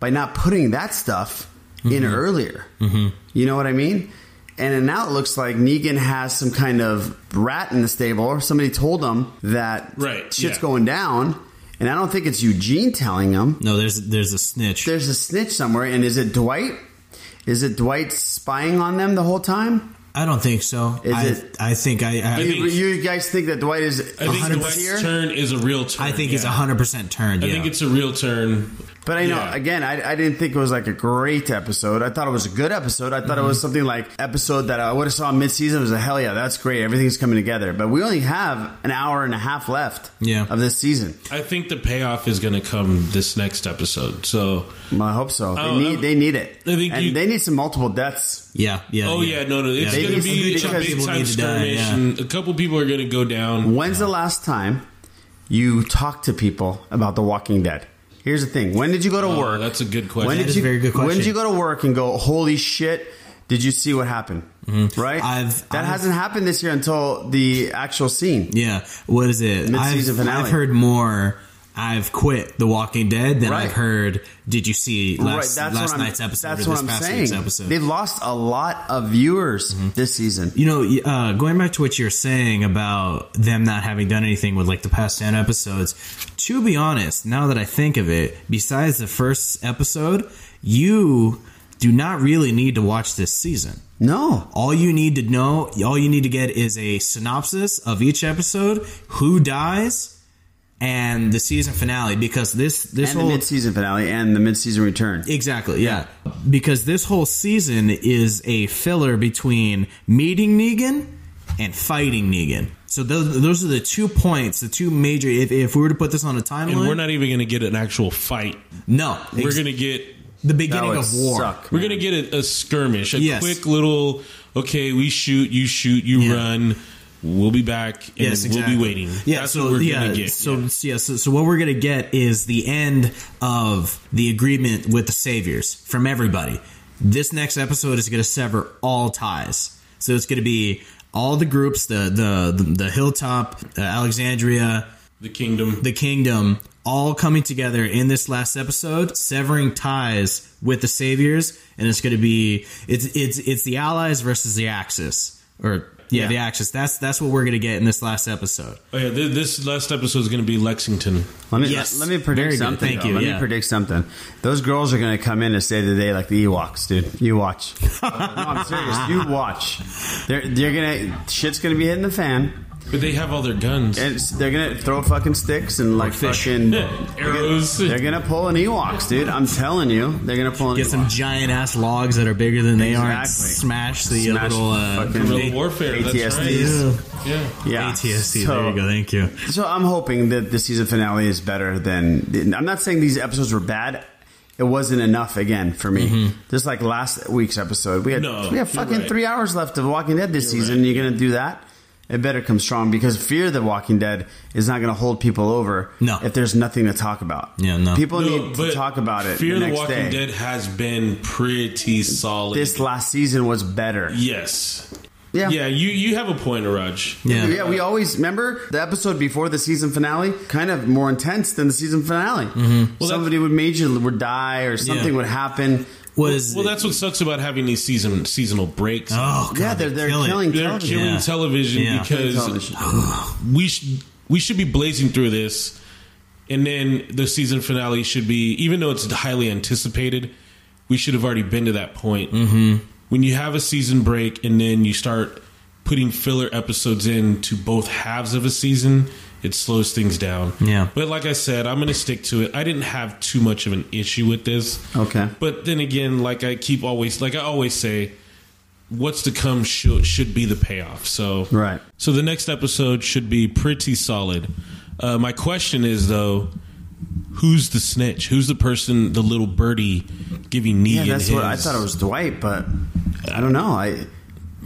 Speaker 5: by not putting that stuff mm-hmm. in earlier.
Speaker 4: Mm-hmm.
Speaker 5: You know what I mean? And now it looks like Negan has some kind of rat in the stable, or somebody told him that
Speaker 6: right,
Speaker 5: shit's
Speaker 6: yeah.
Speaker 5: going down. And I don't think it's Eugene telling him.
Speaker 4: No, there's there's a snitch.
Speaker 5: There's a snitch somewhere. And is it Dwight? Is it Dwight spying on them the whole time?
Speaker 4: I don't think so.
Speaker 5: Is
Speaker 4: I,
Speaker 5: it,
Speaker 4: I think I. I,
Speaker 5: you, think, you, guys think that Dwight is.
Speaker 6: I think Dwight's here? turn is a real turn.
Speaker 4: I think yeah. it's a hundred percent turn.
Speaker 6: I
Speaker 4: yeah.
Speaker 6: think it's a real turn.
Speaker 5: But I know again, I, I didn't think it was like a great episode. I thought it was a good episode. I thought it
Speaker 6: Mm-hmm.
Speaker 5: was something like episode that I would have saw mid season. Was a hell yeah, that's great. Everything's coming together. But we only have an hour and a half left.
Speaker 4: Yeah.
Speaker 5: of this season.
Speaker 6: I think the payoff is going to come this next episode. So
Speaker 5: I hope so. They
Speaker 6: Oh,
Speaker 5: need
Speaker 6: um,
Speaker 5: they need it.
Speaker 6: I think
Speaker 5: and
Speaker 6: you-
Speaker 5: they need some multiple deaths.
Speaker 4: Yeah, yeah.
Speaker 6: oh yeah, no, no, it's
Speaker 5: They
Speaker 6: going to
Speaker 5: need-
Speaker 6: be a
Speaker 5: because-
Speaker 6: big time skirmish. and A couple people are going to go down.
Speaker 5: When's the last time you talked to people about The Walking Dead? Here's the thing. When did you go to
Speaker 6: Oh,
Speaker 5: work?
Speaker 6: That's a good question.
Speaker 5: When did you, When did you go to work and go, holy shit, did you see what happened? Right? I've, that
Speaker 4: Mm-hmm. I've-
Speaker 5: hasn't happened this year until the actual scene.
Speaker 4: Yeah. What is it?
Speaker 5: Mid-season
Speaker 4: I've,
Speaker 5: finale.
Speaker 4: I've heard more. I've quit The Walking Dead than
Speaker 5: Right.
Speaker 4: I've heard. Did you see last,
Speaker 5: right, that's
Speaker 4: last
Speaker 5: what I'm,
Speaker 4: night's episode?
Speaker 5: That's
Speaker 4: or
Speaker 5: what
Speaker 4: this
Speaker 5: I'm
Speaker 4: past
Speaker 5: saying.
Speaker 4: Week's episode? Mm-hmm.
Speaker 5: They've lost a lot of viewers this season.
Speaker 4: You know, y- uh, going back to what you're saying about them not having done anything with like the past 10 episodes, to be honest, now that I think of it, besides the first episode, you do not really need to watch this season.
Speaker 5: No.
Speaker 4: All you need to know, all you need to get is a synopsis of each episode, who dies, and the season finale because this this
Speaker 5: and the
Speaker 4: whole
Speaker 5: mid-season finale and the mid-season return.
Speaker 4: Exactly, yeah. Because this whole season is a filler between meeting Negan and fighting Negan. So those, those are the two points, the two major. If, if we were to put this on a timeline,
Speaker 6: and we're not even going to get an actual fight.
Speaker 4: No,
Speaker 6: we're
Speaker 4: Ex-
Speaker 6: going to get
Speaker 4: the beginning of war.
Speaker 6: we're going to get a, a skirmish, a
Speaker 4: Yes.
Speaker 6: quick little. Okay, we shoot, you shoot, you run. We'll be back, and
Speaker 4: Yes, exactly.
Speaker 6: we'll be waiting.
Speaker 4: Yeah,
Speaker 6: That's
Speaker 4: so
Speaker 6: what we're
Speaker 4: yeah,
Speaker 6: going to get.
Speaker 4: so yeah, so, so what we're gonna get is the end of the agreement with the saviors from everybody. This next episode is gonna sever all ties. So it's gonna be all the groups, the the the, the hilltop, uh, Alexandria,
Speaker 6: the kingdom,
Speaker 4: the kingdom, all coming together in this last episode, severing ties with the saviors, and it's gonna be it's it's it's the allies versus the Axis or. yeah,
Speaker 6: Yeah.
Speaker 4: the Axis. That's that's what we're gonna get in this last episode.
Speaker 6: Oh yeah, this, this last episode is going to be Lexington.
Speaker 5: Let me,
Speaker 4: Yes.
Speaker 5: let me
Speaker 4: Very
Speaker 5: predict
Speaker 4: good.
Speaker 5: something.
Speaker 4: Thank
Speaker 5: though.
Speaker 4: you,
Speaker 5: Let me
Speaker 4: yeah.
Speaker 5: predict something. Those girls are going to come in and save the day like the Ewoks, dude. You watch. no, I'm serious. You watch. They're, they're gonna shit's gonna be hitting the fan.
Speaker 6: But they have all their guns.
Speaker 5: And it's- they're gonna throw fucking sticks and like fucking
Speaker 6: arrows.
Speaker 5: They're gonna pull an Ewoks, dude. I'm telling you, they're gonna pull an
Speaker 4: Get some giant ass logs that are bigger than they are. And
Speaker 5: Exactly.
Speaker 4: smash the
Speaker 5: Smash
Speaker 4: little uh,
Speaker 5: fucking
Speaker 6: Guerrilla warfare. That's
Speaker 5: ATSDs.
Speaker 6: right. Yeah.
Speaker 5: Yeah.
Speaker 4: ATSD.
Speaker 5: So-
Speaker 4: there you go. Thank you.
Speaker 5: So I'm hoping that the season finale is better than. I'm not saying these episodes were bad. It wasn't enough again for me. Just like last week's episode, we had
Speaker 6: Mm-hmm. No,
Speaker 5: we have
Speaker 6: you're
Speaker 5: fucking
Speaker 6: right.
Speaker 5: three hours left of Walking Dead this season. You're gonna do that? It better come strong because Fear the Walking Dead is not gonna hold people over. No. if there's nothing to talk about.
Speaker 4: Yeah, no.
Speaker 5: People
Speaker 6: No,
Speaker 5: need to
Speaker 6: but
Speaker 5: talk about it.
Speaker 6: Fear
Speaker 5: the
Speaker 6: the,
Speaker 5: next
Speaker 6: Walking
Speaker 5: day.
Speaker 6: Dead has been pretty solid.
Speaker 5: This last season was better.
Speaker 6: yes.
Speaker 5: Yeah.
Speaker 6: Yeah, you, you have a point, Raj.
Speaker 5: Yeah. we always remember the episode before the season finale, kind of more intense than the season finale. Somebody would major would die or something
Speaker 6: Mm-hmm. Yeah.
Speaker 5: would happen.
Speaker 4: Was
Speaker 6: Well, that's what sucks about having these season seasonal breaks.
Speaker 4: Oh, God,
Speaker 5: yeah, they're, they're killing
Speaker 6: They're
Speaker 5: television.
Speaker 6: killing television
Speaker 4: Yeah.
Speaker 6: because we sh- we should be blazing through this, and then the season finale should be even though it's highly anticipated, we should have already been to that point. Mm-hmm. When you have a season break and then you start putting filler episodes in to both halves of a season, it slows things down.
Speaker 4: Yeah.
Speaker 6: But like I said, I'm going to stick to it. I didn't have too much of an issue with this.
Speaker 5: Okay.
Speaker 6: But then again, like I keep always, like I always say, what's to come should should be the payoff. So
Speaker 5: Right.
Speaker 6: So the next episode should be pretty solid. Uh, my question is though, who's the snitch? Who's the person, the little birdie, giving Negan?
Speaker 5: Yeah, that's what I
Speaker 6: his-
Speaker 5: thought it was Dwight, but I don't know. I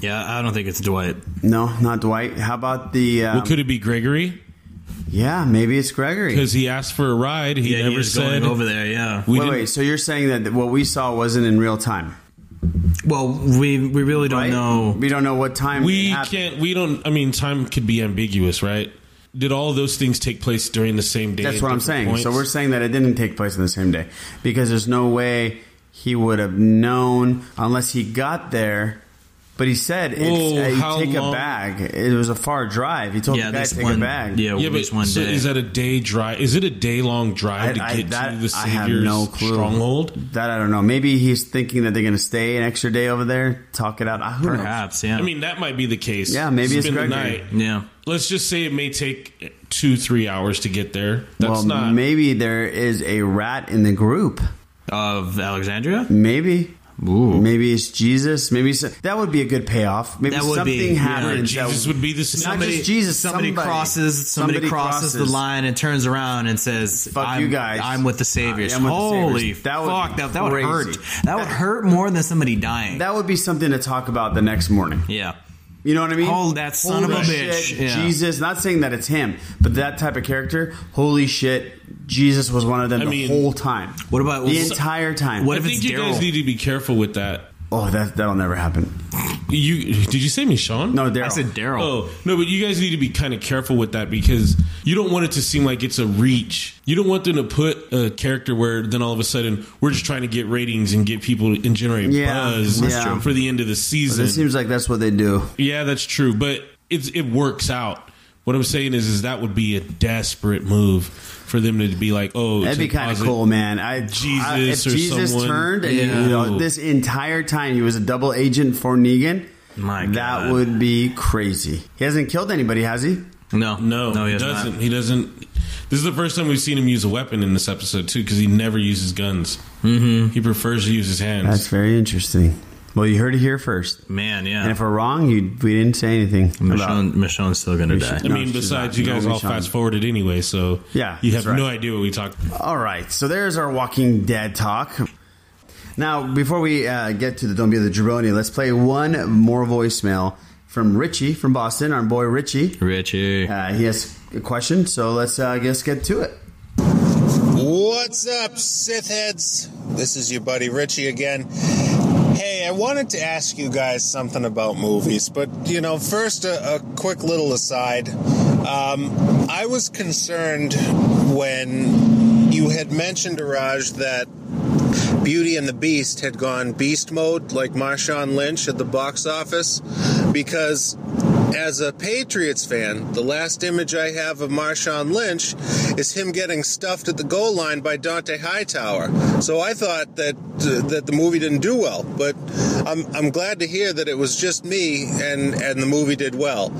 Speaker 4: Yeah, I don't think it's Dwight.
Speaker 5: no, not Dwight. How about the? Um,
Speaker 6: well, could it be Gregory?
Speaker 5: yeah, maybe it's Gregory.
Speaker 6: Because he asked for a ride. He
Speaker 4: Yeah,
Speaker 6: never
Speaker 4: he was
Speaker 6: said
Speaker 4: going over there. Yeah.
Speaker 6: We
Speaker 5: wait,
Speaker 6: didn't-
Speaker 5: wait. So you're saying that what we saw wasn't in real time?
Speaker 4: Well, we we really don't know.
Speaker 5: We don't know what time.
Speaker 6: we
Speaker 5: it happened.
Speaker 6: can't. We don't. I mean, time could be ambiguous, right? Did all those things take place during the same day?
Speaker 5: That's
Speaker 6: at
Speaker 5: what I'm
Speaker 6: different
Speaker 5: saying. So
Speaker 6: points?
Speaker 5: we're saying that it didn't take place on the same day because there's no way he would have known unless he got there But he said, it's,
Speaker 6: Whoa,
Speaker 5: uh, you
Speaker 6: how
Speaker 5: take
Speaker 6: long-
Speaker 5: a bag. It was a far drive. He told
Speaker 6: Yeah,
Speaker 5: the guy
Speaker 6: that's
Speaker 5: to take
Speaker 6: one-
Speaker 5: a bag.
Speaker 6: yeah, Yeah, but it's one so day. is that a day drive? Is it a day long drive to get to the Savior's stronghold?
Speaker 5: That I don't know. Maybe he's thinking that they're going to stay an extra day over there, talk it out. Uh, who knows?
Speaker 6: I mean, that might be the case.
Speaker 5: Yeah, maybe it's
Speaker 6: Spend the
Speaker 5: Gregory.
Speaker 6: night.
Speaker 4: Yeah.
Speaker 6: Let's just say it may take two, three hours to get there. That's
Speaker 5: well,
Speaker 6: not.
Speaker 5: maybe there is a rat in the group
Speaker 4: of Alexandria.
Speaker 5: Maybe. Maybe it's Jesus. Maybe it's, that would be a good payoff. Maybe
Speaker 4: That would
Speaker 5: something
Speaker 4: be, yeah.
Speaker 5: happens.
Speaker 4: Where Jesus
Speaker 5: that,
Speaker 4: would be the
Speaker 5: It's
Speaker 4: snake.
Speaker 5: Not just Jesus.
Speaker 4: Somebody crosses. Somebody, crosses, the line and turns around and says,
Speaker 5: Fuck
Speaker 4: I'm,
Speaker 5: you guys.
Speaker 4: I'm with the Saviors."
Speaker 5: I am with the
Speaker 4: Holy
Speaker 5: Saviors. That
Speaker 4: that
Speaker 5: would
Speaker 4: fuck!
Speaker 5: be
Speaker 4: that, that would
Speaker 5: crazy.
Speaker 4: hurt. That would hurt more than somebody dying.
Speaker 5: That would be something to talk about the next morning.
Speaker 4: Yeah.
Speaker 5: You know what I mean?
Speaker 4: Hold that son of a
Speaker 5: shit,
Speaker 4: bitch. Yeah.
Speaker 5: Jesus. Not saying that it's him, but that type of character. Holy shit. Jesus was one of them
Speaker 6: I
Speaker 5: the
Speaker 6: mean-
Speaker 5: whole time.
Speaker 4: What about
Speaker 5: the entire time?
Speaker 6: I think you guys need to be careful with that.
Speaker 5: Oh, that that'll never happen.
Speaker 6: You did you say me, Sean?
Speaker 5: No, Daryl.
Speaker 4: I said Daryl.
Speaker 6: Oh no, but you guys need to be kind of careful with that because you don't want it to seem like it's a reach. You don't want them to put a character where then all of a sudden we're just trying to get ratings and get people and generate
Speaker 5: Yeah,
Speaker 6: buzz
Speaker 5: that's true.
Speaker 6: for the end of the
Speaker 5: But
Speaker 6: season.
Speaker 5: it seems like that's what they do.
Speaker 6: yeah, that's true, but it's it works out. What I'm saying is, is that would be a desperate move for them to be like, oh,
Speaker 5: That'd
Speaker 6: to
Speaker 5: be kind of
Speaker 6: posit
Speaker 5: cool, man. I,
Speaker 6: Jesus
Speaker 5: I- if
Speaker 6: or
Speaker 5: Jesus
Speaker 6: someone.
Speaker 5: turned and
Speaker 6: Yeah.
Speaker 5: you know, this entire time he was a double agent for Negan,
Speaker 4: My
Speaker 5: that
Speaker 4: God.
Speaker 5: would be crazy. He hasn't killed anybody, has he?
Speaker 4: No,
Speaker 6: No,
Speaker 4: no,
Speaker 6: he,
Speaker 4: he has
Speaker 6: doesn't.
Speaker 4: Not.
Speaker 6: He doesn't. This is the first time we've seen him use a weapon in this episode too, because he never uses guns. Mm-hmm. He prefers to use his hands.
Speaker 5: That's very interesting. Well, you heard it here first.
Speaker 4: Man, yeah.
Speaker 5: And if we're wrong, you, we didn't say anything.
Speaker 4: Michonne, Michonne's still gonna die.
Speaker 5: Michonne-
Speaker 6: I
Speaker 5: No,
Speaker 6: mean,
Speaker 5: she's
Speaker 6: besides,
Speaker 5: not.
Speaker 6: you guys
Speaker 5: No,
Speaker 6: all
Speaker 5: Michonne.
Speaker 6: fast forwarded anyway, so
Speaker 5: Yeah,
Speaker 6: you
Speaker 5: that's
Speaker 6: have no
Speaker 5: right.
Speaker 6: idea what we talked.
Speaker 5: All right, so there's our Walking Dead talk. Now, before we uh, get to the Don't Be the Jabroni, let's play one more voicemail from Richie from Boston, our boy Richie.
Speaker 4: Richie.
Speaker 5: Uh, he has a question, so let's uh, just get to it.
Speaker 20: What's up, Sith heads? This is your buddy Richie again. Hey, I wanted to ask you guys something about movies, but you know, first a, a quick little aside. Um, I was concerned when you had mentioned, Araj, that Beauty and the Beast had gone beast mode, like Marshawn Lynch at the box office, because as a Patriots fan, the last image I have of Marshawn Lynch is him getting stuffed at the goal line by Dante Hightower. So I thought that that the movie didn't do well, but I'm, I'm glad to hear that it was just me and and the movie did well.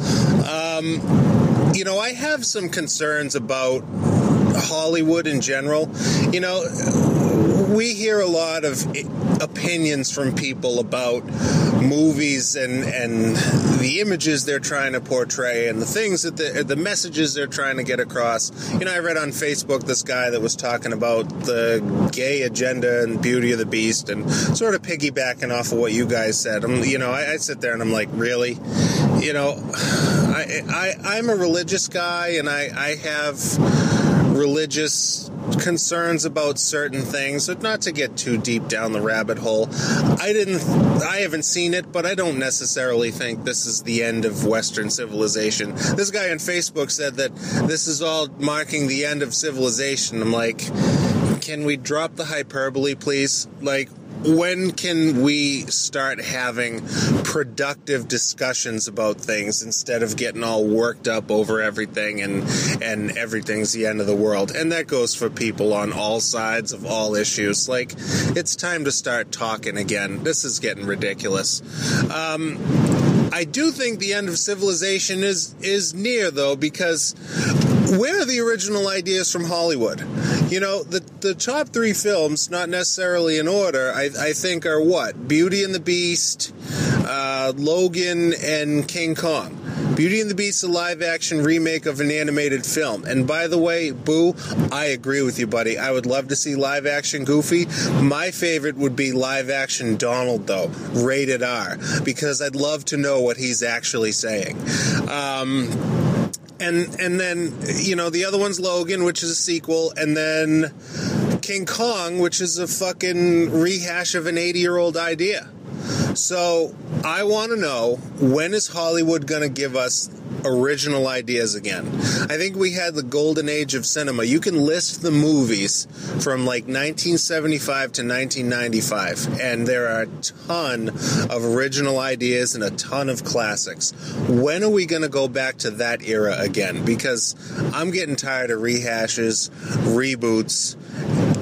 Speaker 20: Um, you know, I have some concerns about Hollywood in general. You know, we hear a lot of i- opinions from people about movies and and the images they're trying to portray and the things that the the messages they're trying to get across. You know, I read on Facebook this guy that was talking about the gay agenda and Beauty of the Beast and sort of piggybacking off of what you guys said. I'm, you know, I, I sit there and I'm like, really, you know, I, I I'm a religious guy and I I have religious concerns about certain things but not to get too deep down the rabbit hole i didn't i haven't seen it but i don't necessarily think this is the end of western civilization this guy on facebook said that this is all marking the end of civilization i'm like can we drop the hyperbole please like when can we start having productive discussions about things instead of getting all worked up over everything and and everything's the end of the world and that goes for people on all sides of all issues like it's time to start talking again this is getting ridiculous um I do think the end of civilization is is near though because where are the original ideas from Hollywood? You know, the the top three films, not necessarily in order, I, I think are what Beauty and the Beast, uh, Logan, and King Kong. Beauty and the Beast, a live action remake of an animated film. And by the way, Boo, I agree with you, buddy. I would love to see live action Goofy. My favorite would be live action Donald, though, rated R, because I'd love to know what he's actually saying. Um, and and then you know the other one's Logan, which is a sequel, and then King Kong, which is a fucking rehash of an eighty-year-old idea. So I want to know when is Hollywood going to give us original ideas again. I think we had the golden age of cinema. You can list the movies from like 1975 to 1995, and there are a ton of original ideas and a ton of classics. When are we going to go back to that era again? Because I'm getting tired of rehashes, reboots,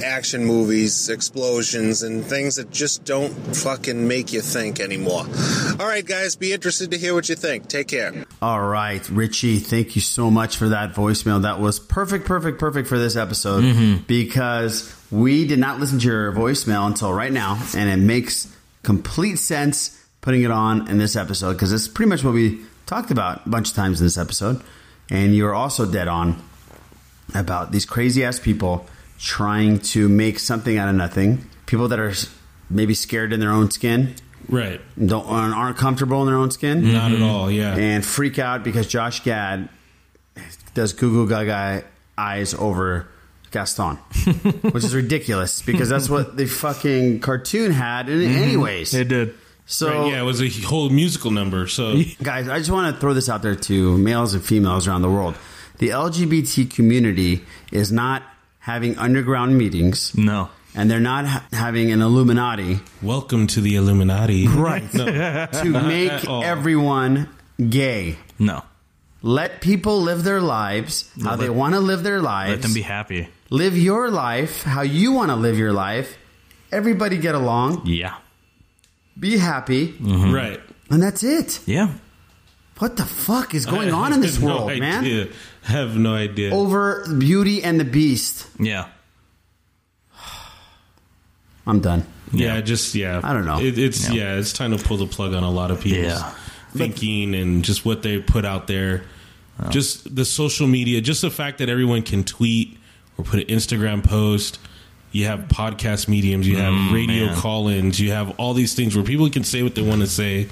Speaker 20: action movies, explosions, and things that just don't fucking make you think anymore. All right, guys, be interested to hear what you think. Take care.
Speaker 5: All right, Richie, thank you so much for that voicemail. That was perfect, perfect, perfect for this episode
Speaker 6: Mm-hmm.
Speaker 4: Mhm.
Speaker 5: because we did not listen to your voicemail until right now, and it makes complete sense putting it on in this episode because it's pretty much what we talked about a bunch of times in this episode. And you're also dead on about these crazy ass people trying to make something out of nothing. People that are s- maybe scared in their own skin,
Speaker 6: Right.
Speaker 5: don't aren't aren't comfortable in their own skin,
Speaker 6: Mm-hmm. Not at all, yeah.
Speaker 5: and freak out because Josh Gad does Goo Goo Gaga eyes over Gaston, which is ridiculous because that's what the fucking cartoon had. In
Speaker 6: Mhm.
Speaker 5: anyways,
Speaker 6: It
Speaker 5: did. So
Speaker 6: Right, yeah, it was a whole musical number. So
Speaker 5: guys, I just want to throw this out there to males and females around the world. The LGBT community is not having underground meetings.
Speaker 4: No.
Speaker 5: And they're not ha- having an Illuminati.
Speaker 6: Welcome to the Illuminati.
Speaker 5: Right.
Speaker 6: No.
Speaker 5: to
Speaker 6: At
Speaker 5: make
Speaker 6: all.
Speaker 5: everyone gay.
Speaker 4: No.
Speaker 5: Let people live their lives how they want to live their lives.
Speaker 4: Let them be happy.
Speaker 5: Live your life how you want to live your life. Everybody get along.
Speaker 4: Yeah.
Speaker 5: Be happy.
Speaker 4: Mhm. Right.
Speaker 5: And that's it.
Speaker 4: Yeah.
Speaker 5: What the fuck is
Speaker 6: I
Speaker 5: going
Speaker 6: have
Speaker 5: on in this
Speaker 6: no
Speaker 5: world, man?
Speaker 6: idea. I have no idea.
Speaker 5: Over Beauty and the Beast.
Speaker 4: Yeah.
Speaker 5: I'm done.
Speaker 6: Yeah, just yeah. I don't know. It, it's yeah. it's time to pull the plug on a lot of people's
Speaker 4: Yeah.
Speaker 6: thinking and just what they put out there. Just the social media, just the fact that everyone can tweet or put an Instagram post. You have podcast mediums, you have
Speaker 4: Mm,
Speaker 6: radio
Speaker 4: man.
Speaker 6: call-ins, you have all these things where people can say what they want to say.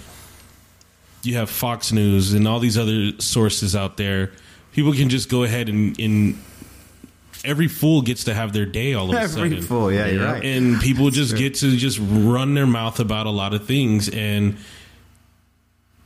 Speaker 6: You have Fox News and all these other sources out there. People can just go ahead and, and every fool gets to have their day all of a
Speaker 5: Every
Speaker 6: sudden.
Speaker 5: fool, yeah, you're right.
Speaker 6: And people just get to just run their mouth about a lot of things, and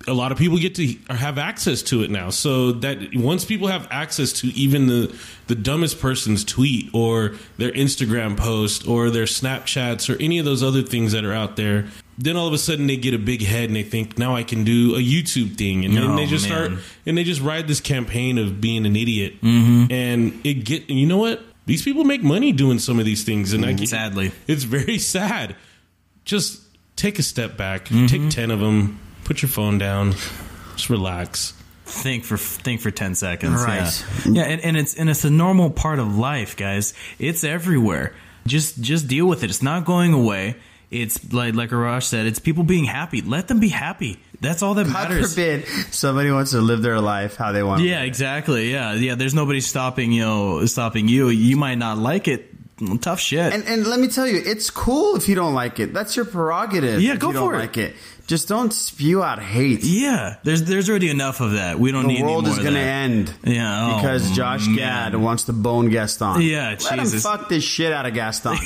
Speaker 6: a lot of people get to or have access to it now. So that once people have access to even the the dumbest person's tweet or their Instagram post or their Snapchats or any of those other things that are out there. Then all of a sudden they get a big head and they think now I can do a YouTube thing and then
Speaker 4: Oh,
Speaker 6: they just
Speaker 4: man.
Speaker 6: start and they just ride this campaign of being an idiot
Speaker 4: Mhm.
Speaker 6: and it get you know what these people make money doing some of these things and I
Speaker 4: Mm,
Speaker 6: get,
Speaker 4: sadly
Speaker 6: it's very sad just take a step back take 10 of them put your phone down just relax
Speaker 4: think for think for 10 seconds
Speaker 6: Right.
Speaker 4: yeah, yeah and, and it's and it's a normal part of life guys it's everywhere just just deal with it it's not going away it's like like arash said it's people being happy let them be happy that's all that
Speaker 5: God
Speaker 4: matters
Speaker 5: forbid somebody wants to live their life how they want.
Speaker 4: yeah exactly yeah yeah there's nobody stopping you know, stopping you you might not like it tough shit
Speaker 5: And and let me tell you, it's cool if you don't like it. That's your prerogative.
Speaker 4: Yeah,
Speaker 5: if
Speaker 4: go
Speaker 5: you
Speaker 4: for
Speaker 5: don't
Speaker 4: it.
Speaker 5: Like it. Just don't spew out hate.
Speaker 4: Yeah, there's there's already enough of that. We don't
Speaker 5: The
Speaker 4: need
Speaker 5: world
Speaker 4: any
Speaker 5: is
Speaker 4: more
Speaker 5: gonna
Speaker 4: to
Speaker 5: end.
Speaker 4: Yeah, oh,
Speaker 5: because Josh
Speaker 4: man.
Speaker 5: Gad wants to bone Gaston.
Speaker 4: Yeah,
Speaker 5: Let
Speaker 4: Jesus.
Speaker 5: him fuck this shit out of Gaston.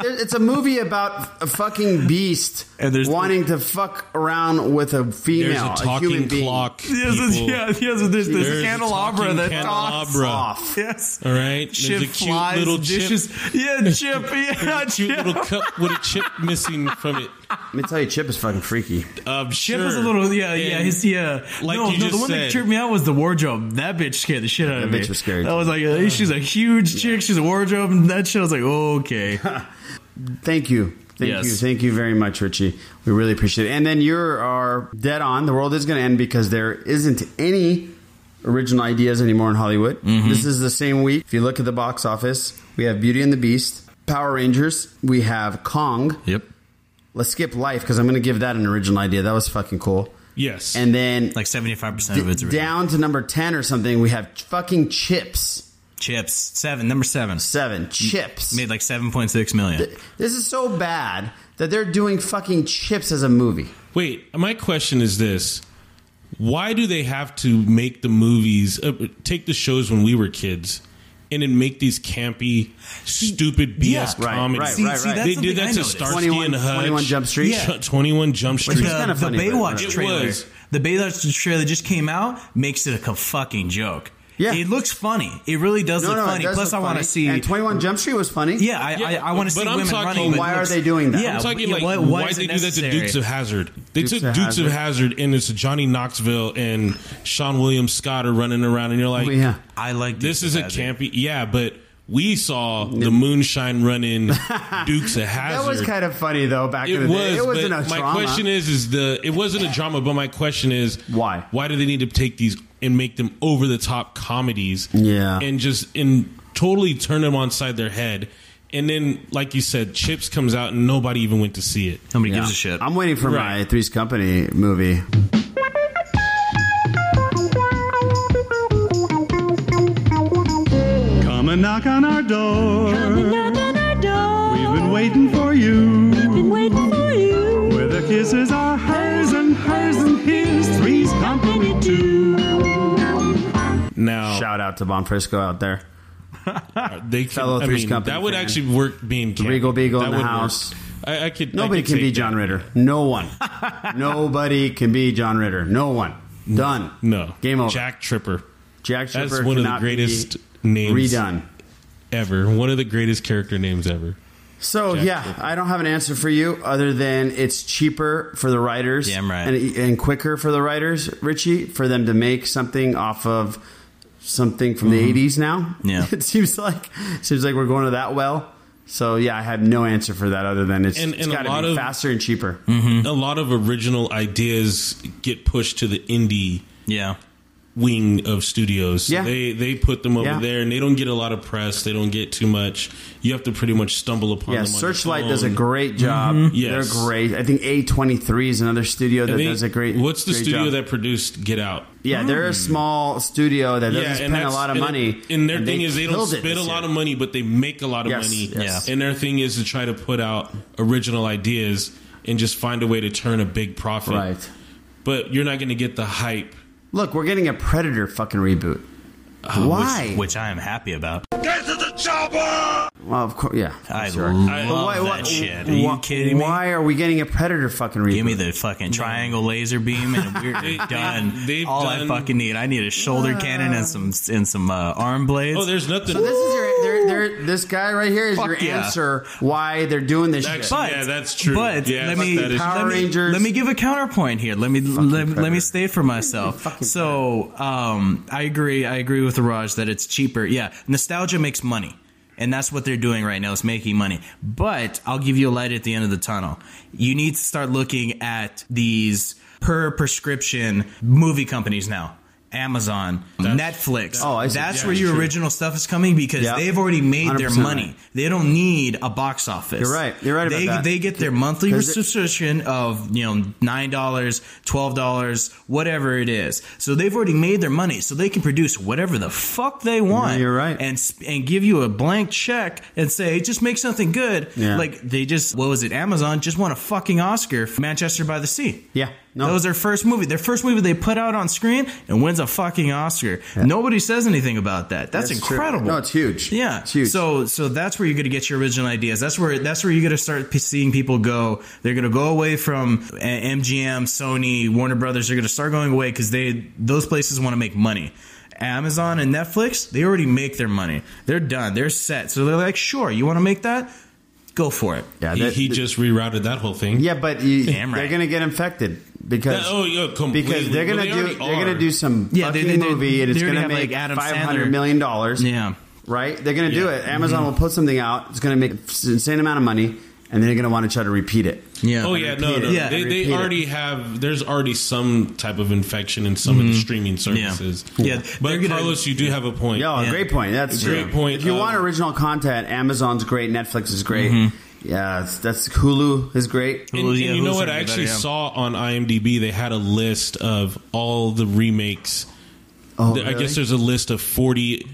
Speaker 5: There- it's a movie about a fucking beast wanting to fuck around with a female,
Speaker 6: there's a talking
Speaker 5: a human being.
Speaker 6: clock
Speaker 4: Yes, it's-
Speaker 6: people.
Speaker 4: yeah, yes, there's this
Speaker 6: There's a
Speaker 4: candelabra
Speaker 6: talking
Speaker 4: that
Speaker 6: candelabra.
Speaker 4: talks off. Yes.
Speaker 6: all right There's
Speaker 4: Chip
Speaker 6: a cute
Speaker 4: flies,
Speaker 6: little
Speaker 4: dishes.
Speaker 6: chip.
Speaker 4: Yeah, chip. Yeah,
Speaker 6: There's a cute
Speaker 4: chip.
Speaker 6: little cup with a chip missing from it
Speaker 5: Let me tell you, Chip is fucking freaky.
Speaker 6: um,
Speaker 4: Chip
Speaker 6: sure.
Speaker 4: was a little yeah yeah
Speaker 6: And
Speaker 4: his yeah
Speaker 6: like
Speaker 4: no
Speaker 6: you
Speaker 4: no
Speaker 6: just
Speaker 4: the one
Speaker 6: said.
Speaker 4: that tripped me out was the wardrobe that bitch scared the shit out
Speaker 5: That
Speaker 4: of me
Speaker 5: bitch was scary,
Speaker 4: I
Speaker 5: too.
Speaker 4: was like uh, she's a huge chick she's a wardrobe and that shit I was like okay
Speaker 5: Thank you. Thank
Speaker 4: Yes.
Speaker 5: you. Thank you very much, Richie. We really appreciate it. And then you are dead on. The world is going to end because there isn't any original ideas anymore in Hollywood.
Speaker 4: Mm-hmm.
Speaker 5: This is the same week. If you look at the box office, we have Beauty and the Beast, Power Rangers, we have Kong.
Speaker 4: Yep.
Speaker 5: Let's skip Life because I'm going to give that an original idea. That was fucking cool.
Speaker 6: Yes.
Speaker 5: And then
Speaker 4: like seventy five percent of it's original.
Speaker 5: down to number 10 or something, we have fucking Chips.
Speaker 4: chips seven number seven
Speaker 5: seven chips
Speaker 4: made like seven point six million
Speaker 5: This is so bad that they're doing fucking Chips as a movie.
Speaker 6: Wait, my question is this: Why do they have to make the movies, uh, take the shows when we were kids, and then make these campy, stupid BS
Speaker 4: yeah. Right,
Speaker 6: comedies?
Speaker 4: right, See- right, see, right. that's
Speaker 6: They did
Speaker 4: something
Speaker 6: that
Speaker 4: I
Speaker 6: to
Speaker 4: noticed.
Speaker 6: Starsky
Speaker 5: 21
Speaker 6: and Hutch,
Speaker 5: 21 Jump Street?
Speaker 6: Ch- Twenty One Jump Street,
Speaker 4: the, the Baywatch
Speaker 6: It
Speaker 4: trailer.
Speaker 6: was.
Speaker 4: The Baywatch trailer that just came out makes it a co- fucking joke. Yeah, it looks funny. It really does
Speaker 5: No,
Speaker 4: look
Speaker 5: no, it
Speaker 4: funny.
Speaker 5: does
Speaker 4: Plus,
Speaker 5: look
Speaker 4: I want to
Speaker 5: funny.
Speaker 4: see
Speaker 5: And 21 Jump Street was funny.
Speaker 4: Yeah, I, I, I want to see women running. but
Speaker 5: why
Speaker 4: it
Speaker 5: are
Speaker 4: looks-
Speaker 5: they doing that?
Speaker 4: Yeah,
Speaker 6: I'm talking
Speaker 4: yeah,
Speaker 6: like
Speaker 4: why,
Speaker 6: why,
Speaker 4: why is
Speaker 6: they
Speaker 4: it
Speaker 6: do that to
Speaker 4: necessary?
Speaker 6: Dukes of Hazard? They
Speaker 4: Dukes
Speaker 6: took
Speaker 4: of
Speaker 6: Dukes of
Speaker 4: Hazzard.
Speaker 6: Hazard and it's Johnny Knoxville and Sean William Scott are running around, and you're like,
Speaker 5: Oh, yeah.
Speaker 4: I like
Speaker 6: this
Speaker 4: Dukes
Speaker 6: is
Speaker 4: of
Speaker 6: a
Speaker 4: Hazzard.
Speaker 6: campy, yeah, but. We saw the moonshine running Dukes of Hazard.
Speaker 5: That was kind of funny though. Back
Speaker 6: It
Speaker 5: in the day,
Speaker 6: was.
Speaker 5: it wasn't
Speaker 6: but
Speaker 5: a
Speaker 6: my
Speaker 5: drama.
Speaker 6: question is, is the it wasn't a drama, but my question is, why? Why do they need to take these and make them over the top comedies?
Speaker 5: Yeah.
Speaker 6: and just and totally turn them on side their head. And then, like you said, Chips comes out and nobody even went to see it.
Speaker 4: Nobody
Speaker 5: Yeah.
Speaker 4: gives a shit.
Speaker 5: I'm waiting for my Three's Company movie.
Speaker 21: Come and knock on our door. Come and knock on our door. We've been waiting for you. We've been waiting for you. Where the kisses are hers and hers and his. Three's company too.
Speaker 6: Now,
Speaker 5: shout out to Bon Frisco out there.
Speaker 6: they
Speaker 5: fellow
Speaker 6: I
Speaker 5: Three's
Speaker 6: mean,
Speaker 5: Company.
Speaker 6: that would
Speaker 5: fan.
Speaker 6: actually work. Being campy.
Speaker 5: Regal Beagle
Speaker 6: That
Speaker 5: in the
Speaker 6: would work.
Speaker 5: house.
Speaker 6: I, I could.
Speaker 5: Nobody
Speaker 6: I could
Speaker 5: can
Speaker 6: take
Speaker 5: be
Speaker 6: that.
Speaker 5: John Ritter. No one. Nobody can be John Ritter. No one. Done.
Speaker 6: No
Speaker 5: Game over.
Speaker 6: Jack Tripper.
Speaker 5: Jack Tripper.
Speaker 6: That's one of the
Speaker 5: cannot be
Speaker 6: greatest names
Speaker 5: Redone.
Speaker 6: ever. One of the greatest character names ever.
Speaker 5: So
Speaker 6: Jack
Speaker 5: yeah, I don't have an answer for you other than it's cheaper for the writers,
Speaker 4: Damn right.
Speaker 5: and, and quicker for the writers, Richie, for them to make something off of something from
Speaker 4: Mhm.
Speaker 5: the '80s. Now,
Speaker 4: Yeah.
Speaker 5: it seems like seems like we're going to that well. So yeah, I have no answer for that other than it's,
Speaker 6: And-
Speaker 5: it's
Speaker 6: and a
Speaker 5: got
Speaker 6: lot
Speaker 5: to be
Speaker 6: of-
Speaker 5: faster and cheaper.
Speaker 4: Mm-hmm.
Speaker 6: a lot of original ideas get pushed to the indie
Speaker 4: yeah
Speaker 6: wing of studios. So
Speaker 5: Yeah.
Speaker 6: They they put them over
Speaker 5: Yeah.
Speaker 6: there and they don't get a lot of press. They don't get too much. You have to pretty much stumble upon
Speaker 5: Yeah,
Speaker 6: them. on your
Speaker 5: Searchlight
Speaker 6: own.
Speaker 5: does a great job.
Speaker 4: Mm-hmm.
Speaker 6: Yes.
Speaker 5: They're great. I think A23 is another studio
Speaker 6: And
Speaker 5: that
Speaker 6: they-
Speaker 5: does a great.
Speaker 6: What's the
Speaker 5: great
Speaker 6: studio
Speaker 5: job.
Speaker 6: that produced Get Out?
Speaker 5: Yeah, they're
Speaker 4: Mm.
Speaker 5: a small studio that doesn't
Speaker 6: and
Speaker 5: spend a
Speaker 6: that's-
Speaker 5: lot of
Speaker 6: and-
Speaker 5: money.
Speaker 6: And their thing is they don't
Speaker 5: killed it
Speaker 6: spend
Speaker 5: this
Speaker 6: a lot of
Speaker 5: year.
Speaker 6: money, but they make a lot of
Speaker 5: Yes,
Speaker 6: money.
Speaker 5: yes.
Speaker 6: And their thing is to try to put out original ideas and just find a way to turn a big profit.
Speaker 5: Right.
Speaker 6: But you're not going to get the hype.
Speaker 5: Look, we're getting a Predator fucking reboot.
Speaker 4: Uh,
Speaker 5: Why?
Speaker 4: Which, which I am happy about.
Speaker 14: Get to the chopper!
Speaker 5: well, of course, yeah.
Speaker 4: I
Speaker 5: sure.
Speaker 4: love
Speaker 5: But
Speaker 4: that shit. Are you
Speaker 5: why-
Speaker 4: kidding me?
Speaker 5: Why are we getting a Predator fucking reboot?
Speaker 4: Give me the fucking triangle laser beam, and we're done. All I
Speaker 6: done-
Speaker 4: fucking need, I need a shoulder cannon and some and some uh, arm blades.
Speaker 6: Oh, there's nothing.
Speaker 5: So this is your they're, they're, this guy right here is
Speaker 4: Fuck
Speaker 5: your
Speaker 4: yeah.
Speaker 5: answer why they're doing this shit.
Speaker 6: Actually, yeah, that's true.
Speaker 4: But
Speaker 6: yeah,
Speaker 4: let me
Speaker 6: that is
Speaker 4: let
Speaker 5: Power
Speaker 4: me,
Speaker 5: Rangers.
Speaker 4: let me give a counterpoint here. Let me let, let me state for myself. So um, I agree. I agree with Raj that it's cheaper. Yeah, nostalgia makes money, and that's what they're doing right now. It's making money. But I'll give you a light at the end of the tunnel. You need to start looking at these per prescription movie companies now. Amazon, Netflix.
Speaker 5: Oh, I see.
Speaker 4: That's
Speaker 5: Yeah,
Speaker 4: where your
Speaker 5: true.
Speaker 4: original stuff is coming because
Speaker 5: Yeah.
Speaker 4: they've already made their
Speaker 5: 100%
Speaker 4: money.
Speaker 5: right.
Speaker 4: They don't need a box office.
Speaker 5: You're right. You're right about
Speaker 4: They-
Speaker 5: that.
Speaker 4: They get their monthly
Speaker 5: 'Cause it-
Speaker 4: subscription of you know nine dollars, twelve dollars, whatever it is. So they've already made their money, so they can produce whatever the fuck they want.
Speaker 5: you're right.
Speaker 4: and sp- and give you a blank check and say just make something good.
Speaker 5: Yeah.
Speaker 4: Like they just what was it? Amazon just won a fucking Oscar for Manchester by the Sea.
Speaker 5: Yeah,
Speaker 4: That was their first movie. Their first movie they put out on screen and wins a fucking Oscar. Nobody says anything about that. That's,
Speaker 5: true.
Speaker 4: incredible.
Speaker 5: No, it's huge.
Speaker 4: Yeah. So so that's where you're going to get your original ideas. That's where that's where you're going to start p- seeing people go. They're going to go away from uh, MGM, Sony, Warner Brothers. They're going to start going away because they those places want to make money. Amazon and Netflix, they already make their money. They're done. They're set. So they're like, sure, you want to make that? Go for it.
Speaker 5: Yeah,
Speaker 6: He,
Speaker 5: that-
Speaker 6: he just rerouted that whole thing.
Speaker 5: Yeah, but you,
Speaker 4: Damn right.
Speaker 5: they're gonna get infected because
Speaker 6: That- oh, yeah, completely.
Speaker 5: because they're gonna
Speaker 6: Well, they
Speaker 5: do
Speaker 6: already
Speaker 5: they're
Speaker 6: are.
Speaker 5: gonna do some
Speaker 4: Yeah, they-
Speaker 5: fucking
Speaker 4: they- they-
Speaker 5: movie and it's
Speaker 4: they already
Speaker 5: gonna
Speaker 4: have,
Speaker 5: make
Speaker 4: like, Adam
Speaker 5: five
Speaker 4: Sandler.
Speaker 5: hundred million dollars.
Speaker 4: Yeah.
Speaker 5: right. They're gonna do it. Amazon will put something out. It's gonna make an insane amount of money, and they're gonna want to try to repeat it.
Speaker 4: Yeah.
Speaker 6: Oh yeah, no,
Speaker 5: Repeat
Speaker 6: no.
Speaker 5: it.
Speaker 6: They,
Speaker 5: Repeat
Speaker 6: they
Speaker 5: it.
Speaker 6: already have. There's already some type of infection in some of the
Speaker 4: Mhm.
Speaker 6: streaming services.
Speaker 4: Yeah. Yeah,
Speaker 6: but
Speaker 4: they're gonna-
Speaker 6: Carlos, you do have a point.
Speaker 5: Yeah, great point. That's
Speaker 6: A great
Speaker 5: true.
Speaker 6: point.
Speaker 5: If you
Speaker 6: Um,
Speaker 5: want original content, Amazon's great. Netflix is great.
Speaker 6: Mm-hmm.
Speaker 5: Yeah, that's, that's Hulu is great.
Speaker 6: And, and you know what? I actually saw on IMDb they had a list of all the remakes.
Speaker 5: Oh,
Speaker 6: The- I
Speaker 5: really?
Speaker 6: guess there's a list of 40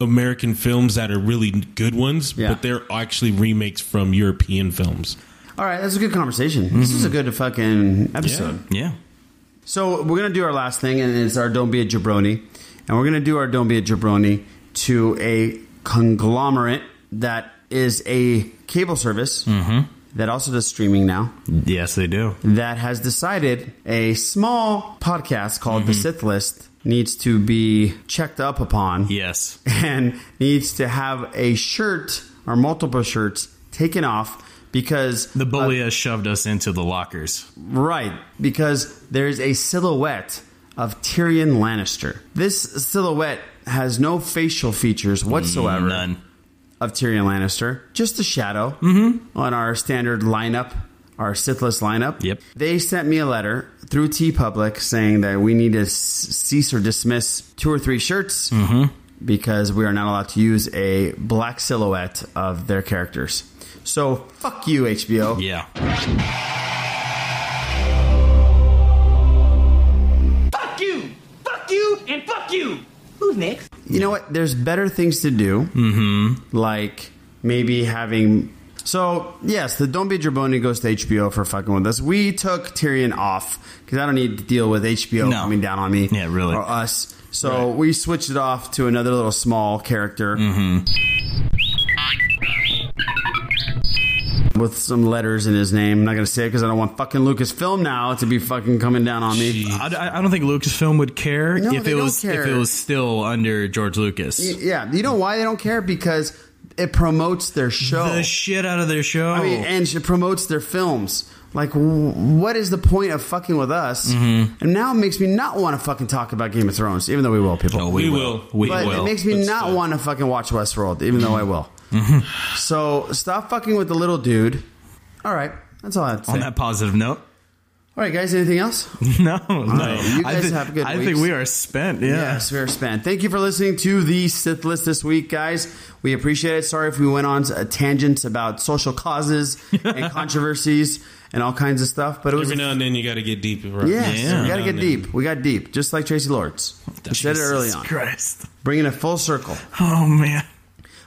Speaker 6: American films that are really good ones, but they're actually remakes from European films.
Speaker 5: All right, that's a good conversation. This is a
Speaker 6: Mm-hmm.
Speaker 5: good fucking episode.
Speaker 4: Yeah.
Speaker 5: So we're gonna do our last thing, and it's our "Don't Be a Jabroni," and we're gonna do our "Don't Be a Jabroni"
Speaker 6: Mm-hmm.
Speaker 5: to a conglomerate that is a cable service that also does streaming now.
Speaker 4: Yes, they do.
Speaker 5: That has decided a small podcast called The Sith List needs to be checked up upon.
Speaker 4: Yes.
Speaker 5: And needs to have a shirt or multiple shirts taken off because
Speaker 4: the bully has shoved us into the lockers.
Speaker 5: Right, because there's a silhouette of Tyrion Lannister. This silhouette has no facial features whatsoever.
Speaker 4: None.
Speaker 5: Of Tyrion Lannister, just a shadow on our standard lineup, our Sithless lineup.
Speaker 4: Yep.
Speaker 5: They sent me a letter through T Public saying that we need to s- cease or dismiss two or three shirts because we are not allowed to use a black silhouette of their characters. So fuck you, HBO.
Speaker 4: Yeah.
Speaker 1: Fuck you! Fuck you and fuck you! Who's next?
Speaker 5: you know what? There's better things to do. Mm-hmm. Like maybe having. So yes, the Don't Be Jabroni goes to HBO for fucking with us. We took Tyrion off because I don't need to deal with HBO
Speaker 4: No.
Speaker 5: coming down on me.
Speaker 4: Yeah, really.
Speaker 5: Or us. So we switched it off to another little small character
Speaker 4: Mm-hmm.
Speaker 5: with some letters in his name. I'm not gonna say it because I don't want fucking Lucasfilm now to be fucking coming down on me.
Speaker 4: I, I- I don't think Lucasfilm would care
Speaker 5: No,
Speaker 4: if
Speaker 5: they
Speaker 4: it
Speaker 5: don't
Speaker 4: was if
Speaker 5: care.
Speaker 4: it was still under George Lucas.
Speaker 5: Y- Yeah, you know why they don't care because it promotes their show.
Speaker 4: The shit out of their show.
Speaker 5: oh. I
Speaker 6: Oh.
Speaker 5: mean, and she promotes their films. Like, w- what is the point of fucking with us?
Speaker 6: Mm-hmm.
Speaker 5: And now it makes me not want to fucking talk about Game of Thrones, even though we will, people.
Speaker 6: we We will. will. We
Speaker 5: but
Speaker 6: will.
Speaker 5: it makes me
Speaker 6: But
Speaker 5: not
Speaker 6: still.
Speaker 5: want to fucking watch Westworld, even though I will.
Speaker 6: Mm-hmm.
Speaker 5: So stop fucking with the little dude. All right, that's all I have to say.
Speaker 4: on that positive note.
Speaker 5: all right, guys, anything else?
Speaker 4: No, no.
Speaker 5: right, you
Speaker 4: I
Speaker 5: guys
Speaker 4: thi-
Speaker 5: have good
Speaker 4: I
Speaker 5: weeks.
Speaker 4: think we are spent. Yeah.
Speaker 5: Yes, we are spent. Thank you for listening to the Sith List this week, guys. We appreciate it. Sorry if we went on uh, tangents about social causes and controversies and all kinds of stuff, but it was
Speaker 6: Every now and then you got to get deep. Right?
Speaker 5: Yes, we
Speaker 6: Every
Speaker 5: got to
Speaker 6: now
Speaker 5: get
Speaker 6: and
Speaker 5: deep. We got deep, just like Tracy Lords. We said it early on.
Speaker 4: Christ.
Speaker 5: Bringing it full circle.
Speaker 4: Oh man.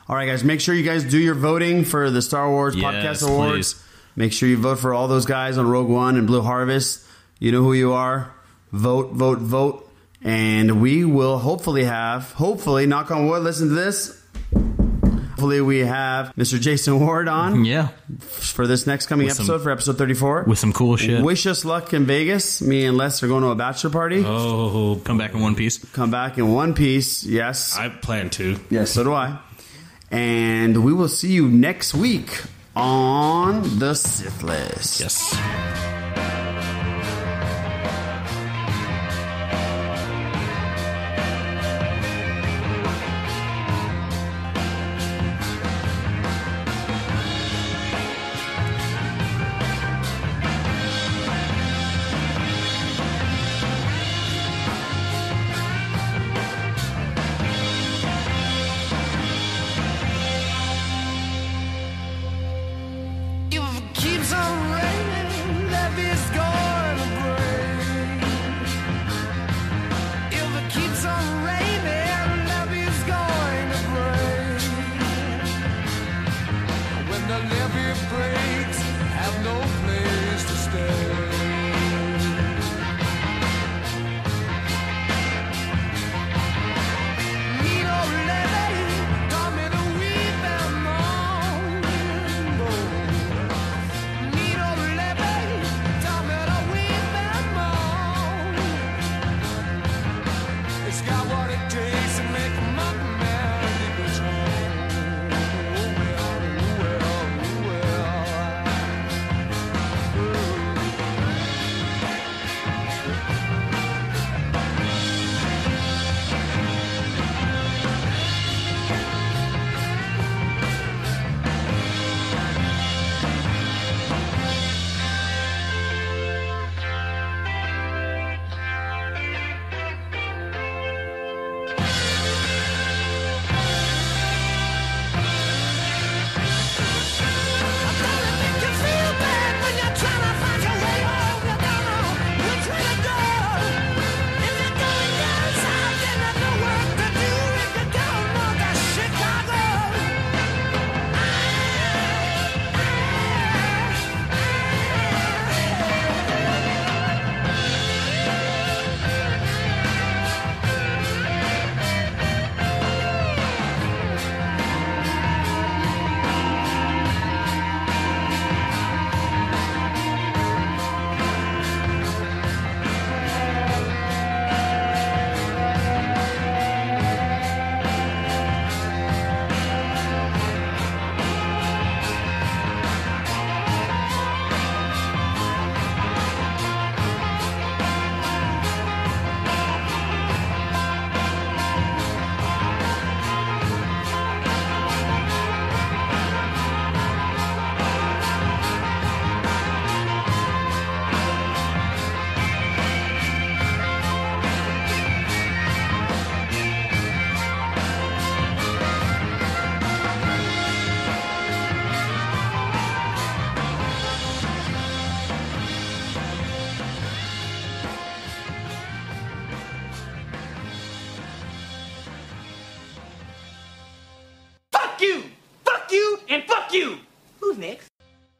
Speaker 5: All right, guys, make sure you guys do your voting for the Star Wars
Speaker 4: Yes,
Speaker 5: Podcast Awards.
Speaker 4: please.
Speaker 5: Make sure you vote for all those guys on Rogue One and Blue Harvest. You know who you are. Vote, vote, vote. And we will hopefully have, hopefully, knock on wood, listen to this. Hopefully, we have Mr. Jason Ward on
Speaker 4: Yeah.
Speaker 5: for this next coming
Speaker 4: With some-
Speaker 5: episode, for episode 34.
Speaker 4: With some cool shit.
Speaker 5: Wish us luck in Vegas. Me and Les are going to a bachelor party.
Speaker 4: Oh, come back in one piece.
Speaker 5: Come back in one piece. Yes.
Speaker 6: I plan to.
Speaker 5: Yes, so do I. And we will see you next week on the Sith List.
Speaker 4: Yes.
Speaker 1: If it keeps on raining, that
Speaker 11: you! Who's next?